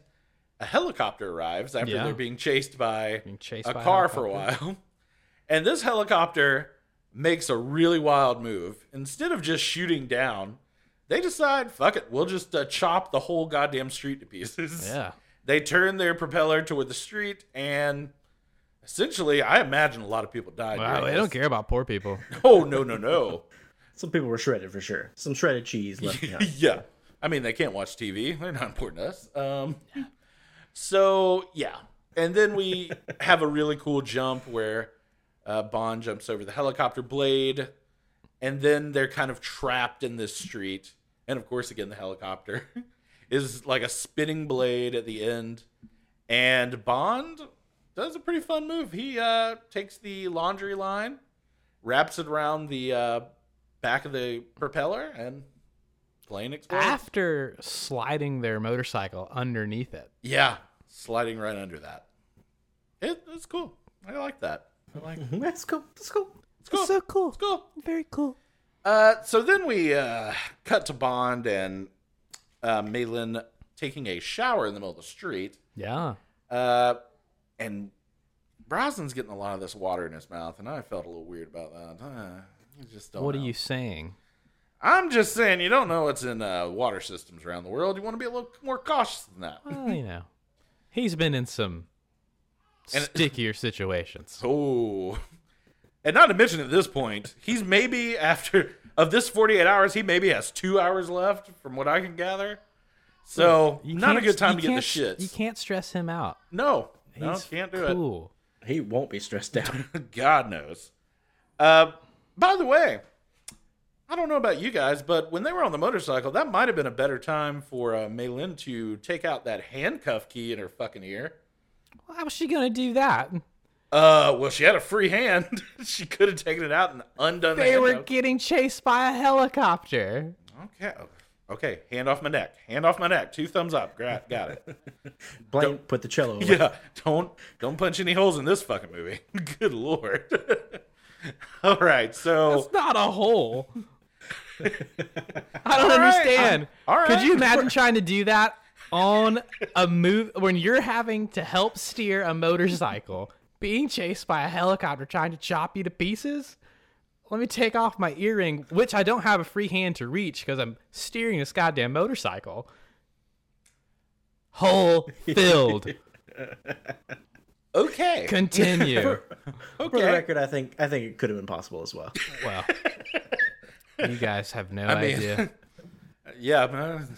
[SPEAKER 1] a helicopter arrives after
[SPEAKER 2] Yeah.
[SPEAKER 1] they're being chased by
[SPEAKER 2] Being chased
[SPEAKER 1] a
[SPEAKER 2] by a
[SPEAKER 1] car for a while. And this helicopter makes a really wild move. Instead of just shooting down, they decide, fuck it, we'll just uh, chop the whole goddamn street to pieces.
[SPEAKER 2] Yeah,
[SPEAKER 1] They turn their propeller toward the street, and essentially, I imagine a lot of people died.
[SPEAKER 2] wow,
[SPEAKER 1] during
[SPEAKER 2] they
[SPEAKER 1] this.
[SPEAKER 2] don't care about poor people.
[SPEAKER 1] Oh no no no!
[SPEAKER 3] Some people were shredded for sure. Some shredded cheese left behind.
[SPEAKER 1] yeah, I mean they can't watch TV; they're not important to us. Um, so yeah, and then we have a really cool jump where uh, Bond jumps over the helicopter blade, and then they're kind of trapped in this street, and of course again the helicopter is like a spinning blade at the end, and Bond does a pretty fun move. He uh, takes the laundry line, wraps it around the uh, back of the propeller, and plane explodes.
[SPEAKER 2] Ah. After sliding their motorcycle underneath it,
[SPEAKER 1] Yeah, sliding right under that. It, it's cool. I like that. I like
[SPEAKER 3] Mhm, That's cool. That's cool.
[SPEAKER 1] it's cool.
[SPEAKER 2] cool,
[SPEAKER 1] it's cool.
[SPEAKER 2] very cool.
[SPEAKER 1] Uh, so then we uh, cut to Bond and uh, Malin taking a shower in the middle of the street.
[SPEAKER 2] Yeah,
[SPEAKER 1] Uh, and Brosnan's getting a lot of this water in his mouth, and I felt a little weird about that. Uh, I just don't
[SPEAKER 2] what
[SPEAKER 1] know.
[SPEAKER 2] are you saying?
[SPEAKER 1] I'm just saying you don't know what's in uh, water systems around the world. You want to be a little more cautious than that.
[SPEAKER 2] Well, you know, he's been in some
[SPEAKER 1] And-
[SPEAKER 2] stickier situations.
[SPEAKER 1] Oh. And not to mention at this point, he's maybe after of this 48 hours, he maybe has two hours left from what I can gather. So
[SPEAKER 2] You
[SPEAKER 1] not a
[SPEAKER 2] can't-
[SPEAKER 1] good time
[SPEAKER 2] you
[SPEAKER 1] to get the
[SPEAKER 2] can't s-
[SPEAKER 1] shits.
[SPEAKER 2] You can't stress him out.
[SPEAKER 1] no, no,
[SPEAKER 2] He's
[SPEAKER 1] can't do it.
[SPEAKER 2] cool.
[SPEAKER 3] He won't be stressed out.
[SPEAKER 1] God knows. Uh, by the way, I don't know about you guys, but when they were on the motorcycle, that might have been a better time for uh, Maylin to take out that handcuff key in her fucking ear.
[SPEAKER 2] How was she gonna do that?
[SPEAKER 1] Uh, well, she had a free hand. she could have taken it out and undone the
[SPEAKER 2] They were
[SPEAKER 1] handcuff.
[SPEAKER 2] getting chased by a helicopter.
[SPEAKER 1] Okay. oh, Okay. Hand off my neck. Hand off my neck. Two thumbs up. Got, got it.
[SPEAKER 3] Blaine, put the cello. away.
[SPEAKER 1] yeah. Don't don't punch any holes in this fucking movie. Good lord. All right. So
[SPEAKER 2] It's not a hole. I don't
[SPEAKER 1] right,
[SPEAKER 2] understand.
[SPEAKER 1] I- all
[SPEAKER 2] Could
[SPEAKER 1] right.
[SPEAKER 2] you imagine trying to do that on a move when you're having to help steer a motorcycle, being chased by a helicopter trying to chop you to pieces? Let me take off my earring, which I don't have a free hand to reach because I'm steering this goddamn motorcycle. Hole filled.
[SPEAKER 1] okay.
[SPEAKER 2] Continue.
[SPEAKER 3] For the
[SPEAKER 1] Okay.
[SPEAKER 3] record, I think I think it could have been possible as well.
[SPEAKER 2] Well, you guys have no
[SPEAKER 1] mean-
[SPEAKER 2] idea.
[SPEAKER 1] Yeah. man,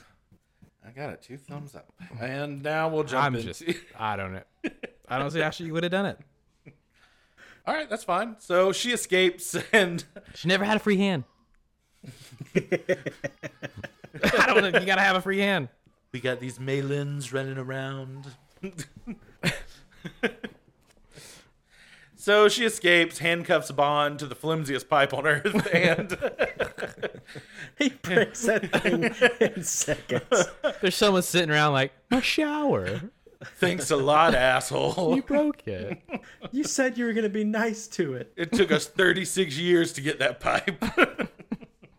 [SPEAKER 1] I got it. Two thumbs up. And now we'll jump
[SPEAKER 2] I'm
[SPEAKER 1] into.
[SPEAKER 2] just, I don't know. I don't see how she would have done it.
[SPEAKER 1] All right. That's fine. So she escapes and
[SPEAKER 2] She never had a free hand. I don't know. You gotta have a free hand.
[SPEAKER 1] We got these Malins running around. so she escapes, handcuffs Bond to the flimsiest pipe on earth, and
[SPEAKER 3] He breaks that thing in seconds.
[SPEAKER 2] There's someone sitting around like, my shower.
[SPEAKER 1] thanks a lot, asshole.
[SPEAKER 2] You broke it.
[SPEAKER 3] You said you were going to be nice to it.
[SPEAKER 1] It took us 36 years to get that pipe.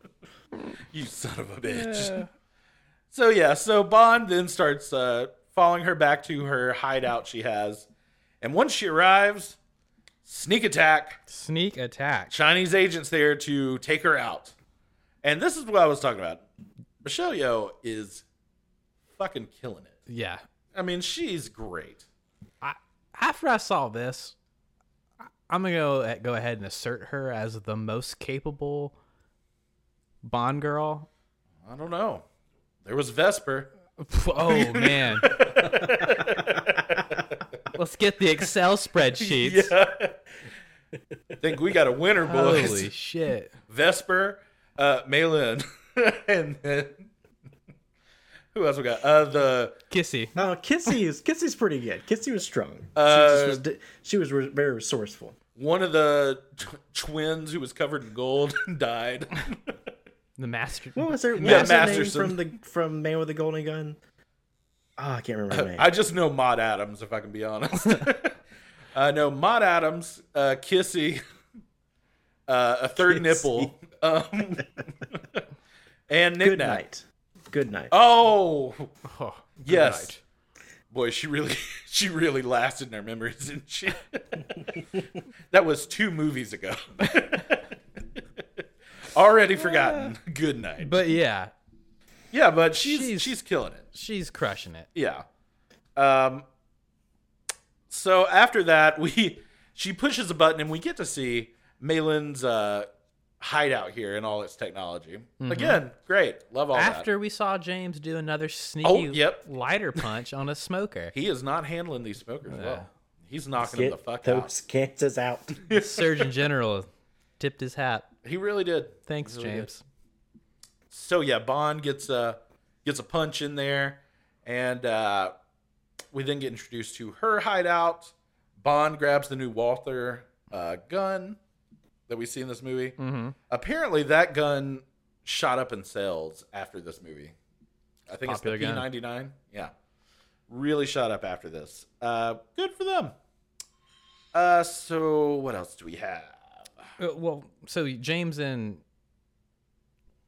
[SPEAKER 1] you son of a bitch. So, yeah, so Bond then starts uh, following her back to her hideout she has. And once she arrives, sneak attack.
[SPEAKER 2] Sneak attack.
[SPEAKER 1] Chinese agents there to take her out. And this is what I was talking about. Michelle Yeoh is fucking killing it.
[SPEAKER 2] Yeah.
[SPEAKER 1] I mean, she's great.
[SPEAKER 2] I, after I saw this, I- I'm gonna go eh, go ahead and assert her as the most capable Bond girl.
[SPEAKER 1] I don't know. There was Vesper.
[SPEAKER 2] Oh man, let's get the Excel spreadsheets.
[SPEAKER 1] I think we got a winner, boys.
[SPEAKER 2] Holy shit!
[SPEAKER 1] Vesper, uh, Malin, and then who else we got? Uh, the
[SPEAKER 2] Kissy,
[SPEAKER 3] Oh, Kissy is Kissy's pretty good. Kissy was strong. she,
[SPEAKER 1] Uh,
[SPEAKER 3] just was, di- she was re- very resourceful.
[SPEAKER 1] one of the tw- twins who was covered in gold died.
[SPEAKER 2] the master.
[SPEAKER 3] What was her, what
[SPEAKER 1] Yeah,
[SPEAKER 3] was her name
[SPEAKER 1] Masterson.
[SPEAKER 3] from the from Man with the Golden Gun? Oh, I can't remember her name.
[SPEAKER 1] I just know Maud Adams, if I can be honest. uh, no, Maud Adams, uh, Kissy, uh, a third
[SPEAKER 3] Kissy.
[SPEAKER 1] nipple, um, and Nick
[SPEAKER 3] Good
[SPEAKER 1] Nack.
[SPEAKER 3] night. Good night.
[SPEAKER 1] Oh,
[SPEAKER 2] Oh,
[SPEAKER 1] yes.
[SPEAKER 2] God.
[SPEAKER 1] Boy, she really she really lasted in our memories, didn't she? that was two movies ago. Already forgotten. Good night.
[SPEAKER 2] But yeah,
[SPEAKER 1] Yeah, but she's she's,
[SPEAKER 2] She's-
[SPEAKER 1] killing it.
[SPEAKER 2] she's crushing it.
[SPEAKER 1] Yeah. Um so after that we she pushes a button and we get to see Malin's uh hideout here and all its technology. Again, great. Love all that.
[SPEAKER 2] After we saw James do another sneaky
[SPEAKER 1] yep.
[SPEAKER 2] lighter punch on a smoker,
[SPEAKER 1] He is not handling these smokers well. He's knocking them
[SPEAKER 3] Get
[SPEAKER 1] the fuck
[SPEAKER 3] those
[SPEAKER 1] out.
[SPEAKER 3] cancers out.
[SPEAKER 2] the Surgeon General tipped his hat.
[SPEAKER 1] He really did.
[SPEAKER 2] Thanks,
[SPEAKER 1] Really good.
[SPEAKER 2] James.
[SPEAKER 1] so yeah, Bond gets a gets a punch in there, and uh, we then get introduced to her hideout. Bond grabs the new Walther uh, gun that we see in this movie.
[SPEAKER 2] Mhm.
[SPEAKER 1] Apparently, that gun shot up in sales after this movie. I think
[SPEAKER 2] Popular
[SPEAKER 1] it's the
[SPEAKER 2] gun.
[SPEAKER 1] P ninety nine. Yeah, really shot up after this. Uh, good for them. Uh, so what else do we have?
[SPEAKER 2] Uh, well, so James and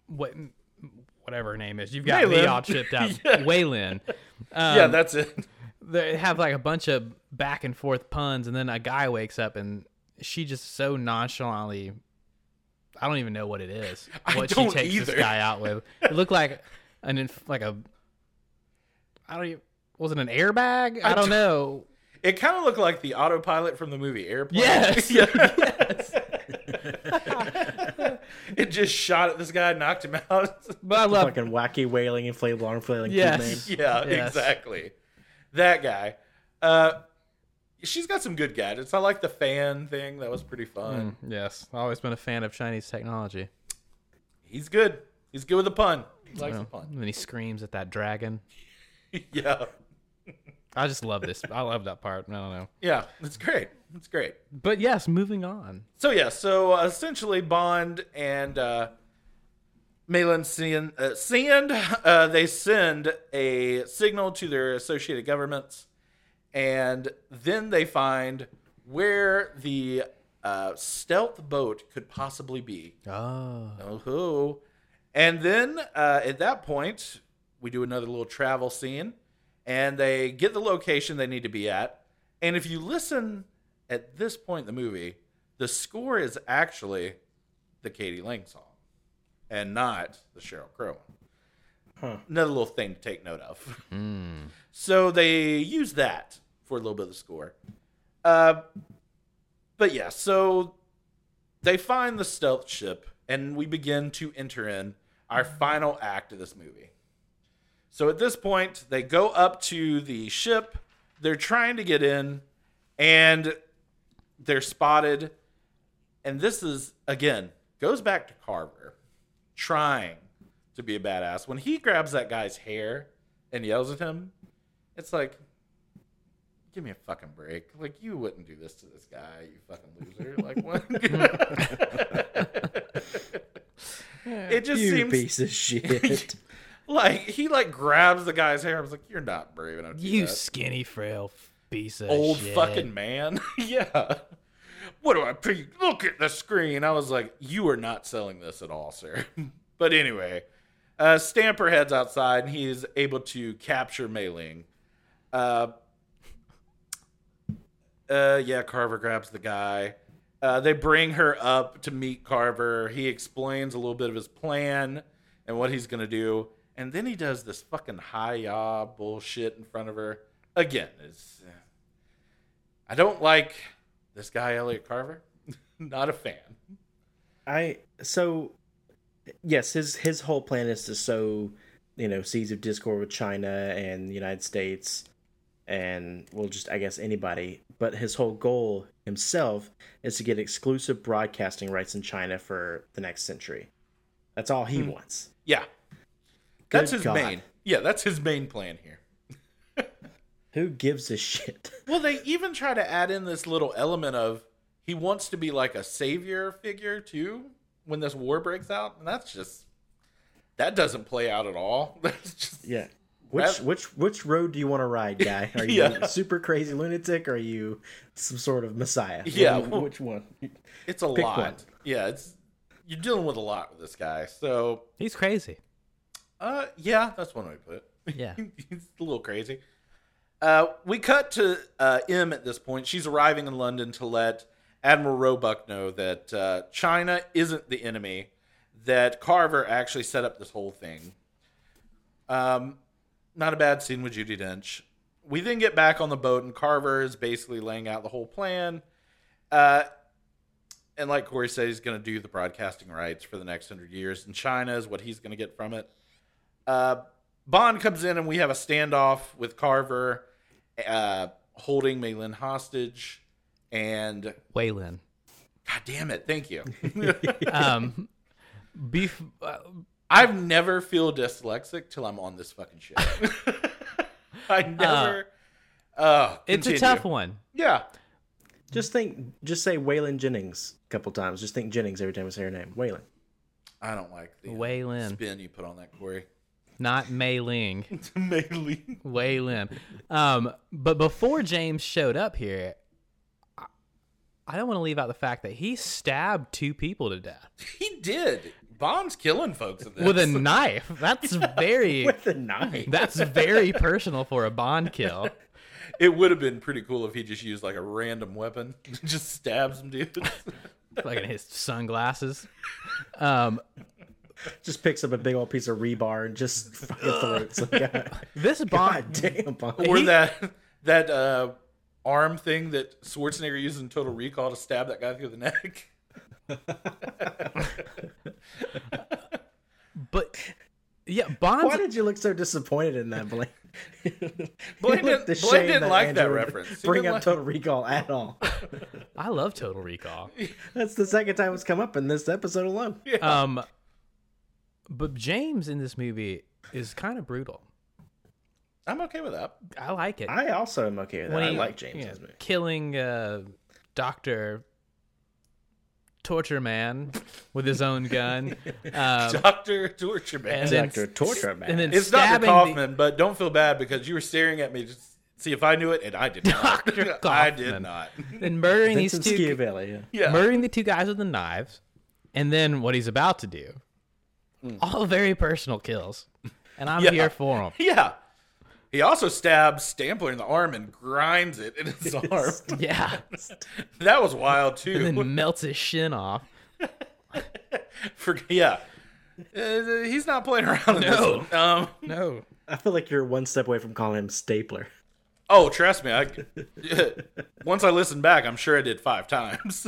[SPEAKER 2] what whatever her name is, you've got
[SPEAKER 1] Waylon.
[SPEAKER 2] me all tripped out.
[SPEAKER 1] Yeah.
[SPEAKER 2] Waylon. Um,
[SPEAKER 1] yeah, that's it.
[SPEAKER 2] they have like a bunch of back and forth puns, and then a guy wakes up and she just so nonchalantly. I don't even know what it is.
[SPEAKER 1] I
[SPEAKER 2] What
[SPEAKER 1] don't
[SPEAKER 2] she takes
[SPEAKER 1] either.
[SPEAKER 2] this guy out with. It looked like an inf- like a. I don't even. Was it an airbag? I, don't know.
[SPEAKER 1] It kind of looked like the autopilot from the movie Airplane.
[SPEAKER 2] Yes.
[SPEAKER 1] Yeah.
[SPEAKER 2] yes.
[SPEAKER 1] It just shot at this guy, knocked him out.
[SPEAKER 2] But I love
[SPEAKER 3] Fucking wacky wailing and flailing, arm flailing. kid name.
[SPEAKER 2] Yes.
[SPEAKER 1] yeah,
[SPEAKER 2] Yes.
[SPEAKER 1] exactly. That guy. Uh, she's got some good gadgets. I like the fan thing. That was pretty
[SPEAKER 2] Hmm.
[SPEAKER 1] fun.
[SPEAKER 2] Yes. I've always been a fan of Chinese technology.
[SPEAKER 1] He's good. He's good with a pun. He likes a pun.
[SPEAKER 2] Oh. And then he screams at that dragon.
[SPEAKER 1] yeah.
[SPEAKER 2] I just love this. I love that part. I don't know.
[SPEAKER 1] Yeah. It's great. It's great.
[SPEAKER 2] But yes, moving on.
[SPEAKER 1] So yeah, so uh, essentially Bond and uh, Malin send, uh, send uh, they send a signal to their associated governments, and then they find where the uh, stealth boat could possibly be.
[SPEAKER 2] Oh.
[SPEAKER 1] Oh, and then uh, at that point we do another little travel scene, and they get the location they need to be at. And if you listen at this point in the movie, the score is actually the Katie Lang song, and not the Cheryl Crow one. Another little thing to take note of. So they use that for a little bit of the score. Uh, but yeah, so they find the stealth ship, and we begin to enter in our final act of this movie. So at this point, they go up to the ship. They're trying to get in, and they're spotted. And this is, again, goes back to Carver trying to be a badass. When he grabs that guy's hair and yells at him, it's like, give me a fucking break. Like you wouldn't do this to this guy, you fucking loser. Like what? it just
[SPEAKER 3] you
[SPEAKER 1] seems
[SPEAKER 3] piece of shit.
[SPEAKER 1] like he like grabs the guy's hair. I was like, you're not brave enough. To do
[SPEAKER 2] You
[SPEAKER 1] that
[SPEAKER 2] skinny frail piece of
[SPEAKER 1] old
[SPEAKER 2] shit.
[SPEAKER 1] fucking man. yeah. What do I pay? Look at the screen. I was like, you are not selling this at all, sir. but anyway, uh, Stamper heads outside and he's able to capture Mailing. Uh, uh, yeah, Carver grabs the guy. Uh, they bring her up to meet Carver. He explains a little bit of his plan and what he's going to do. And then he does this fucking hi ya bullshit in front of her. Again, it's. I don't like this guy, Elliot Carver. Not a fan.
[SPEAKER 3] I so yes, his his whole plan is to sow, you know, seeds of discord with China and the United States and well just I guess anybody. But his whole goal himself is to get exclusive broadcasting rights in China for the next century. That's all
[SPEAKER 1] Hmm.
[SPEAKER 3] he wants.
[SPEAKER 1] Yeah. That's
[SPEAKER 3] Good
[SPEAKER 1] his
[SPEAKER 3] God.
[SPEAKER 1] main. Yeah, that's his main plan here.
[SPEAKER 3] Who gives a shit?
[SPEAKER 1] Well, they even try to add in this little element of he wants to be like a savior figure too when this war breaks out, and that's just that doesn't play out at all. That's just
[SPEAKER 3] Yeah. Which
[SPEAKER 1] Rather-
[SPEAKER 3] which which road do you want to ride, guy? Are you
[SPEAKER 1] Yeah.
[SPEAKER 3] a super crazy lunatic or are you some sort of messiah?
[SPEAKER 1] Yeah.
[SPEAKER 3] Wh- Which one?
[SPEAKER 1] it's a
[SPEAKER 3] Pick
[SPEAKER 1] lot.
[SPEAKER 3] one.
[SPEAKER 1] Yeah, it's you're dealing with a lot with this guy. So,
[SPEAKER 2] He's crazy.
[SPEAKER 1] uh, yeah, that's one way to put it.
[SPEAKER 2] Yeah.
[SPEAKER 1] He's a little crazy. Uh, we cut to uh, M at this point. She's arriving in London to let Admiral Roebuck know that uh, China isn't the enemy, that Carver actually set up this whole thing. Um, not a bad scene with Judy Dench. We then get back on the boat, and Carver is basically laying out the whole plan. Uh, and like Corey said, he's going to do the broadcasting rights for the next hundred years, and China is what he's going to get from it. Uh, Bond comes in and we have a standoff with Carver, uh, holding Malin hostage, and God
[SPEAKER 2] Waylon.
[SPEAKER 1] damn it, thank you.
[SPEAKER 2] Um, beef. Uh,
[SPEAKER 1] I've never feel dyslexic till I'm on this fucking shit. I never. Uh,
[SPEAKER 2] it's a
[SPEAKER 1] continue.
[SPEAKER 2] tough one.
[SPEAKER 1] Yeah,
[SPEAKER 3] Just think, just say Waylon Jennings a couple times. Just think Jennings every time I say her name. Waylon.
[SPEAKER 1] I don't like the uh,
[SPEAKER 2] Waylon,
[SPEAKER 1] spin you put on that, Corey.
[SPEAKER 2] not Mei Ling.
[SPEAKER 1] Malin.
[SPEAKER 2] Way limp. Um, but before James showed up here, I- I don't want to leave out the fact that he stabbed two people to death
[SPEAKER 1] He did. Bond's killing folks in this.
[SPEAKER 2] with a knife. That's very
[SPEAKER 3] With a knife.
[SPEAKER 2] that's very personal for a Bond kill.
[SPEAKER 1] it would have been pretty cool if he just used like a random weapon, just stabs some dudes.
[SPEAKER 2] Like in his sunglasses. Um,
[SPEAKER 3] Just picks up a big old piece of rebar and just fucking throats. Like, God,
[SPEAKER 2] this
[SPEAKER 3] God
[SPEAKER 2] Bond,
[SPEAKER 3] damn, Bond.
[SPEAKER 1] or
[SPEAKER 2] He-
[SPEAKER 1] that that uh, arm thing that Schwarzenegger used in Total Recall to stab that guy through the neck.
[SPEAKER 2] but yeah,
[SPEAKER 3] Why
[SPEAKER 2] Bond's
[SPEAKER 3] did you look so disappointed in that, Blaine?
[SPEAKER 1] Blaine
[SPEAKER 3] You looked
[SPEAKER 1] didn't-
[SPEAKER 3] ashamed
[SPEAKER 1] Blaine didn't
[SPEAKER 3] that
[SPEAKER 1] like that
[SPEAKER 3] Andrew would
[SPEAKER 1] reference. He
[SPEAKER 3] Bring
[SPEAKER 1] didn't
[SPEAKER 3] up
[SPEAKER 1] like-
[SPEAKER 3] Total Recall at all.
[SPEAKER 2] I love Total Recall.
[SPEAKER 3] That's the second time it's come up in this episode alone.
[SPEAKER 2] Um, but James in this movie is kind of brutal.
[SPEAKER 1] I'm okay with that.
[SPEAKER 2] I like it.
[SPEAKER 3] I also am okay with that.
[SPEAKER 2] When
[SPEAKER 3] I
[SPEAKER 2] he-
[SPEAKER 3] like James'
[SPEAKER 2] yeah,
[SPEAKER 3] movie.
[SPEAKER 2] Killing uh, Doctor Torture Man with his own gun, um,
[SPEAKER 1] Doctor Torture Man.
[SPEAKER 2] and then-
[SPEAKER 3] Doctor Torture Man.
[SPEAKER 2] and then
[SPEAKER 1] it's Doctor
[SPEAKER 2] stabbing the-
[SPEAKER 1] Kaufman, but don't feel bad because you were staring at me to s- see if I knew it, and I did not.
[SPEAKER 2] Dr.
[SPEAKER 1] I did
[SPEAKER 2] Kaufman.
[SPEAKER 1] not.
[SPEAKER 2] and murdering
[SPEAKER 3] Vincent
[SPEAKER 2] these two,
[SPEAKER 3] Schiavelli. Yeah.
[SPEAKER 1] Yeah,
[SPEAKER 2] murdering the two guys with the knives, and then what he's about to do. All very personal kills, and I'm
[SPEAKER 1] Yeah.
[SPEAKER 2] here for him.
[SPEAKER 1] yeah. He also stabs Stampler in the arm and grinds it in his arm.
[SPEAKER 2] Yeah,
[SPEAKER 1] That was wild
[SPEAKER 2] and
[SPEAKER 1] too.
[SPEAKER 2] then melts his shin off.
[SPEAKER 1] For, yeah, Uh, he's not playing around in
[SPEAKER 2] No.
[SPEAKER 1] this one. Um,
[SPEAKER 2] No,
[SPEAKER 3] I feel like you're one step away from calling him Stapler.
[SPEAKER 1] Oh, trust me. I, once I listened back, I'm sure I did five times.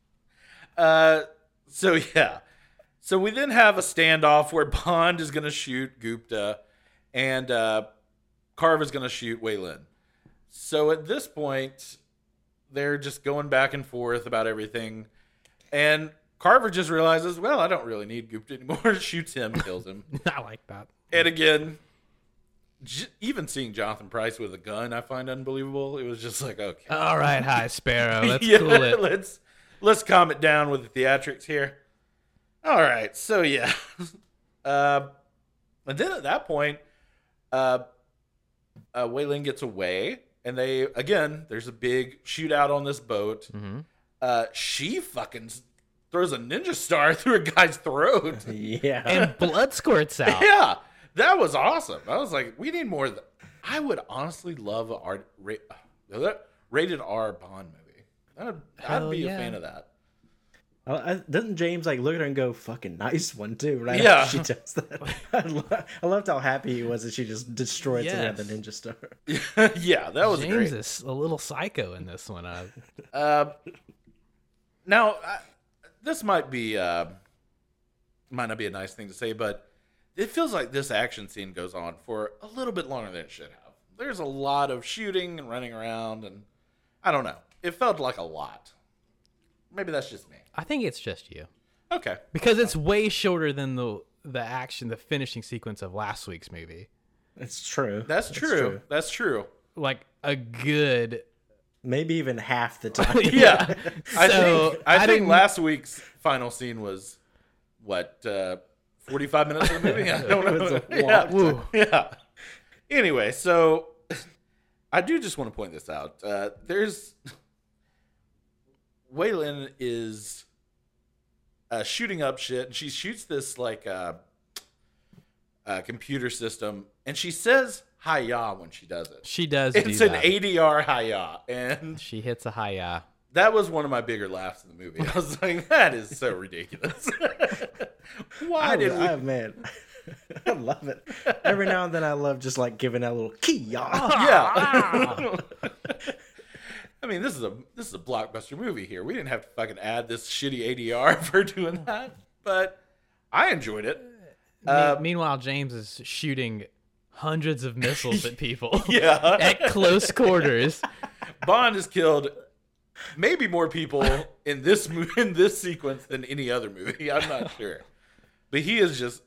[SPEAKER 1] uh, so yeah. So we then have a standoff where Bond is going to shoot Gupta, and uh, Carve is going to shoot Waylon. So at this point, they're just going back and forth about everything, and Carver just realizes, well, I don't really need Gupta anymore. Shoots him, kills him.
[SPEAKER 2] I like that.
[SPEAKER 1] And again, j- even seeing Jonathan Price with a gun, I find unbelievable. It was just like, okay,
[SPEAKER 2] All right, High Sparrow. Let's
[SPEAKER 1] yeah,
[SPEAKER 2] Oh, cool it.
[SPEAKER 1] let's let's calm it down with the theatrics here. All right, so yeah, uh, and then at that point, uh, uh, Waylon gets away, and they again, there's a big shootout on this boat.
[SPEAKER 2] hmm
[SPEAKER 1] Uh, she fucking s- throws a ninja star through a guy's throat.
[SPEAKER 3] Yeah.
[SPEAKER 2] And blood squirts out.
[SPEAKER 1] yeah, that was awesome. I was like, we need more. Of th- I would honestly love a art, ra- uh, that rated R Bond movie. That'd, I'd
[SPEAKER 2] Hell
[SPEAKER 1] be a
[SPEAKER 2] yeah.
[SPEAKER 1] fan of that.
[SPEAKER 3] I, Oh, I, doesn't James like look at her and go, "Fucking nice one too"? Right?
[SPEAKER 1] Yeah.
[SPEAKER 3] after She does that. I, lo- I loved how happy he was that she just destroyed
[SPEAKER 2] Yes.
[SPEAKER 3] the ninja star.
[SPEAKER 1] yeah, that was
[SPEAKER 2] James
[SPEAKER 1] great.
[SPEAKER 2] is a little psycho in this one. I,
[SPEAKER 1] Um, now, I, this might be uh, might not be a nice thing to say, but it feels like this action scene goes on for a little bit longer than it should have. There's a lot of shooting and running around, and I don't know. It felt like a lot. Maybe that's just me.
[SPEAKER 2] I think it's just you
[SPEAKER 1] Okay.
[SPEAKER 2] because it's way shorter than the the action, the finishing sequence of last week's movie.
[SPEAKER 3] It's true.
[SPEAKER 1] That's
[SPEAKER 3] It's
[SPEAKER 1] true. That's true.
[SPEAKER 2] Like a good
[SPEAKER 3] Maybe even half the time.
[SPEAKER 1] Yeah. I
[SPEAKER 2] So,
[SPEAKER 1] think I,
[SPEAKER 2] I
[SPEAKER 1] think
[SPEAKER 2] didn't-
[SPEAKER 1] last week's final scene was what uh, forty five minutes of the movie. I don't
[SPEAKER 3] It was
[SPEAKER 1] know.
[SPEAKER 3] a
[SPEAKER 1] Yeah.
[SPEAKER 3] lot.
[SPEAKER 2] Woo.
[SPEAKER 1] yeah. Anyway, so I do just want to point this out. Uh, there's Waylon is uh, shooting up shit, and she shoots this like uh, uh, computer system, and she says "hiya" when she does it.
[SPEAKER 2] she does.
[SPEAKER 1] It's
[SPEAKER 2] do
[SPEAKER 1] an
[SPEAKER 2] that.
[SPEAKER 1] ADR "hiya," and
[SPEAKER 2] She hits a high uh,
[SPEAKER 1] that was one of my bigger laughs in the movie. I was like, "That is so ridiculous." Why
[SPEAKER 3] I,
[SPEAKER 1] did we?
[SPEAKER 3] I, man, I love it. Every now and then, I love just like giving that little key, y'all.
[SPEAKER 1] Yeah. I mean, this is a this is a blockbuster movie here. We didn't have to fucking add this shitty ADR for doing that, but I enjoyed it.
[SPEAKER 2] Me-
[SPEAKER 1] Uh,
[SPEAKER 2] meanwhile, James is shooting hundreds of missiles at people
[SPEAKER 1] Yeah,
[SPEAKER 2] at close quarters.
[SPEAKER 1] Bond has killed maybe more people in this mo- in this sequence than any other movie. I'm not sure, but he is just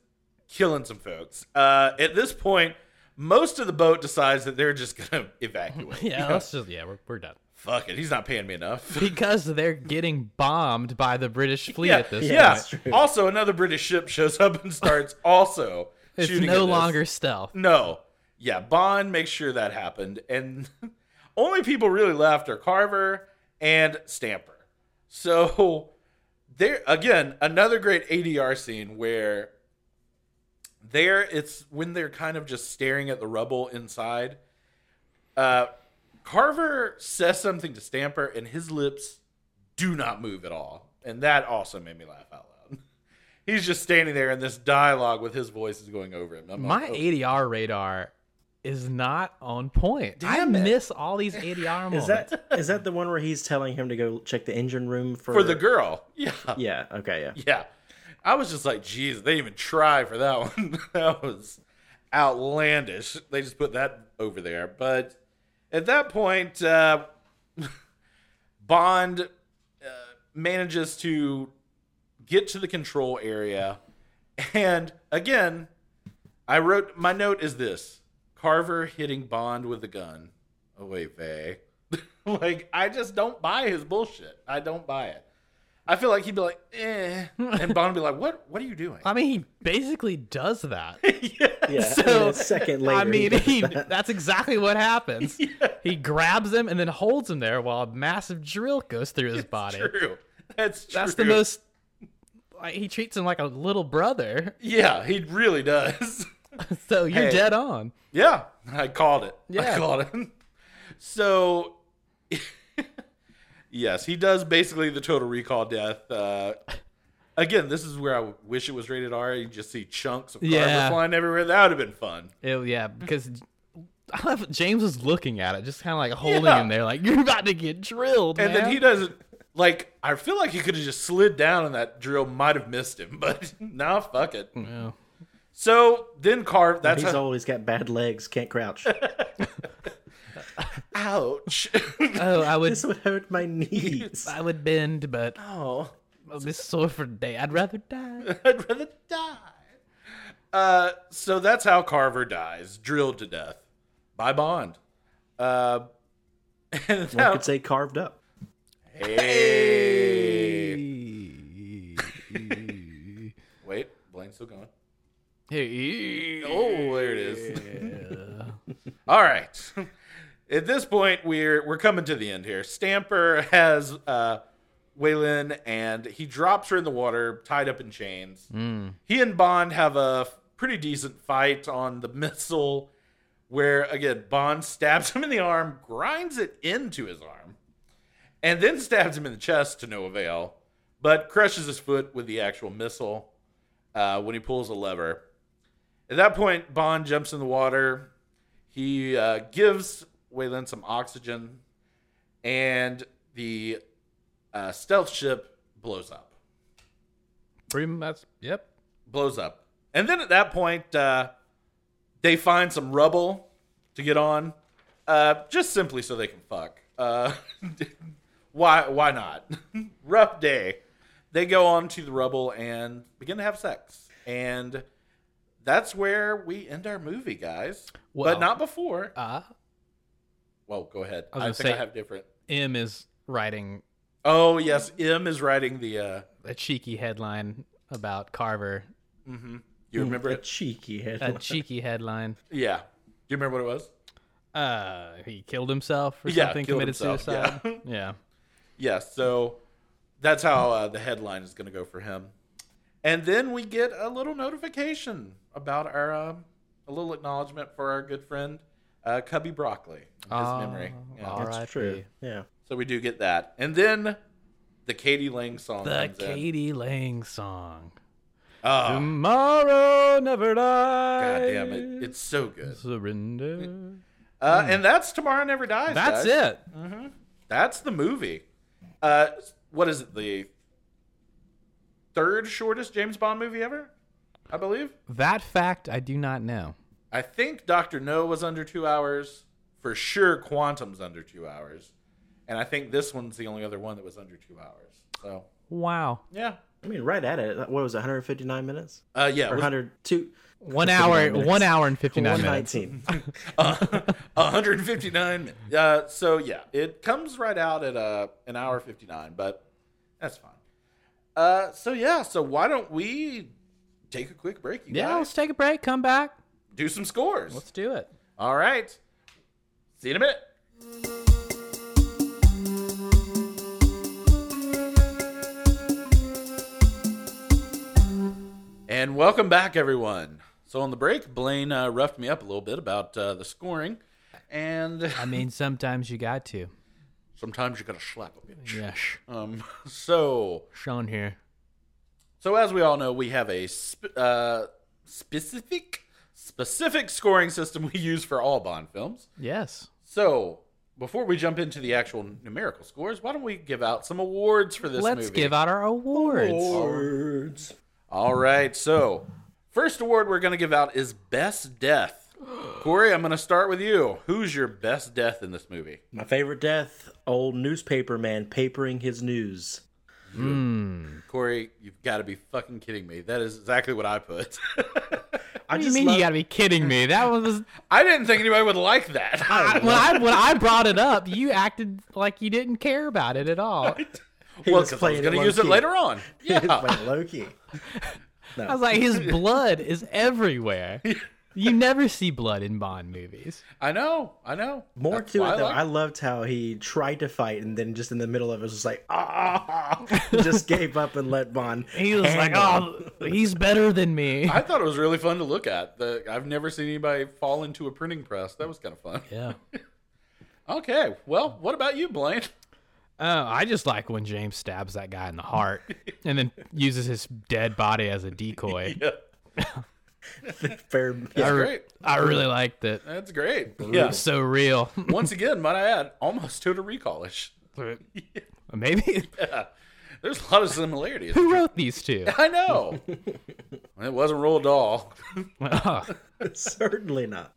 [SPEAKER 1] killing some folks. Uh, at this point, most of the boat decides that they're just gonna evacuate.
[SPEAKER 2] Yeah, let's just yeah, we're, we're done
[SPEAKER 1] Fuck it, he's not paying me enough.
[SPEAKER 2] because they're getting bombed by the British fleet at this
[SPEAKER 3] yeah.
[SPEAKER 2] point.
[SPEAKER 3] that's true.
[SPEAKER 1] Also, another British ship shows up and starts also
[SPEAKER 2] It's
[SPEAKER 1] shooting.
[SPEAKER 2] no
[SPEAKER 1] at this.
[SPEAKER 2] longer stealth.
[SPEAKER 1] No. Yeah, Bond makes sure that happened, and only people really left are Carver and Stamper. So there again, another great ADR scene where there it's when they're kind of just staring at the rubble inside. Uh, Carver says something to Stamper, and his lips do not move at all, and that also made me laugh out loud. He's just standing there, and this dialogue with his voice is going over him. I'm
[SPEAKER 2] My
[SPEAKER 1] like, oh,
[SPEAKER 2] ADR radar is not on point.
[SPEAKER 1] Damn
[SPEAKER 2] I
[SPEAKER 1] it.
[SPEAKER 2] miss all these ADR moments.
[SPEAKER 3] Is that is that the one where he's telling him to go check the engine room for,
[SPEAKER 1] for the girl. Yeah.
[SPEAKER 3] Yeah. Okay. Yeah.
[SPEAKER 1] Yeah. I was just like, geez, they even try for that one. that was outlandish. They just put that over there. But at that point, uh, Bond uh, manages to get to the control area. And again, I wrote my note is this Carver hitting Bond with a gun. Oh, wait, Vay. like, I just don't buy his bullshit. I don't buy it. I feel like he'd be like, eh. And Bond would be like, what What are you doing?
[SPEAKER 2] I mean, he basically does that.
[SPEAKER 3] Yeah. and
[SPEAKER 2] So,
[SPEAKER 3] then a second later,
[SPEAKER 2] I mean, he,
[SPEAKER 3] he-
[SPEAKER 2] that's exactly what happens. He grabs him and then holds him there while a massive drill goes through his body.
[SPEAKER 1] True. That's true.
[SPEAKER 2] That's the most. Like, he treats him like a little brother.
[SPEAKER 1] Yeah, he really does.
[SPEAKER 2] So you're
[SPEAKER 1] Hey.
[SPEAKER 2] dead on.
[SPEAKER 1] Yeah, I called it. I
[SPEAKER 2] Yeah.
[SPEAKER 1] called it. So, yes, he does basically the total recall death. Uh, again, this is where I wish it was rated R. You just see chunks of Carver
[SPEAKER 2] Yeah.
[SPEAKER 1] flying everywhere. That would have been fun.
[SPEAKER 2] It- yeah, because I love James was looking at it, just kind of like holding
[SPEAKER 1] Yeah.
[SPEAKER 2] him there, like you're about to get drilled.
[SPEAKER 1] And then
[SPEAKER 2] man."
[SPEAKER 1] he doesn't. Like, I feel like he could have just slid down and that drill might have missed him, but nah, fuck it.
[SPEAKER 2] Yeah.
[SPEAKER 1] So then Carver, that's
[SPEAKER 3] he's
[SPEAKER 1] how,
[SPEAKER 3] always got bad legs, can't crouch.
[SPEAKER 1] ouch.
[SPEAKER 2] Oh, I would,
[SPEAKER 3] this would hurt my knees.
[SPEAKER 2] I would bend, but
[SPEAKER 1] oh,
[SPEAKER 2] oh, this is sore for day. I'd rather die.
[SPEAKER 1] I'd rather die. Uh, so that's how Carver dies, drilled to death by Bond. Uh, and
[SPEAKER 3] One
[SPEAKER 1] now,
[SPEAKER 3] could say carved up.
[SPEAKER 1] hey, wait, Blaine's still going.
[SPEAKER 2] Hey.
[SPEAKER 1] Oh, there it is. All right. At this point, we're we're coming to the end here. Stamper has uh, Waylon, and he drops her in the water, tied up in chains. He and Bond have a f- pretty decent fight on the missile, where again Bond stabs him in the arm, grinds it into his arm, and then stabs him in the chest to no avail, but crushes his foot with the actual missile uh, when he pulls a lever. At that point, Bond jumps in the water. He uh, gives Wayland some oxygen, and the uh, stealth ship blows up.
[SPEAKER 2] Pretty much. Yep.
[SPEAKER 1] Blows up. And then at that point, uh, they find some rubble to get on, uh, just simply so they can fuck. Uh, why? Why not? Rough day. They go on to the rubble and begin to have sex, and that's where we end our movie, guys.
[SPEAKER 2] Well-
[SPEAKER 1] but not before.
[SPEAKER 2] Uh,
[SPEAKER 1] Well, go ahead.
[SPEAKER 2] I was
[SPEAKER 1] I,
[SPEAKER 2] gonna
[SPEAKER 1] think I
[SPEAKER 2] say-
[SPEAKER 1] have different.
[SPEAKER 2] M is writing
[SPEAKER 1] Oh yes, M is writing the. Uh,
[SPEAKER 2] a cheeky headline about Carver. Hmm.
[SPEAKER 1] you remember
[SPEAKER 3] a
[SPEAKER 1] it?
[SPEAKER 3] cheeky
[SPEAKER 2] A
[SPEAKER 3] headline.
[SPEAKER 2] cheeky headline.
[SPEAKER 1] Yeah. Do you remember what it was?
[SPEAKER 2] Uh, he killed himself or
[SPEAKER 1] Yeah,
[SPEAKER 2] something,
[SPEAKER 1] killed
[SPEAKER 2] committed
[SPEAKER 1] himself,
[SPEAKER 2] suicide.
[SPEAKER 1] yeah.
[SPEAKER 2] yeah.
[SPEAKER 1] Yeah, so that's how uh, the headline is going to go for him. And then we get a little notification about our, um, a little acknowledgement for our good friend, uh, Cubby Broccoli, his
[SPEAKER 2] Ah,
[SPEAKER 1] memory. Yeah.
[SPEAKER 2] all right.
[SPEAKER 3] That's true.
[SPEAKER 2] RIP.
[SPEAKER 3] Yeah.
[SPEAKER 1] So we do get that. And then the Katie Lang song.
[SPEAKER 2] The
[SPEAKER 1] comes in.
[SPEAKER 2] Katie Lang song.
[SPEAKER 1] Oh,
[SPEAKER 2] Tomorrow never
[SPEAKER 1] God
[SPEAKER 2] dies.
[SPEAKER 1] damn it. It's so good.
[SPEAKER 2] Surrender.
[SPEAKER 1] Uh, and that's Tomorrow Never Dies.
[SPEAKER 2] Hmm. That's
[SPEAKER 1] guys.
[SPEAKER 2] it.
[SPEAKER 1] That's the movie. Uh, what is it? The third shortest James Bond movie ever, I believe.
[SPEAKER 2] That fact I do not know.
[SPEAKER 1] I think Doctor No was under two hours for sure. Quantum's under two hours, and I think this one's the only other one that was under two hours. So
[SPEAKER 2] Wow.
[SPEAKER 1] yeah,
[SPEAKER 3] I mean, right at it. What was it, 159 minutes?
[SPEAKER 1] uh, yeah, it
[SPEAKER 3] Or
[SPEAKER 1] was,
[SPEAKER 3] 102?
[SPEAKER 2] One hour,
[SPEAKER 3] 59 minutes.
[SPEAKER 2] one hour and 59 minutes.
[SPEAKER 3] 119.
[SPEAKER 1] uh, 159. Uh, so yeah, it comes right out at uh, an hour 59, but that's fine. Uh, so yeah, so why don't we take a quick break? You
[SPEAKER 2] Yeah,
[SPEAKER 1] guys?
[SPEAKER 2] let's take a break, come back.
[SPEAKER 1] do some scores.
[SPEAKER 2] Let's do it.
[SPEAKER 1] All right. See you in a minute. And welcome back, everyone. So on the break, Blaine uh, roughed me up a little bit about uh, the scoring, and
[SPEAKER 2] I mean, sometimes you got to.
[SPEAKER 1] sometimes you gotta slap a bitch.
[SPEAKER 2] Yes.
[SPEAKER 1] Um, so
[SPEAKER 2] Sean here.
[SPEAKER 1] So as we all know, we have a sp- uh, specific specific scoring system we use for all Bond films.
[SPEAKER 2] Yes.
[SPEAKER 1] So before we jump into the actual numerical scores, why don't we give out some awards for this
[SPEAKER 2] Let's
[SPEAKER 1] movie?
[SPEAKER 2] give out our awards.
[SPEAKER 3] Words.
[SPEAKER 1] All right. So first award we're going to give out is best death. Corey, I'm going to start with you. Who's your best death in this movie?
[SPEAKER 3] My favorite death old newspaper man papering his news.
[SPEAKER 2] Hmm.
[SPEAKER 1] Corey, you've got to be fucking kidding me. That is exactly what I put.
[SPEAKER 3] I
[SPEAKER 2] What do you
[SPEAKER 3] just
[SPEAKER 2] mean
[SPEAKER 3] love-
[SPEAKER 2] you gotta be kidding me? That was
[SPEAKER 1] I didn't think anybody would like that.
[SPEAKER 2] I, when I when I brought it up, you acted like you didn't care about it at all.
[SPEAKER 3] he
[SPEAKER 1] well,
[SPEAKER 3] was
[SPEAKER 1] 'cause I
[SPEAKER 3] playing
[SPEAKER 1] was
[SPEAKER 3] it
[SPEAKER 1] going to
[SPEAKER 3] low
[SPEAKER 1] use it
[SPEAKER 3] key.
[SPEAKER 1] later on.
[SPEAKER 3] He was
[SPEAKER 1] Yeah.
[SPEAKER 3] playing low key.
[SPEAKER 2] I was like, his blood is everywhere. You never see blood in Bond movies.
[SPEAKER 1] I know, I know.
[SPEAKER 3] More
[SPEAKER 1] That's
[SPEAKER 3] to
[SPEAKER 1] why
[SPEAKER 3] it though,
[SPEAKER 1] like-
[SPEAKER 3] I loved how he tried to fight and then just in the middle of it was just like ah, just gave up and let Bond.
[SPEAKER 2] He was like,
[SPEAKER 3] handle him.
[SPEAKER 2] "Oh, he's better than me."
[SPEAKER 1] I thought it was really fun to look at. The, I've never seen anybody fall into a printing press. That was kind of fun.
[SPEAKER 2] yeah.
[SPEAKER 1] Okay, well, what about you, Blaine?
[SPEAKER 2] Oh, I just like when James stabs that guy in the heart and then uses his dead body as a decoy.
[SPEAKER 1] Yeah,
[SPEAKER 3] fair.
[SPEAKER 2] I,
[SPEAKER 3] Yeah.
[SPEAKER 2] re-
[SPEAKER 1] great.
[SPEAKER 2] I really liked it.
[SPEAKER 1] that's great.
[SPEAKER 2] It
[SPEAKER 1] Yeah.
[SPEAKER 2] was so real.
[SPEAKER 1] Once again, might I add, almost to a recallish.
[SPEAKER 2] Maybe
[SPEAKER 1] There's a lot of similarities.
[SPEAKER 2] who wrote these two?
[SPEAKER 1] I know. it wasn't Roald Dahl.
[SPEAKER 2] Ugh.
[SPEAKER 3] certainly not.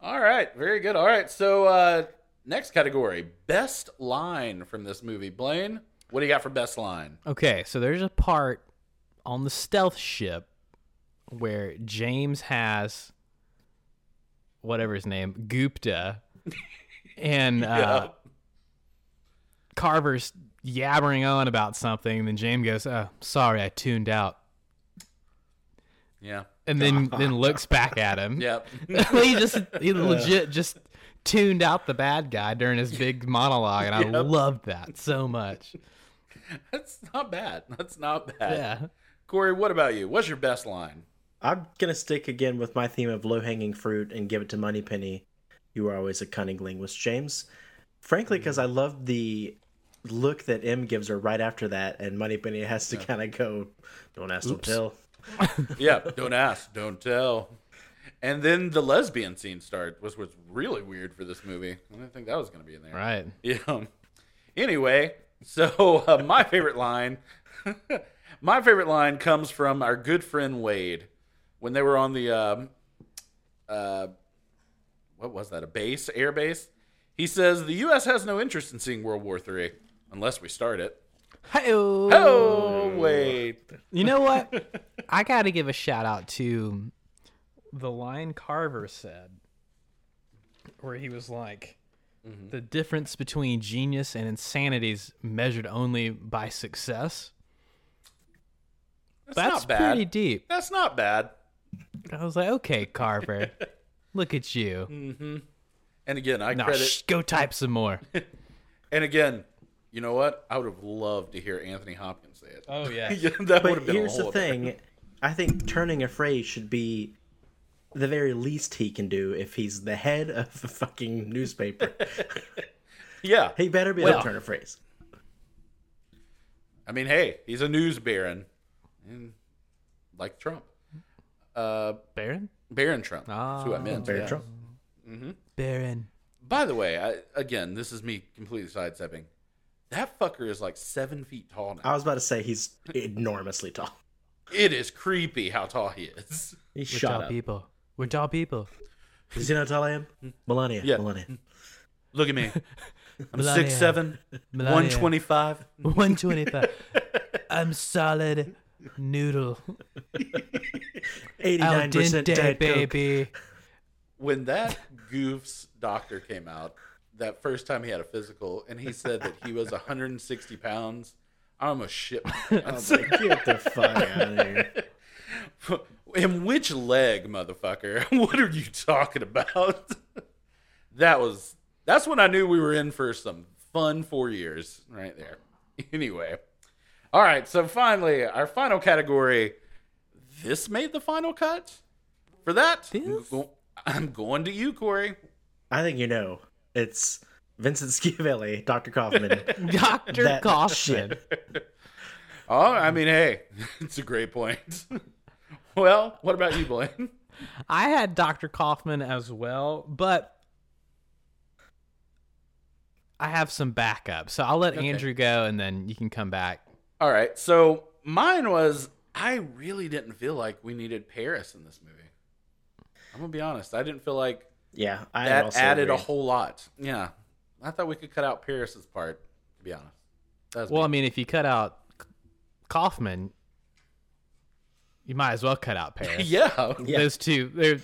[SPEAKER 1] All right, very good. All right, so uh, next category, best line from this movie. Blaine, what do you got for best line?
[SPEAKER 2] Okay, so there's a part on the stealth ship where James has whatever his name, Gupta, and uh, Carver's yabbering on about something. And then James goes, "Oh, sorry, I tuned out,"
[SPEAKER 1] yeah.
[SPEAKER 2] and then then looks back at him.
[SPEAKER 1] Yep.
[SPEAKER 2] he just he legit just tuned out the bad guy during his big monologue, and I loved that so much.
[SPEAKER 1] That's not bad. That's not bad.
[SPEAKER 2] Yeah.
[SPEAKER 1] Corey, what about you? What's your best line?
[SPEAKER 3] I'm gonna stick again with my theme of low hanging fruit and give it to Moneypenny. You are always a cunning linguist, James. Frankly, because I love the look that M gives her right after that, and Moneypenny has to kind of go, "Don't ask, don't tell."
[SPEAKER 1] yeah, don't ask, don't tell. And then the lesbian scene starts, which was really weird for this movie. I didn't think that was going to be in there.
[SPEAKER 2] Right.
[SPEAKER 1] Yeah. Anyway, so uh, my favorite line, my favorite line comes from our good friend Wade when they were on the, um, uh, what was that? A base, air base. He says the U.S. has no interest in seeing World War III unless we start it.
[SPEAKER 2] Hi-oh.
[SPEAKER 1] Oh, Wade.
[SPEAKER 2] You know what? I got to give a shout out to the line Carver said, where he was like, the difference between genius and insanity is measured only by success.
[SPEAKER 1] That's,
[SPEAKER 2] That's
[SPEAKER 1] not bad.
[SPEAKER 2] pretty deep.
[SPEAKER 1] That's not bad.
[SPEAKER 2] I was like, okay, Carver, look at you.
[SPEAKER 1] And again, I
[SPEAKER 2] No,
[SPEAKER 1] credit.
[SPEAKER 2] shh, go type some more.
[SPEAKER 1] and again, you know what? I would have loved to hear Anthony Hopkins say it.
[SPEAKER 2] Oh yeah.
[SPEAKER 1] Yeah, that would
[SPEAKER 3] Uh, But
[SPEAKER 1] have been
[SPEAKER 3] here's
[SPEAKER 1] a whole
[SPEAKER 3] the
[SPEAKER 1] other-
[SPEAKER 3] thing: I think turning a phrase should be the very least he can do if he's the head of the fucking newspaper.
[SPEAKER 1] Yeah,
[SPEAKER 3] he better be able
[SPEAKER 2] Well-
[SPEAKER 3] to turn a phrase.
[SPEAKER 1] I mean, hey, he's a news baron, and like Trump, uh,
[SPEAKER 2] Baron?
[SPEAKER 1] Baron Trump. That's who I
[SPEAKER 2] Ah.
[SPEAKER 1] meant.
[SPEAKER 3] Very
[SPEAKER 1] yeah.
[SPEAKER 3] true.
[SPEAKER 2] Baron.
[SPEAKER 1] By the way, I, again, this is me completely sidestepping. That fucker is like seven feet tall now.
[SPEAKER 3] I was about to say he's enormously tall.
[SPEAKER 1] It is creepy how tall he is.
[SPEAKER 3] He's
[SPEAKER 2] We're
[SPEAKER 3] shot
[SPEAKER 2] tall
[SPEAKER 3] up.
[SPEAKER 2] people. We're tall people.
[SPEAKER 3] You see how tall I am? Melania.
[SPEAKER 1] Yeah.
[SPEAKER 3] Melania.
[SPEAKER 1] Look at me. I'm
[SPEAKER 2] Melania.
[SPEAKER 1] six seven,
[SPEAKER 2] Melania.
[SPEAKER 1] one twenty five.
[SPEAKER 2] 125. I'm Um, solid noodle. Al
[SPEAKER 3] 89%
[SPEAKER 2] dente,
[SPEAKER 3] dead baby.
[SPEAKER 2] baby.
[SPEAKER 1] when that goof's doctor came out that first time he had a physical and he said that he was 160 pounds i almost shit my pants.
[SPEAKER 3] Get the fuck out of here.
[SPEAKER 1] in which leg motherfucker what are you talking about that was that's when i knew we were in for some fun four years right there anyway all right so finally our final category this made the final cut for that
[SPEAKER 2] This?
[SPEAKER 1] i'm going to you corey
[SPEAKER 3] I think you know. It's Vincent Schiavelli, Dr. Kaufman.
[SPEAKER 2] Dr.
[SPEAKER 3] That
[SPEAKER 2] Kaufman.
[SPEAKER 1] Oh, I mean, hey, it's a great point. well, what about you, Blaine?
[SPEAKER 2] I had Dr. Kaufman as well, but I have some backup. So I'll let Andrew go and then you can come back.
[SPEAKER 1] All right, so mine was I really didn't feel like we needed Paris in this movie. I'm gonna be honest, I didn't feel like
[SPEAKER 3] yeah, I
[SPEAKER 1] that
[SPEAKER 3] also
[SPEAKER 1] added a
[SPEAKER 3] agree.
[SPEAKER 1] whole lot. Yeah, I thought we could cut out Paris's part. To be honest, that was
[SPEAKER 2] Well, I
[SPEAKER 1] me.
[SPEAKER 2] mean, if you cut out K- Kaufman, you might as well cut out Paris.
[SPEAKER 1] yeah,
[SPEAKER 3] yeah.
[SPEAKER 2] Those two, they're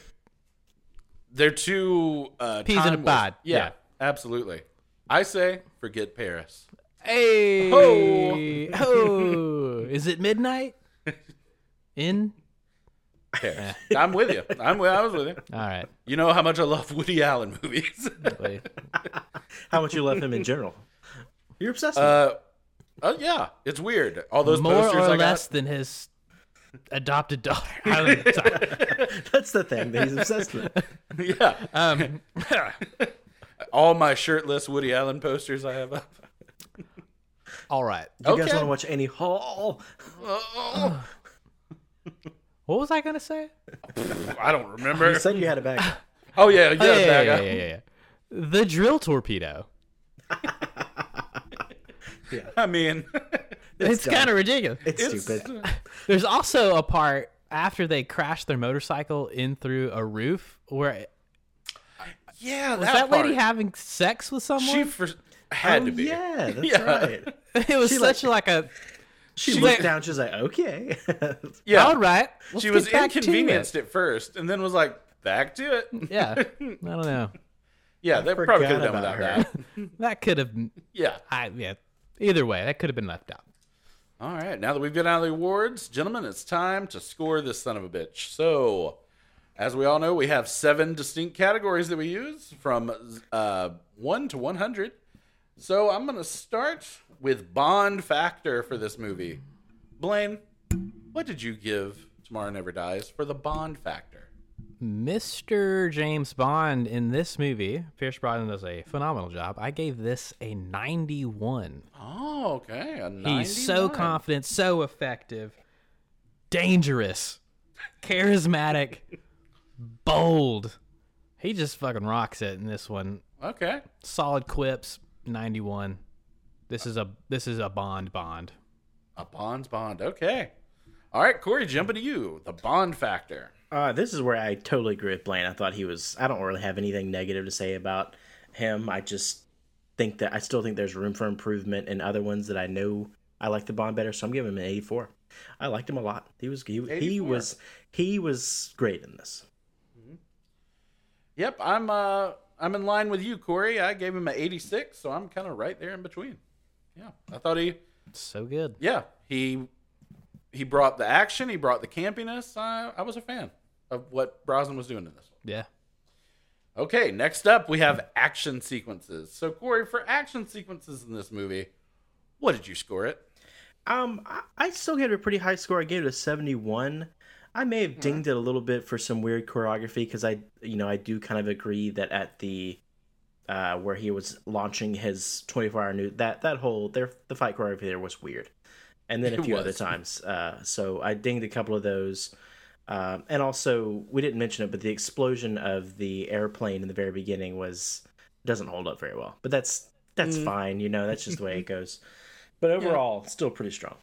[SPEAKER 1] they're too uh,
[SPEAKER 2] Peas in a
[SPEAKER 1] time-wasting.
[SPEAKER 2] pod,
[SPEAKER 1] Yeah,
[SPEAKER 2] yeah.
[SPEAKER 1] absolutely. I say forget Paris.
[SPEAKER 2] Hey!
[SPEAKER 1] Ho!
[SPEAKER 2] Ho! Is it midnight? In?
[SPEAKER 1] Paris. I'm with you. I'm with. I was with you.
[SPEAKER 2] All right.
[SPEAKER 1] You know how much I love Woody Allen movies.
[SPEAKER 2] Wait.
[SPEAKER 3] How much you love him in general? You're obsessed with him.
[SPEAKER 1] Uh, uh, yeah, it's weird. All those
[SPEAKER 2] More
[SPEAKER 1] posters
[SPEAKER 2] or
[SPEAKER 1] I
[SPEAKER 2] less than his adopted daughter. I don't- sorry.
[SPEAKER 3] That's the thing that he's obsessed with.
[SPEAKER 1] got. Yeah,
[SPEAKER 2] Um,
[SPEAKER 1] all my shirtless Woody Allen posters I have up.
[SPEAKER 2] all right.
[SPEAKER 3] You guys
[SPEAKER 1] Okay.
[SPEAKER 3] want to watch Annie Hall?
[SPEAKER 1] Oh,
[SPEAKER 2] What was I going to say?
[SPEAKER 1] I don't remember.
[SPEAKER 3] You said you had a bag.
[SPEAKER 1] Oh yeah, yeah,
[SPEAKER 2] Oh, yeah, yeah,
[SPEAKER 1] that
[SPEAKER 2] yeah,
[SPEAKER 1] guy.
[SPEAKER 2] yeah, yeah, yeah. The drill torpedo.
[SPEAKER 1] I mean,
[SPEAKER 2] It's,
[SPEAKER 3] dumb.
[SPEAKER 2] kind of ridiculous.
[SPEAKER 3] It's,
[SPEAKER 1] it's
[SPEAKER 3] stupid.
[SPEAKER 2] There's also a part after they crash their motorcycle in through a roof where
[SPEAKER 1] yeah.
[SPEAKER 2] was that, lady having sex with someone?
[SPEAKER 1] she for, had
[SPEAKER 3] Oh,
[SPEAKER 1] to be.
[SPEAKER 3] Yeah, that's
[SPEAKER 1] Yeah.
[SPEAKER 3] right.
[SPEAKER 2] it was
[SPEAKER 3] She, like-
[SPEAKER 2] such like, a
[SPEAKER 3] She,
[SPEAKER 1] She-
[SPEAKER 3] looked down. She's like, okay.
[SPEAKER 1] Yeah.
[SPEAKER 2] All right. let's
[SPEAKER 1] she
[SPEAKER 2] get
[SPEAKER 1] was
[SPEAKER 2] back to it."
[SPEAKER 1] inconvenienced at first and then was like, back to it.
[SPEAKER 2] yeah. I don't know.
[SPEAKER 1] Yeah, they probably
[SPEAKER 3] forgot
[SPEAKER 1] could have done
[SPEAKER 3] about
[SPEAKER 1] without
[SPEAKER 3] her.
[SPEAKER 1] that.
[SPEAKER 2] That could have.
[SPEAKER 1] Yeah.
[SPEAKER 2] I yeah. Either way, that could have been left out.
[SPEAKER 1] All right, now that we've got out of the awards, gentlemen, it's time to score this son of a bitch. So, as we all know, we have seven distinct categories that we use from uh, 1 to 100. So, I'm going to start with Bond Factor for this movie. Blaine, what did you give Tomorrow Never Dies for the Bond Factor?
[SPEAKER 2] Mr. James Bond in this movie, Pierce Brosnan does a phenomenal job. I gave this a 91.
[SPEAKER 1] Oh, okay. A
[SPEAKER 2] He's so
[SPEAKER 1] 91.
[SPEAKER 2] confident, so effective, dangerous, charismatic, bold. He just fucking rocks it in this one.
[SPEAKER 1] Okay.
[SPEAKER 2] Solid quips, 91. This is a this is a Bond Bond.
[SPEAKER 1] A Bond's Bond. Okay. All right, Corey, jumping to you. The Bond Factor.
[SPEAKER 3] Uh, this is where I totally agree with Blaine. I thought he was. I don't really have anything negative to say about him. I just think that I still think there's room for improvement in other ones that I know I like the Bond better. So I'm giving him an 84. I liked him a lot. He was he, he
[SPEAKER 1] 84.
[SPEAKER 3] was he was great in this.
[SPEAKER 1] Yep, I'm uh I'm in line with you, Corey. I gave him an 86, so I'm kind of right there in between. Yeah, I thought he,
[SPEAKER 2] So good.
[SPEAKER 1] yeah, he he brought the action, he brought the campiness. I I was a fan of what Brosnan was doing in this.
[SPEAKER 2] Yeah.
[SPEAKER 1] one. Okay, next up we have action sequences. So Corey, for action sequences in this movie, what did you score it?
[SPEAKER 3] Um, I, I still gave it a pretty high score. I gave it a 71. I may
[SPEAKER 1] Mm-hmm.
[SPEAKER 3] have dinged it a little bit for some weird choreography because I, you know, I do kind of agree that at the uh, where he was launching his 24 hour new that that whole there the fight choreography there was weird, and then a
[SPEAKER 1] It
[SPEAKER 3] few other
[SPEAKER 1] was.
[SPEAKER 3] times. Uh, so I dinged a couple of those, um, and also we didn't mention it, but the explosion of the airplane in the very beginning was doesn't hold up very well. But that's that's
[SPEAKER 1] Mm.
[SPEAKER 3] fine, you know, that's just the way it goes. But overall, still pretty strong.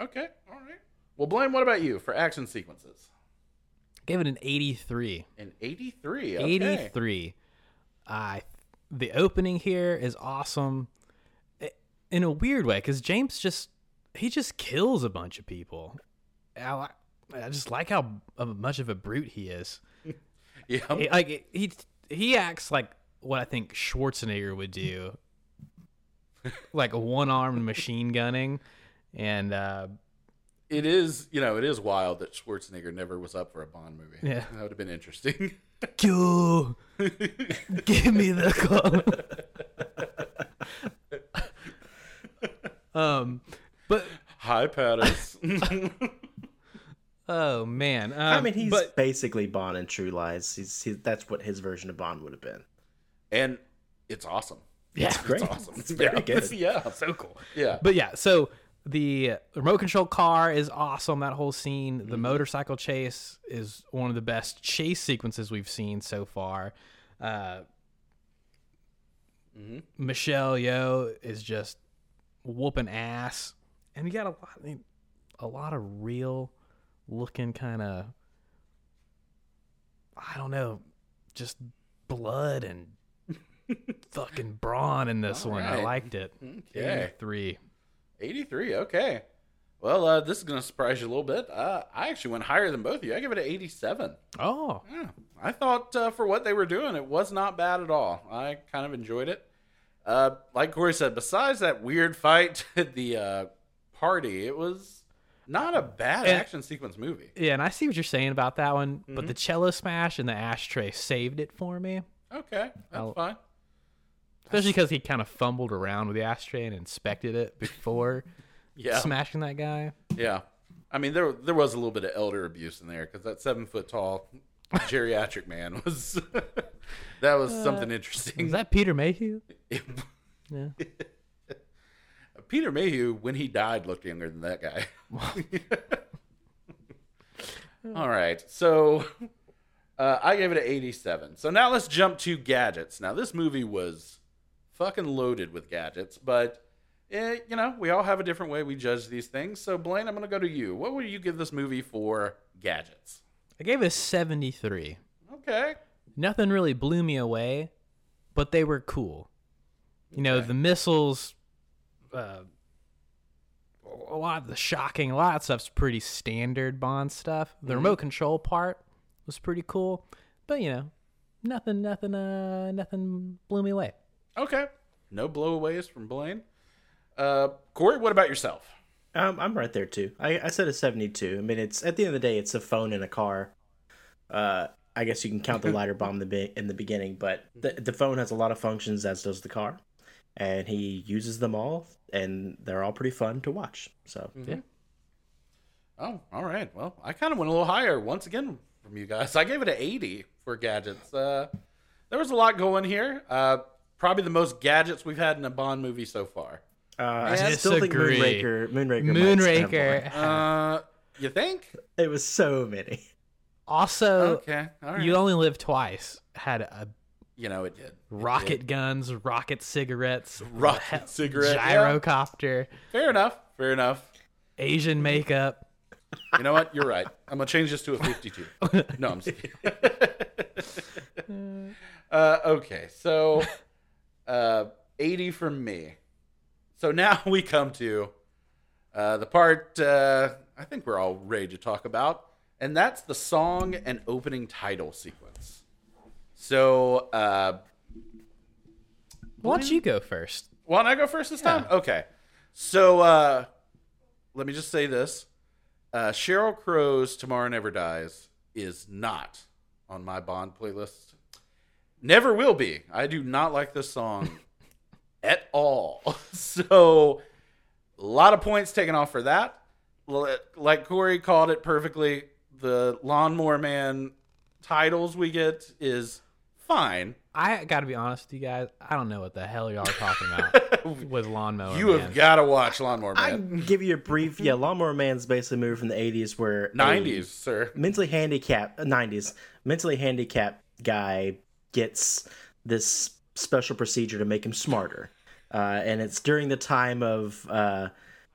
[SPEAKER 1] Okay, all right. Well, Blaine, what about you for action sequences?
[SPEAKER 2] Gave it an 83.
[SPEAKER 1] An 83. Okay.
[SPEAKER 2] 83 i the opening here is awesome I- in a weird way because james just he just kills a bunch of people i, li- I just like how b- much of a brute he is
[SPEAKER 1] Yeah.
[SPEAKER 2] He- like he he acts like what i think schwarzenegger would do like a one-armed machine gunning and uh
[SPEAKER 1] it is you know it is wild that Schwarzenegger never was up for a Bond movie.
[SPEAKER 2] Yeah.
[SPEAKER 1] that would have been interesting.
[SPEAKER 2] Kill. Give me the color. um, but
[SPEAKER 1] Hi, Pattis.
[SPEAKER 2] oh man, um,
[SPEAKER 3] I mean, he's
[SPEAKER 2] but
[SPEAKER 3] basically Bond in True Lies. He's he, that's what his version of Bond would have been.
[SPEAKER 1] and it's awesome.
[SPEAKER 2] yeah,
[SPEAKER 3] Great,
[SPEAKER 1] It's awesome.
[SPEAKER 3] It's very
[SPEAKER 1] yeah.
[SPEAKER 3] good.
[SPEAKER 1] Yeah,
[SPEAKER 2] so cool.
[SPEAKER 1] yeah.
[SPEAKER 2] But yeah, so the remote control car is awesome. That whole scene, the
[SPEAKER 1] Mm-hmm.
[SPEAKER 2] motorcycle chase is one of the best chase sequences we've seen so far.
[SPEAKER 1] Mm-hmm.
[SPEAKER 2] Uh, Michelle Yeoh is just whooping ass, and you got a lot, I mean, a lot of real looking kind of, I don't know, just blood and fucking brawn in this
[SPEAKER 1] All
[SPEAKER 2] one. I
[SPEAKER 1] right.
[SPEAKER 2] liked it.
[SPEAKER 1] Okay.
[SPEAKER 2] Three.
[SPEAKER 1] Eighty-three. Okay. Well, uh, this is gonna surprise you a little bit. Uh, I actually went higher than both of you. I give it an eighty-seven.
[SPEAKER 2] Oh,
[SPEAKER 1] Yeah, I thought uh, for what they were doing, it was not bad at all. I kind of enjoyed it. Uh, like Corey said, besides that weird fight at the uh, party, it was not a bad
[SPEAKER 2] And-
[SPEAKER 1] action sequence movie.
[SPEAKER 2] yeah, and I see what you're saying about that one, but the cello smash and the ashtray saved it for me,
[SPEAKER 1] Okay, that's
[SPEAKER 2] I'll-
[SPEAKER 1] fine.
[SPEAKER 2] especially because he kind of fumbled around with the ashtray and inspected it before
[SPEAKER 1] Yeah,
[SPEAKER 2] smashing that guy.
[SPEAKER 1] yeah. I mean, there there was a little bit of elder abuse in there because that seven foot tall geriatric man was that was
[SPEAKER 2] Uh,
[SPEAKER 1] something interesting.
[SPEAKER 2] Is that Peter Mayhew? Yeah.
[SPEAKER 1] Peter Mayhew, when he died, looked younger than that guy. All right, so uh, I gave it an 87. So now let's jump to gadgets. Now this movie was fucking loaded with gadgets, but eh, you know we all have a different way we judge these things. So Blaine, I'm gonna go to you. What would you give this movie for gadgets?
[SPEAKER 2] I gave it a 73.
[SPEAKER 1] Okay,
[SPEAKER 2] Nothing really blew me away, but they were cool. You know, the missiles, uh, a lot of the shocking, a lot of stuff's pretty standard Bond stuff.
[SPEAKER 1] Mm-hmm.
[SPEAKER 2] The remote control part was pretty cool, but you know, nothing, nothing, uh, nothing blew me away.
[SPEAKER 1] Okay. No blowaways from Blaine. Uh, Corey, what about yourself?
[SPEAKER 3] Um, I'm right there too. I, I said a 72. I mean, it's at the end of the day, it's a phone in a car. Uh, I guess you can count the lighter bomb the be- in the beginning, but the the phone has a lot of functions, as does the car, and he uses them all, and they're all pretty fun to watch. So
[SPEAKER 2] Yeah.
[SPEAKER 1] Oh, all right. Well, I kind of went a little higher once again from you guys. I gave it an 80 for gadgets. Uh, there was a lot going here. Uh, probably the most gadgets we've had in a Bond movie so far.
[SPEAKER 3] uh, I still think
[SPEAKER 2] Disagree.
[SPEAKER 3] Moonraker, Moonraker, might stand
[SPEAKER 2] Moonraker.
[SPEAKER 3] alone.
[SPEAKER 1] Uh, you think?
[SPEAKER 3] It was so many.
[SPEAKER 2] Also,
[SPEAKER 1] okay. All right.
[SPEAKER 2] Uh, you only live twice. Had a
[SPEAKER 1] you know, it did. It
[SPEAKER 2] rocket
[SPEAKER 1] did.
[SPEAKER 2] guns, rocket cigarettes,
[SPEAKER 1] Rocket
[SPEAKER 2] he-
[SPEAKER 1] cigarette, yeah.
[SPEAKER 2] gyrocopter,
[SPEAKER 1] Fair enough. Fair enough. Mm-hmm.
[SPEAKER 2] Asian makeup.
[SPEAKER 1] You know what? You're right. I'm gonna change this to a 52. No, I'm. just kidding. uh, okay, so uh, 80 from me. So now we come to uh, the part uh, I think we're all ready to talk about, and that's the song and opening title sequence. So, uh,
[SPEAKER 2] Why don't you go first?
[SPEAKER 1] want I go first this time? Okay. So, uh, let me just say this: uh, Cheryl Crow's "Tomorrow Never Dies" is not on my Bond playlist. Never will be. I do not like this song at all. So, a lot of points taken off for that. L- Like Corey called it perfectly, the Lawnmower Man titles we get is fine.
[SPEAKER 2] I gotta be honest with you guys. I don't know what the hell y'all are talking about with lawnmower.
[SPEAKER 1] You
[SPEAKER 2] Man.
[SPEAKER 1] have got to watch Lawnmower
[SPEAKER 3] I
[SPEAKER 1] Man.
[SPEAKER 3] can give you a brief. Yeah, Lawnmower Man's basically moved from the 80s where a
[SPEAKER 1] 90s, sir.
[SPEAKER 3] mentally handicapped uh, 90s mentally handicapped guy gets this special procedure to make him smarter. Uh, and it's during the time of uh,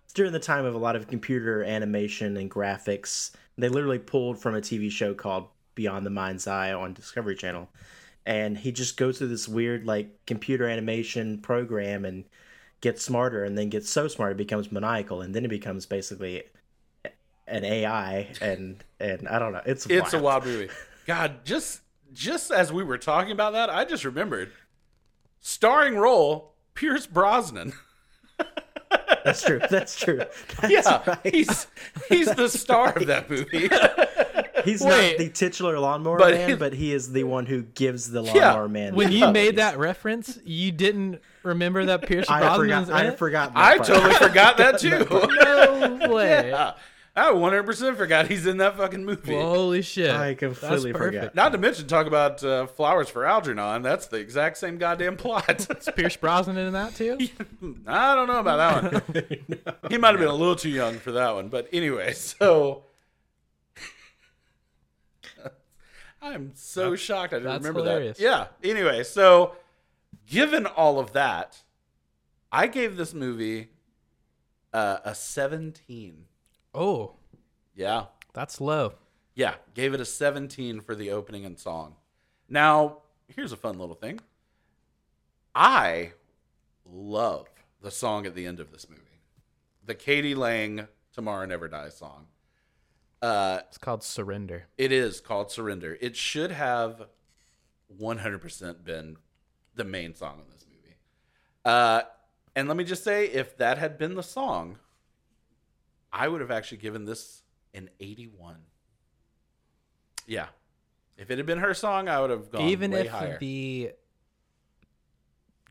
[SPEAKER 3] it's during the time of a lot of computer animation and graphics. They literally pulled from a TV show called Beyond the Mind's Eye on Discovery Channel. And he just goes through this weird like computer animation program and gets smarter and then gets so smart it becomes maniacal and then it becomes basically an AI and and I don't know. It's
[SPEAKER 1] It's a wild movie. God, just just as we were talking about that, I just remembered. Starring role Pierce Brosnan.
[SPEAKER 3] That's true. That's true. That's
[SPEAKER 1] Yeah,
[SPEAKER 3] right.
[SPEAKER 1] he's he's the star of that movie.
[SPEAKER 3] He's
[SPEAKER 2] Wait.
[SPEAKER 3] not the titular lawnmower
[SPEAKER 1] But
[SPEAKER 3] man,
[SPEAKER 1] he-
[SPEAKER 3] but he is the one who gives the lawnmower
[SPEAKER 1] Yeah,
[SPEAKER 3] man.
[SPEAKER 2] When
[SPEAKER 3] the
[SPEAKER 2] you
[SPEAKER 3] cookies.
[SPEAKER 2] made that reference, you didn't remember that Pierce
[SPEAKER 3] I
[SPEAKER 2] Brosnan's
[SPEAKER 3] forgot.
[SPEAKER 2] in
[SPEAKER 3] I
[SPEAKER 2] it?
[SPEAKER 3] forgot. that
[SPEAKER 1] I
[SPEAKER 3] part.
[SPEAKER 1] totally forgot that too.
[SPEAKER 2] No way.
[SPEAKER 1] Yeah, I 100% forgot he's in that fucking movie.
[SPEAKER 2] Well, holy shit!
[SPEAKER 3] I completely
[SPEAKER 2] That's
[SPEAKER 3] forgot.
[SPEAKER 2] perfect.
[SPEAKER 1] Not to mention talk about uh, Flowers for Algernon. That's the exact same goddamn plot.
[SPEAKER 2] Pierce Brosnan in that too.
[SPEAKER 1] I don't know about that one. He might have been a little too young for that one. But anyway, so I'm so shocked I didn't
[SPEAKER 2] that's
[SPEAKER 1] remember
[SPEAKER 2] hilarious.
[SPEAKER 1] that. Yeah. Anyway, so given all of that, I gave this movie uh, a 17.
[SPEAKER 2] Oh,
[SPEAKER 1] Yeah.
[SPEAKER 2] that's low.
[SPEAKER 1] Yeah, gave it a 17 for the opening and song. Now, here's a fun little thing. I love the song at the end of this movie. The Katie Lang Tomorrow Never Dies song. Uh,
[SPEAKER 2] It's called surrender.
[SPEAKER 1] it is called Surrender. It should have 100% been the main song in this movie. Uh, and let me just say, if that had been the song, I would have actually given this an 81. Yeah. If it had been her song, I would have gone
[SPEAKER 2] Even
[SPEAKER 1] way
[SPEAKER 2] if
[SPEAKER 1] higher.
[SPEAKER 2] the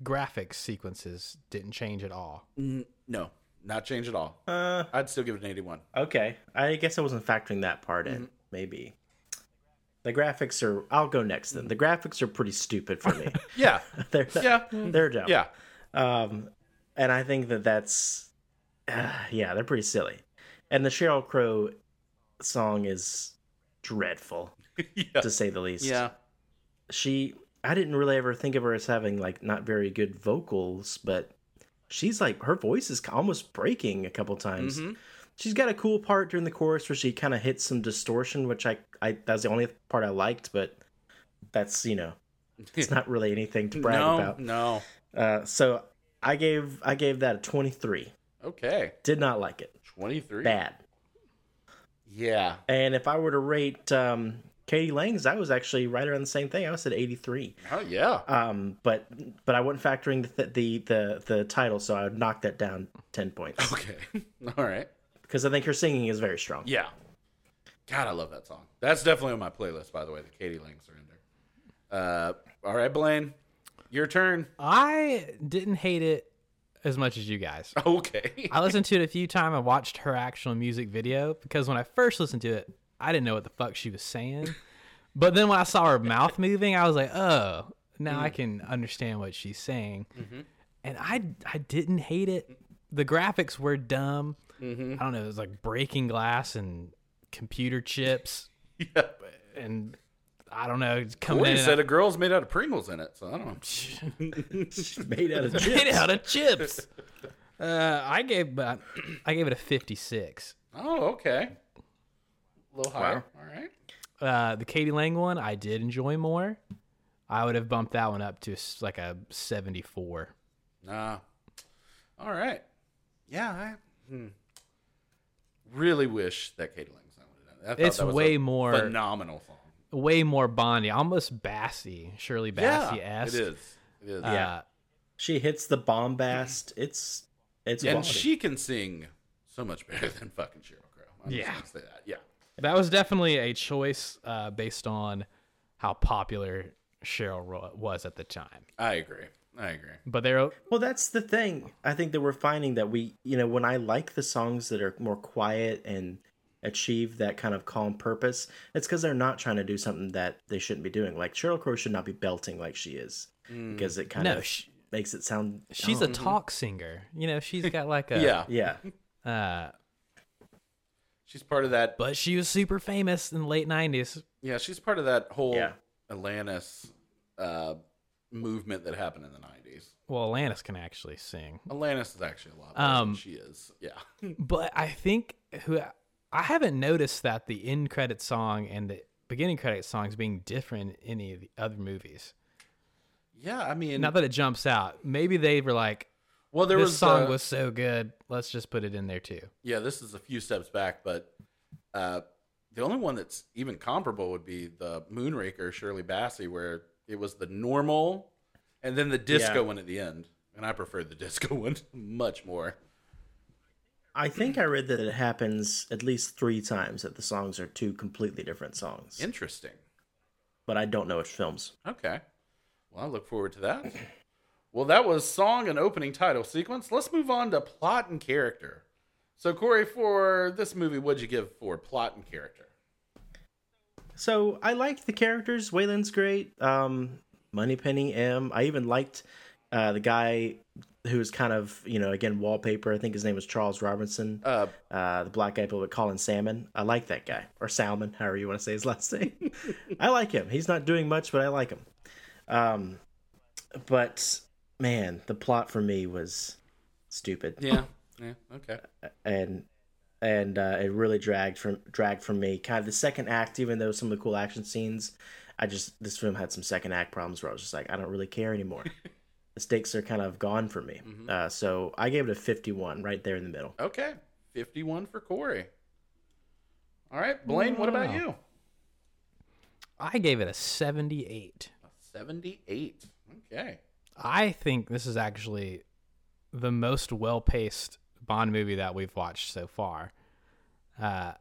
[SPEAKER 2] graphic sequences didn't change at all.
[SPEAKER 1] N- no, not change at all.
[SPEAKER 3] Uh,
[SPEAKER 1] I'd still give it an 81.
[SPEAKER 3] okay. I guess I wasn't factoring that part in.
[SPEAKER 1] Mm-hmm.
[SPEAKER 3] Maybe the graphics are. I'll go next then. The graphics are pretty stupid for me.
[SPEAKER 1] Yeah.
[SPEAKER 3] they're
[SPEAKER 1] Yeah.
[SPEAKER 3] they're dumb.
[SPEAKER 1] Yeah.
[SPEAKER 3] Um, and I think that that's, uh, yeah, they're pretty silly. And the Cheryl Crow song is dreadful,
[SPEAKER 1] Yeah.
[SPEAKER 3] to say the least.
[SPEAKER 1] Yeah.
[SPEAKER 3] She, I didn't really ever think of her as having, like, not very good vocals, but she's like, her voice is almost breaking a couple times.
[SPEAKER 1] Mhm.
[SPEAKER 3] She's got a cool part during the chorus where she kind of hits some distortion, which I, I, that's the only part I liked, but that's, you know, it's not really anything to brag
[SPEAKER 1] Hmm. no,
[SPEAKER 3] about.
[SPEAKER 1] no.
[SPEAKER 3] Uh, so I gave I gave that a 23.
[SPEAKER 1] Okay.
[SPEAKER 3] Did not like it.
[SPEAKER 1] 23.
[SPEAKER 3] Bad.
[SPEAKER 1] Yeah.
[SPEAKER 3] And if I were to rate um, Katie Lang's, I was actually right around the same thing. I was at 83.
[SPEAKER 1] Oh yeah.
[SPEAKER 3] Um, but but I wasn't factoring the the the, the title, so I would knock that down 10 points
[SPEAKER 1] Okay. All right.
[SPEAKER 3] because I think her singing is very strong.
[SPEAKER 1] Yeah. God, I love that song. That's definitely on my playlist, by the way. The Katie Lang Surrender. Uh, all right, Blaine, your turn.
[SPEAKER 2] I didn't hate it as much as you guys.
[SPEAKER 1] Okay.
[SPEAKER 2] I listened to it a few times. I watched her actual music video because when I first listened to it, I didn't know what the fuck she was saying. But then when I saw her mouth moving, I was like, oh, now I can understand what she's saying. And I I didn't hate it. The graphics were dumb. I don't know. It was like breaking glass and computer chips
[SPEAKER 1] yeah.
[SPEAKER 2] and I don't know it's coming
[SPEAKER 1] Woody
[SPEAKER 2] in.
[SPEAKER 1] said
[SPEAKER 2] and
[SPEAKER 1] a girl's made out of Pringles in it, so I don't know.
[SPEAKER 3] She's made out of
[SPEAKER 2] out- made
[SPEAKER 3] chips.
[SPEAKER 2] out of chips. Uh, I gave but I gave it a fifty six.
[SPEAKER 1] Oh, okay. A little higher.
[SPEAKER 3] Wow.
[SPEAKER 1] All right.
[SPEAKER 2] Uh, the Katie Lang one I did enjoy more. I would have bumped that one up to s- like a seventy four.
[SPEAKER 1] Nah. All right. Yeah. I hmm. really wish that Katie Lang song would have done. it. I thought
[SPEAKER 2] It's
[SPEAKER 1] that was
[SPEAKER 2] way
[SPEAKER 1] a
[SPEAKER 2] more-
[SPEAKER 1] phenomenal song.
[SPEAKER 2] Way more Bondy, almost Bassy, Shirley Bassey
[SPEAKER 1] yeah, it
[SPEAKER 2] esque.
[SPEAKER 1] is. It is.
[SPEAKER 2] Uh,
[SPEAKER 3] Yeah. She hits the bombast. It's it's
[SPEAKER 1] and
[SPEAKER 3] quality.
[SPEAKER 1] she can sing so much better than fucking Cheryl Crow. I'm
[SPEAKER 2] Yeah.
[SPEAKER 1] just gonna say that. Yeah.
[SPEAKER 2] That was definitely a choice uh, based on how popular Cheryl Ro- was at the time.
[SPEAKER 1] I agree. I agree.
[SPEAKER 2] But they're
[SPEAKER 3] Well, that's the thing. I think that we're finding that we, you know, when I like the songs that are more quiet and achieve that kind of calm purpose, it's because they're not trying to do something that they shouldn't be doing. Like Cheryl Crow should not be belting like she is because it kind
[SPEAKER 2] No,
[SPEAKER 3] of
[SPEAKER 2] sh-
[SPEAKER 3] makes it sound.
[SPEAKER 2] she's a
[SPEAKER 1] Mm-hmm.
[SPEAKER 3] dumb.
[SPEAKER 2] talk singer. You know, she's got like a
[SPEAKER 1] yeah.
[SPEAKER 3] yeah.
[SPEAKER 2] Uh,
[SPEAKER 1] She's part of that.
[SPEAKER 2] but she was super famous in the late '90s.
[SPEAKER 1] Yeah, she's part of that whole
[SPEAKER 3] Yeah.
[SPEAKER 1] Atlantis uh, movement that happened in the '90s.
[SPEAKER 2] Well, Alanis can actually sing,
[SPEAKER 1] Atlantis is actually a lot better than
[SPEAKER 2] Um,
[SPEAKER 1] she is. Yeah.
[SPEAKER 2] but I think who I haven't noticed that the end credit song and the beginning credit songs being different in any of the other movies.
[SPEAKER 1] Yeah. I mean,
[SPEAKER 2] Not that it jumps out. Maybe they were like,
[SPEAKER 1] well, there
[SPEAKER 2] "This
[SPEAKER 1] was
[SPEAKER 2] song
[SPEAKER 1] uh,
[SPEAKER 2] was so good, let's just put it in there too."
[SPEAKER 1] yeah, this is a few steps back, but uh, the only one that's even comparable would be the Moonraker Shirley Bassey, where it was the normal and then the disco
[SPEAKER 3] Yeah.
[SPEAKER 1] one at the end. And I preferred the disco one much more.
[SPEAKER 3] I think I read that it happens at least three times that the songs are two completely different songs,
[SPEAKER 1] Interesting.
[SPEAKER 3] but I don't know which films.
[SPEAKER 1] Okay. Well, I look forward to that. Well, that was song and opening title sequence. Let's move on to plot and character. So, Corey, for this movie, what'd you give for plot and character?
[SPEAKER 3] So I liked the characters. Waylon's great. Um, Moneypenny M. I even liked uh, the guy who was kind of you know again wallpaper. I think his name was Charles Robinson.
[SPEAKER 1] Uh,
[SPEAKER 3] Uh, the black guy people would call him Salmon. I like that guy or Salmon, however you want to say his last name. I like him. He's not doing much, but I like him. Um, but man, the plot for me was stupid
[SPEAKER 1] yeah. Yeah. Okay.
[SPEAKER 3] and and uh, it really dragged from dragged from me. Kind of the second act, even though some of the cool action scenes, I just this film had some second act problems where I was just like, I don't really care anymore. the stakes are kind of gone for me.
[SPEAKER 1] Mm-hmm.
[SPEAKER 3] Uh, so I gave it a fifty-one, right there in the middle.
[SPEAKER 1] Okay. 51 for Corey. All right. Blaine, what about
[SPEAKER 2] Wow.
[SPEAKER 1] you?
[SPEAKER 2] I gave it a 78.
[SPEAKER 1] 78. Okay.
[SPEAKER 2] I think this is actually the most well-paced Bond movie that we've watched so far. Uh,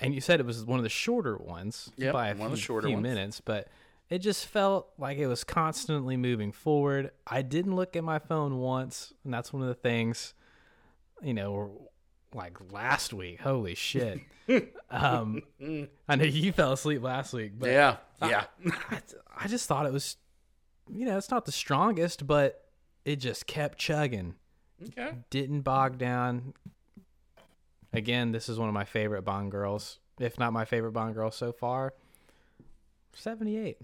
[SPEAKER 2] and you said it was one of the shorter ones
[SPEAKER 1] Yep,
[SPEAKER 2] by a
[SPEAKER 1] one of
[SPEAKER 2] few,
[SPEAKER 1] the shorter
[SPEAKER 2] few
[SPEAKER 1] ones.
[SPEAKER 2] minutes, but it just felt like it was constantly moving forward. I didn't look at my phone once, and that's one of the things, you know, like last week. Holy shit! um, I know you fell asleep last week, but
[SPEAKER 1] yeah. Yeah.
[SPEAKER 2] I, I just thought it was, you know, it's not the strongest, but it just kept chugging.
[SPEAKER 1] okay.
[SPEAKER 2] Didn't bog down. Again, this is one of my favorite Bond girls, if not my favorite Bond girl so far. 78.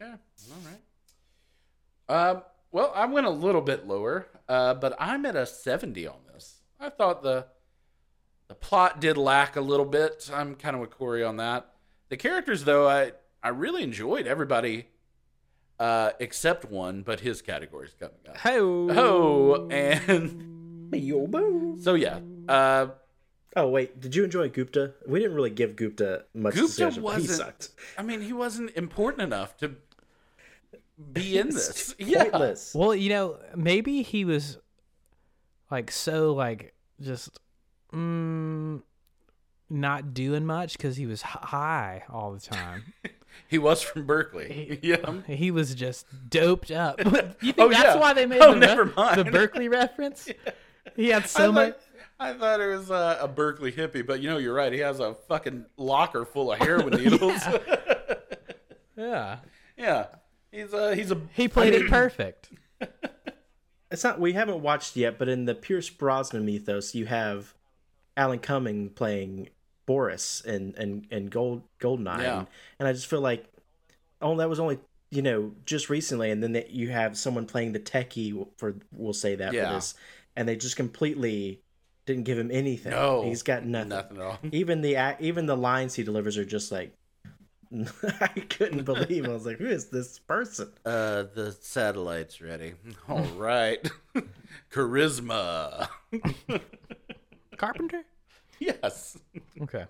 [SPEAKER 1] Okay. All right. Um, well, I went a little bit lower, uh, but I'm at a 70 on this. I thought the the plot did lack a little bit. I'm kind of with Corey on that. The characters, though, I I really enjoyed everybody uh, except one, but his category's coming up.
[SPEAKER 2] Hey.
[SPEAKER 1] Oh, and
[SPEAKER 3] Yo, boo.
[SPEAKER 1] so yeah, uh,
[SPEAKER 3] Oh wait, did you enjoy Gupta? We didn't really give Gupta much.
[SPEAKER 1] Gupta
[SPEAKER 3] discussion, but
[SPEAKER 1] wasn't.
[SPEAKER 3] He sucked.
[SPEAKER 1] I mean, he wasn't important enough to be in this. Yeah.
[SPEAKER 3] Pointless.
[SPEAKER 2] Well, you know, maybe he was like so like just mm, not doing much because he was h- high all the time.
[SPEAKER 1] He was from Berkeley. Yeah.
[SPEAKER 2] he was just doped up. you think
[SPEAKER 1] Oh,
[SPEAKER 2] that's
[SPEAKER 1] yeah.
[SPEAKER 2] why they made
[SPEAKER 1] Oh,
[SPEAKER 2] the,
[SPEAKER 1] never
[SPEAKER 2] re-
[SPEAKER 1] mind.
[SPEAKER 2] the Berkeley reference? He had so
[SPEAKER 1] I
[SPEAKER 2] much.
[SPEAKER 1] thought, I thought it was uh, a Berkeley hippie, but you know, you're right. He has a fucking locker full of heroin needles. yeah.
[SPEAKER 2] Yeah,
[SPEAKER 1] He's a, he's a,
[SPEAKER 2] he played it perfect.
[SPEAKER 3] it's not we haven't watched yet, but in the Pierce Brosnan mythos, you have Alan Cumming playing Boris and and and Gold Goldeneye,
[SPEAKER 1] Yeah.
[SPEAKER 3] and I just feel like oh that was only you know just recently, and then that you have someone playing the techie for we'll say that
[SPEAKER 1] Yeah.
[SPEAKER 3] for this, and they just completely didn't give him anything.
[SPEAKER 1] No.
[SPEAKER 3] he's got nothing.
[SPEAKER 1] nothing at all.
[SPEAKER 3] Even the ac- even the lines he delivers are just like. I couldn't believe. I was like, "Who is this person?"
[SPEAKER 1] Uh, the satellite's ready. All right. Charisma.
[SPEAKER 2] Carpenter.
[SPEAKER 1] yes.
[SPEAKER 2] Okay.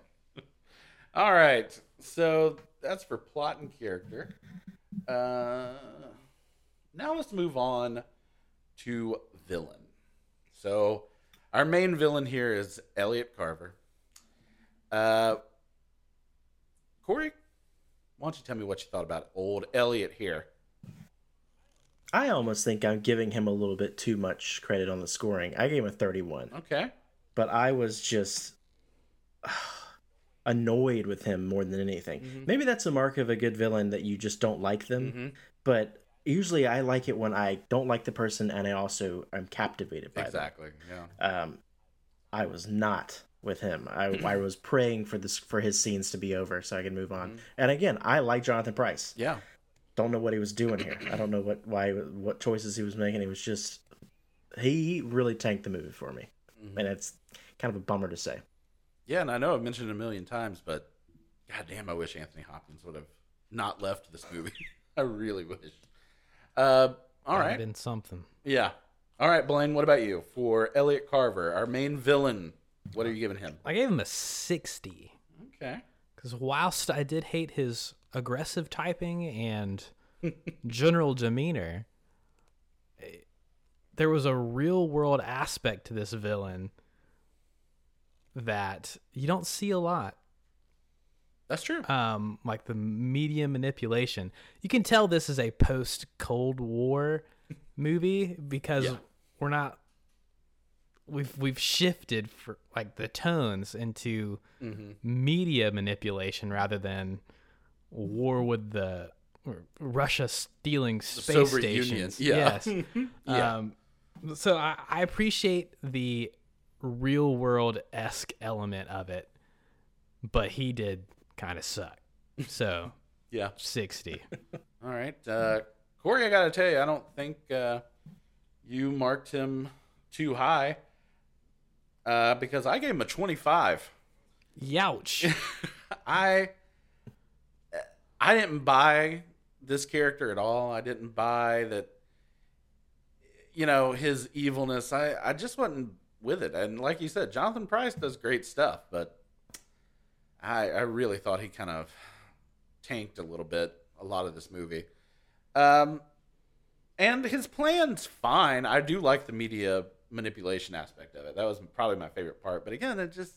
[SPEAKER 1] All right. So that's for plot and character. Uh, now let's move on to villain. So our main villain here is Elliot Carver. Uh, Corey, why don't you tell me what you thought about old Elliot here?
[SPEAKER 3] I almost think I'm giving him a little bit too much credit on the scoring. I gave him a 31,
[SPEAKER 1] Okay.
[SPEAKER 3] but I was just annoyed with him more than anything. Maybe that's a mark of a good villain that you just don't like them,
[SPEAKER 1] Mhm.
[SPEAKER 3] but usually I like it when I don't like the person and I also am captivated by them.
[SPEAKER 1] Exactly. Yeah.
[SPEAKER 3] Um, I was not with him. I, I was praying for this for his scenes to be over so I can move on. And again, I like Jonathan Price
[SPEAKER 1] Yeah.
[SPEAKER 3] don't know what he was doing here. I don't know what why what choices he was making. It was just he really tanked the movie for me,
[SPEAKER 2] Mm-hmm.
[SPEAKER 3] and it's kind of a bummer to say.
[SPEAKER 1] Yeah, and I know I've mentioned it a million times, but goddamn, I wish Anthony Hopkins would have not left this movie. I really wish. Uh, all
[SPEAKER 2] That'd
[SPEAKER 1] right.
[SPEAKER 2] Been something.
[SPEAKER 1] Yeah. All right, Blaine, what about you? For Elliot Carver, our main villain, what are you giving him?
[SPEAKER 2] I gave him a sixty.
[SPEAKER 1] Okay.
[SPEAKER 2] Because whilst I did hate his aggressive typing and general demeanor, eh, there was a real world aspect to this villain that you don't see a lot.
[SPEAKER 1] That's true.
[SPEAKER 2] Um, like the media manipulation. You can tell this is a post Cold War movie because
[SPEAKER 1] Yeah.
[SPEAKER 2] we're not we've we've shifted for like the tones into
[SPEAKER 1] hmm
[SPEAKER 2] media manipulation rather than war with the or Russia stealing space
[SPEAKER 1] Soviet Union,
[SPEAKER 2] stations.
[SPEAKER 1] yeah.
[SPEAKER 2] Yes.
[SPEAKER 1] Yeah.
[SPEAKER 2] Um, so I, I appreciate the real world esque element of it, but he did kind of suck. So
[SPEAKER 1] Yeah.
[SPEAKER 2] sixty.
[SPEAKER 1] All right. Uh, Corey, I got to tell you, I don't think uh, you marked him too high uh, because I gave him a 25.
[SPEAKER 2] Youch.
[SPEAKER 1] I I didn't buy this character at all. I didn't buy that you know, his evilness. I I just wasn't with it. And like you said, Jonathan Price does great stuff, but I I really thought he kind of tanked a little bit a lot of this movie. Um and his plan's fine. I do like the media manipulation aspect of it. That was probably my favorite part. But again, it just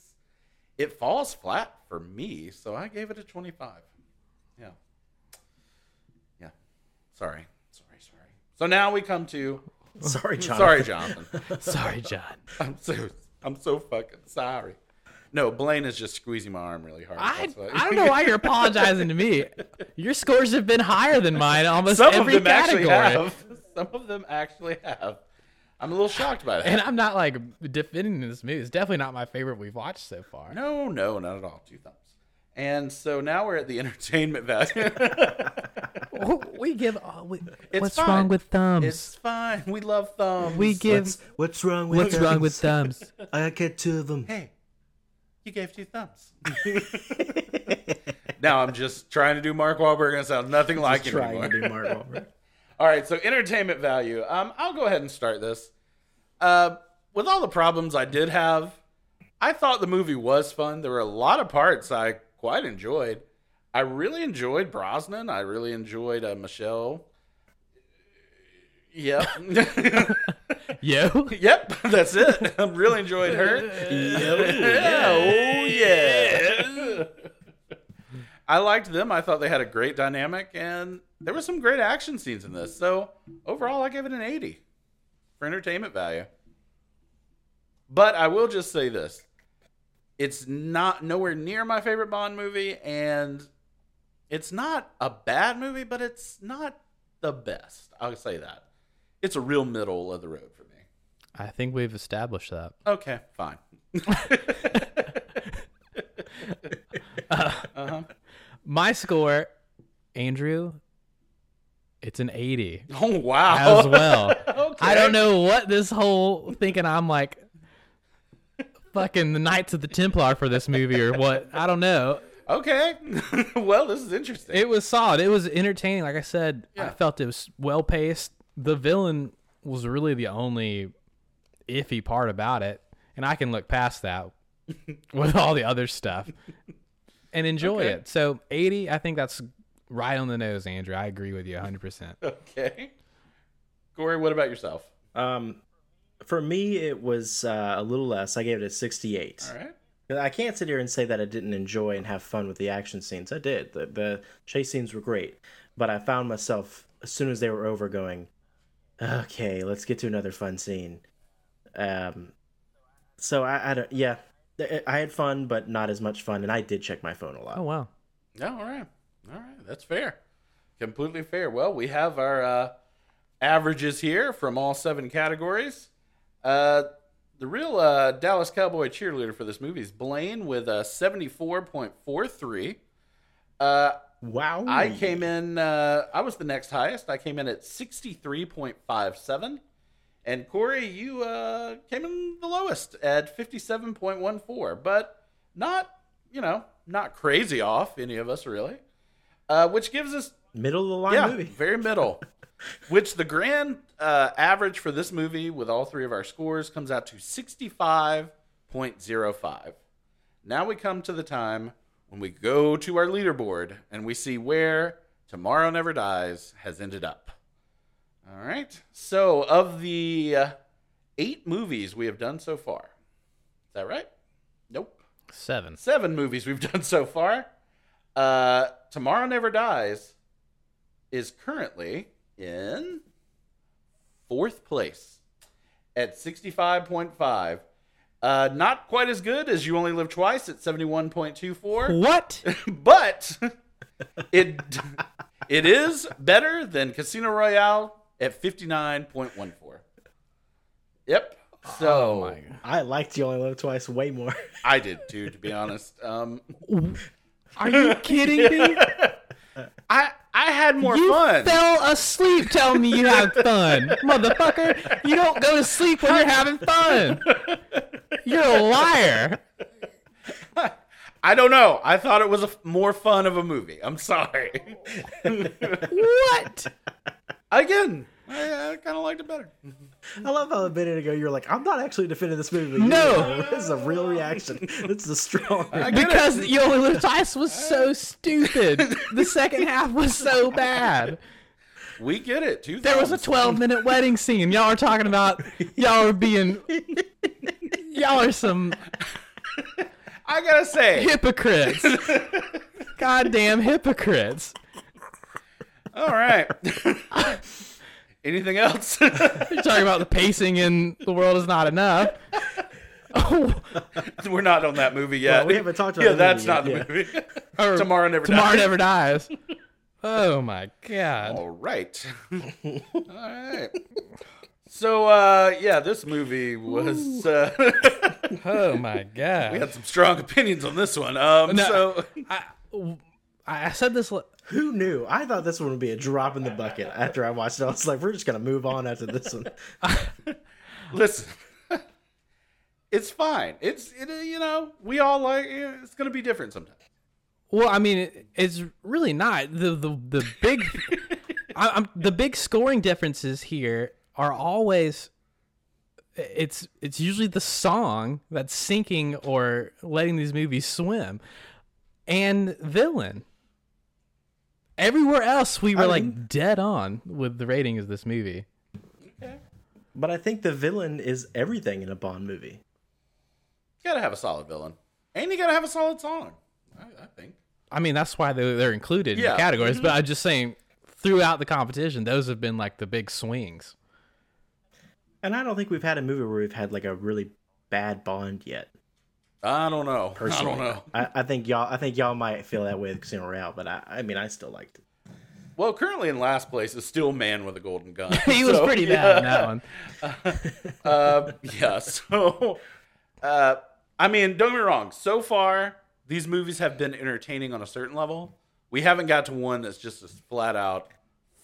[SPEAKER 1] it falls flat for me, so I gave it a 25. Yeah. Yeah. Sorry. Sorry, sorry. So now we come to
[SPEAKER 3] Sorry, John.
[SPEAKER 1] Sorry, Jonathan.
[SPEAKER 2] Sorry, John.
[SPEAKER 1] I'm so I'm so fucking sorry. No, Blaine is just squeezing my arm really hard.
[SPEAKER 2] I,
[SPEAKER 1] That's why-
[SPEAKER 2] I don't know why you're apologizing to me. Your scores have been higher than mine in almost
[SPEAKER 1] Some
[SPEAKER 2] every
[SPEAKER 1] of them
[SPEAKER 2] category.
[SPEAKER 1] actually have. Some of them actually have. I'm a little shocked by that.
[SPEAKER 2] And I'm not like defending this movie. It's definitely not my favorite we've watched so far.
[SPEAKER 1] No, no, not at all. Two thumbs. And so now we're at the entertainment value.
[SPEAKER 2] We give. Oh, we,
[SPEAKER 1] It's
[SPEAKER 2] what's
[SPEAKER 1] fine.
[SPEAKER 2] wrong with thumbs?
[SPEAKER 1] it's fine. We love thumbs.
[SPEAKER 2] we give.
[SPEAKER 3] what's wrong with
[SPEAKER 2] what's wrong with thumbs?
[SPEAKER 3] I get two of them.
[SPEAKER 1] hey, you gave two thumbs. now I'm just trying to do Mark Wahlberg and it sounds nothing like him
[SPEAKER 3] Trying
[SPEAKER 1] anymore.
[SPEAKER 3] to do Mark Wahlberg.
[SPEAKER 1] All right, so entertainment value. Um, I'll go ahead and start this. Uh, with all the problems I did have, I thought the movie was fun. There were a lot of parts I quite enjoyed. I really enjoyed Brosnan. I really enjoyed uh, Michelle. Yep.
[SPEAKER 2] Yo.
[SPEAKER 1] yep, that's it. I really enjoyed her. Yeah, oh yeah. I liked them. I thought they had a great dynamic, and there were some great action scenes in this. So overall, I gave it an eighty for entertainment value. But I will just say this: it's not nowhere near my favorite Bond movie, and it's not a bad movie, but it's not the best. I'll say that. It's a real middle of the road for me.
[SPEAKER 2] I think we've established that.
[SPEAKER 1] Okay, fine. uh-huh.
[SPEAKER 2] My score, Andrew, it's an 80
[SPEAKER 1] Oh wow!
[SPEAKER 2] as well.
[SPEAKER 1] okay.
[SPEAKER 2] I don't know what this whole thinking I'm like fucking the Knights of the Templar for this movie or what. I don't know.
[SPEAKER 1] Okay. well, this is interesting.
[SPEAKER 2] It was solid. It was entertaining. Like I said, I
[SPEAKER 1] Yeah.
[SPEAKER 2] felt it was well paced. The villain was really the only iffy part about it, and I can look past that with all the other stuff and enjoy
[SPEAKER 1] Okay.
[SPEAKER 2] it. So 80, I think that's right on the nose, Andrew. I agree with you 100%.
[SPEAKER 1] okay. Corey, what about yourself?
[SPEAKER 3] Um, for me, it was uh, a little less. I gave it a 68.
[SPEAKER 1] All right.
[SPEAKER 3] I can't sit here and say that I didn't enjoy and have fun with the action scenes. I did. The, the chase scenes were great, but I found myself as soon as they were over going, "Okay, let's get to another fun scene." Um, so I, I don't. Yeah, I- I had fun, but not as much fun, and I did check my phone a lot.
[SPEAKER 2] Oh, wow.
[SPEAKER 1] No, all right. All right. That's fair. Completely fair. Well, we have our uh, averages here from all seven categories. Uh, the real uh, Dallas Cowboy cheerleader for this movie is Blaine with a 74.43. Uh,
[SPEAKER 3] Wow!
[SPEAKER 1] I came in. Uh, I was the next highest. I came in at sixty three point five seven, and Corey, you uh, came in the lowest at fifty seven point one four. But not, you know, not crazy off any of us really. Uh, which gives us
[SPEAKER 3] middle of the line
[SPEAKER 1] yeah,
[SPEAKER 3] movie.
[SPEAKER 1] very middle. Which the grand uh, average for this movie, with all three of our scores, comes out to 65.05. Now we come to the time when we go to our leaderboard and we see where Tomorrow Never Dies has ended up. All right. So, of the uh, eight movies we have done so far, is that right? Nope
[SPEAKER 2] Seven.
[SPEAKER 1] seven movies we've done so far. Uh, Tomorrow Never Dies is currently in fourth place at 65.5. Uh, not quite as good as You Only Live Twice at 71.24,
[SPEAKER 2] What?
[SPEAKER 1] but it it is better than Casino Royale at 59.14. Yep. So
[SPEAKER 2] my God.
[SPEAKER 3] I liked You Only Live Twice way more.
[SPEAKER 1] I did too, to be honest. Um,
[SPEAKER 2] Are you kidding me?
[SPEAKER 1] I I had more
[SPEAKER 2] you
[SPEAKER 1] fun.
[SPEAKER 2] fell asleep telling me you had fun. Motherfucker, you don't go to sleep when you're having fun. You're a liar.
[SPEAKER 1] I don't know. I thought it was a f- more fun of a movie. I'm sorry.
[SPEAKER 2] What?
[SPEAKER 1] Again, I, I kind of liked it better.
[SPEAKER 3] I love how a minute ago you were like, "I'm not actually defending this movie."
[SPEAKER 2] No.
[SPEAKER 3] this is a real reaction. This is a strong.
[SPEAKER 1] I get it.
[SPEAKER 2] Because You Only Live Twice was so stupid. The second half was so bad.
[SPEAKER 1] we get it. Two
[SPEAKER 2] There was a
[SPEAKER 1] thumbs.
[SPEAKER 2] 12 minute wedding scene. Y'all are talking about, y'all are being, y'all are some
[SPEAKER 1] I gotta say.
[SPEAKER 2] hypocrites. Goddamn hypocrites.
[SPEAKER 1] All right. Anything else?
[SPEAKER 2] You're talking about the pacing in The World Is Not Enough. Oh,
[SPEAKER 1] We're not on that movie yet.
[SPEAKER 3] Well, we haven't talked about
[SPEAKER 1] Yeah,
[SPEAKER 3] the
[SPEAKER 1] that's
[SPEAKER 3] movie
[SPEAKER 1] not the
[SPEAKER 3] yet,
[SPEAKER 1] movie.
[SPEAKER 2] or
[SPEAKER 1] Tomorrow never.
[SPEAKER 2] Tomorrow
[SPEAKER 1] dies.
[SPEAKER 2] Never Dies. Oh my God.
[SPEAKER 1] All right. All right. So uh, yeah, this movie was. Uh,
[SPEAKER 2] Oh my God.
[SPEAKER 1] we had some strong opinions on this one. Um,
[SPEAKER 2] No.
[SPEAKER 1] so
[SPEAKER 2] I, w- I- I said this. l-
[SPEAKER 3] Who knew? I thought this one would be a drop in the bucket after I watched it. I was like, we're just gonna move on after this one.
[SPEAKER 1] listen it's fine it's it, uh, you know we all like yeah, it's gonna be different sometimes
[SPEAKER 2] Well, I mean, it, it's really not the the the big. I, I'm the big scoring differences here are always it's it's usually the song that's sinking or letting these movies swim and villain everywhere else we were
[SPEAKER 3] I
[SPEAKER 2] like
[SPEAKER 3] mean-
[SPEAKER 2] dead on with the rating of this movie
[SPEAKER 3] But I think the villain is everything in a Bond movie.
[SPEAKER 1] You gotta have a solid villain, and you gotta have a solid song. I, I think.
[SPEAKER 2] i mean that's why they're, they're included in
[SPEAKER 1] Yeah. Mm-hmm.
[SPEAKER 2] the categories but i'm just saying throughout the competition those have been like the big swings
[SPEAKER 3] And I don't think we've had a movie where we've had like a really bad Bond yet.
[SPEAKER 1] I don't know.
[SPEAKER 3] Personally,
[SPEAKER 1] I don't know.
[SPEAKER 3] I, I think y'all. I think y'all might feel that way with Casino Royale, but I, I mean, I still liked it.
[SPEAKER 1] Well, currently in last place is still Man with a Golden Gun.
[SPEAKER 2] he was
[SPEAKER 1] So,
[SPEAKER 2] pretty
[SPEAKER 1] yeah.
[SPEAKER 2] bad in that one
[SPEAKER 1] Uh, yeah. So, uh, I mean, don't get me wrong. So far, these movies have been entertaining on a certain level. We haven't got to one that's just a flat out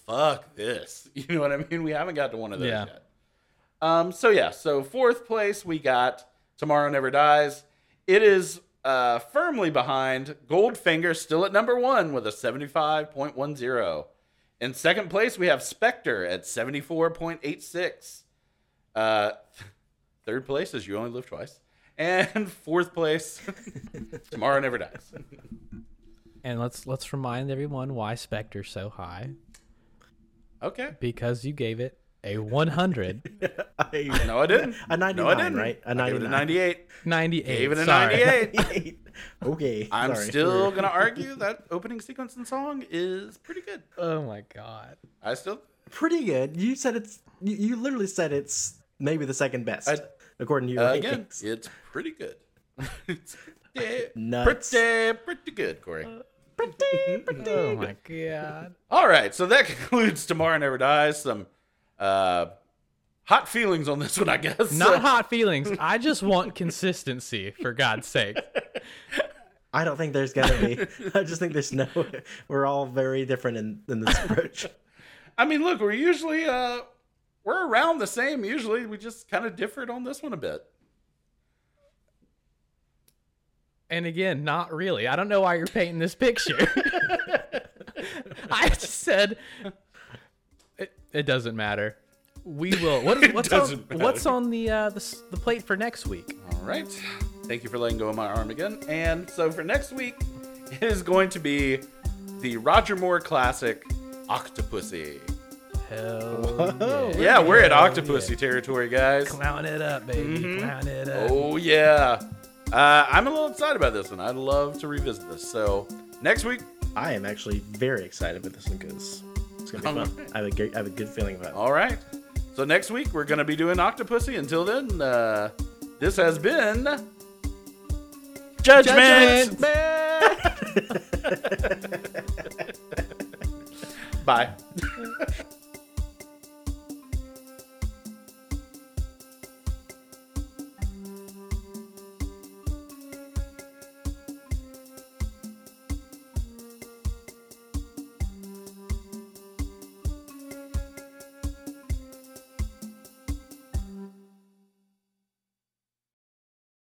[SPEAKER 1] "fuck this." You know what I mean? We haven't got to one of those
[SPEAKER 2] Yeah.
[SPEAKER 1] yet. Um, so yeah, so fourth place we got Tomorrow Never Dies. It is uh, firmly behind Goldfinger, still at number one with a seventy-five point one zero. In second place, we have Spectre at seventy-four point eight six. Uh, third place is You Only Live Twice, and fourth place, Tomorrow Never Dies.
[SPEAKER 2] and let's let's remind everyone why spectre's so high
[SPEAKER 1] Okay,
[SPEAKER 2] because you gave it a 198
[SPEAKER 3] I,
[SPEAKER 1] no, I didn't.
[SPEAKER 3] A
[SPEAKER 1] no, I
[SPEAKER 3] 99,
[SPEAKER 1] didn't.
[SPEAKER 3] right? A
[SPEAKER 1] I gave it a
[SPEAKER 3] 99.
[SPEAKER 1] ninety-eight. Gave it a ninety-eight.
[SPEAKER 3] okay,
[SPEAKER 1] I'm
[SPEAKER 3] sorry.
[SPEAKER 1] still gonna argue that opening sequence and song is pretty good.
[SPEAKER 2] oh my god
[SPEAKER 1] I still
[SPEAKER 3] pretty good. You said it's. You, you literally said it's maybe the second best
[SPEAKER 1] I-
[SPEAKER 3] according to your
[SPEAKER 1] uh, again,
[SPEAKER 3] rankings.
[SPEAKER 1] it's pretty good. it's pretty,
[SPEAKER 3] Nuts.
[SPEAKER 1] pretty, pretty good, Corey.
[SPEAKER 2] oh my god
[SPEAKER 1] All right, so that concludes Tomorrow Never Dies. Some uh, hot feelings on this one, I guess.
[SPEAKER 2] Not hot feelings. I just want consistency, for God's sake.
[SPEAKER 3] I don't think there's gonna be. I just think there's no. We're all very different in, in this approach.
[SPEAKER 1] I mean, look, we're usually uh, we're around the same. Usually, we just kind of differed on this one a bit.
[SPEAKER 2] And again, not really. I don't know why you're painting this picture. I just said it, it doesn't matter. We will. What is, what's, on,
[SPEAKER 1] doesn't matter.
[SPEAKER 2] what's on the uh, the, s- the plate for next week?
[SPEAKER 1] All right. Thank you for letting go of my arm again. And so for next week, it is going to be the Roger Moore classic Octopussy.
[SPEAKER 2] Hell
[SPEAKER 3] Oh,
[SPEAKER 1] Yeah, we're at Octopussy territory, guys.
[SPEAKER 2] Clown it up, baby. Clown it up.
[SPEAKER 1] Oh, yeah. Uh, I'm a little excited about this one. I'd love to revisit this. So next week,
[SPEAKER 3] I am actually very excited with this one because it's gonna be fun. I have a good, I have a good feeling about it.
[SPEAKER 1] all right. So next week, we're going to be doing Octopussy. Until then, uh, this has been
[SPEAKER 2] Judgment!
[SPEAKER 1] Bye.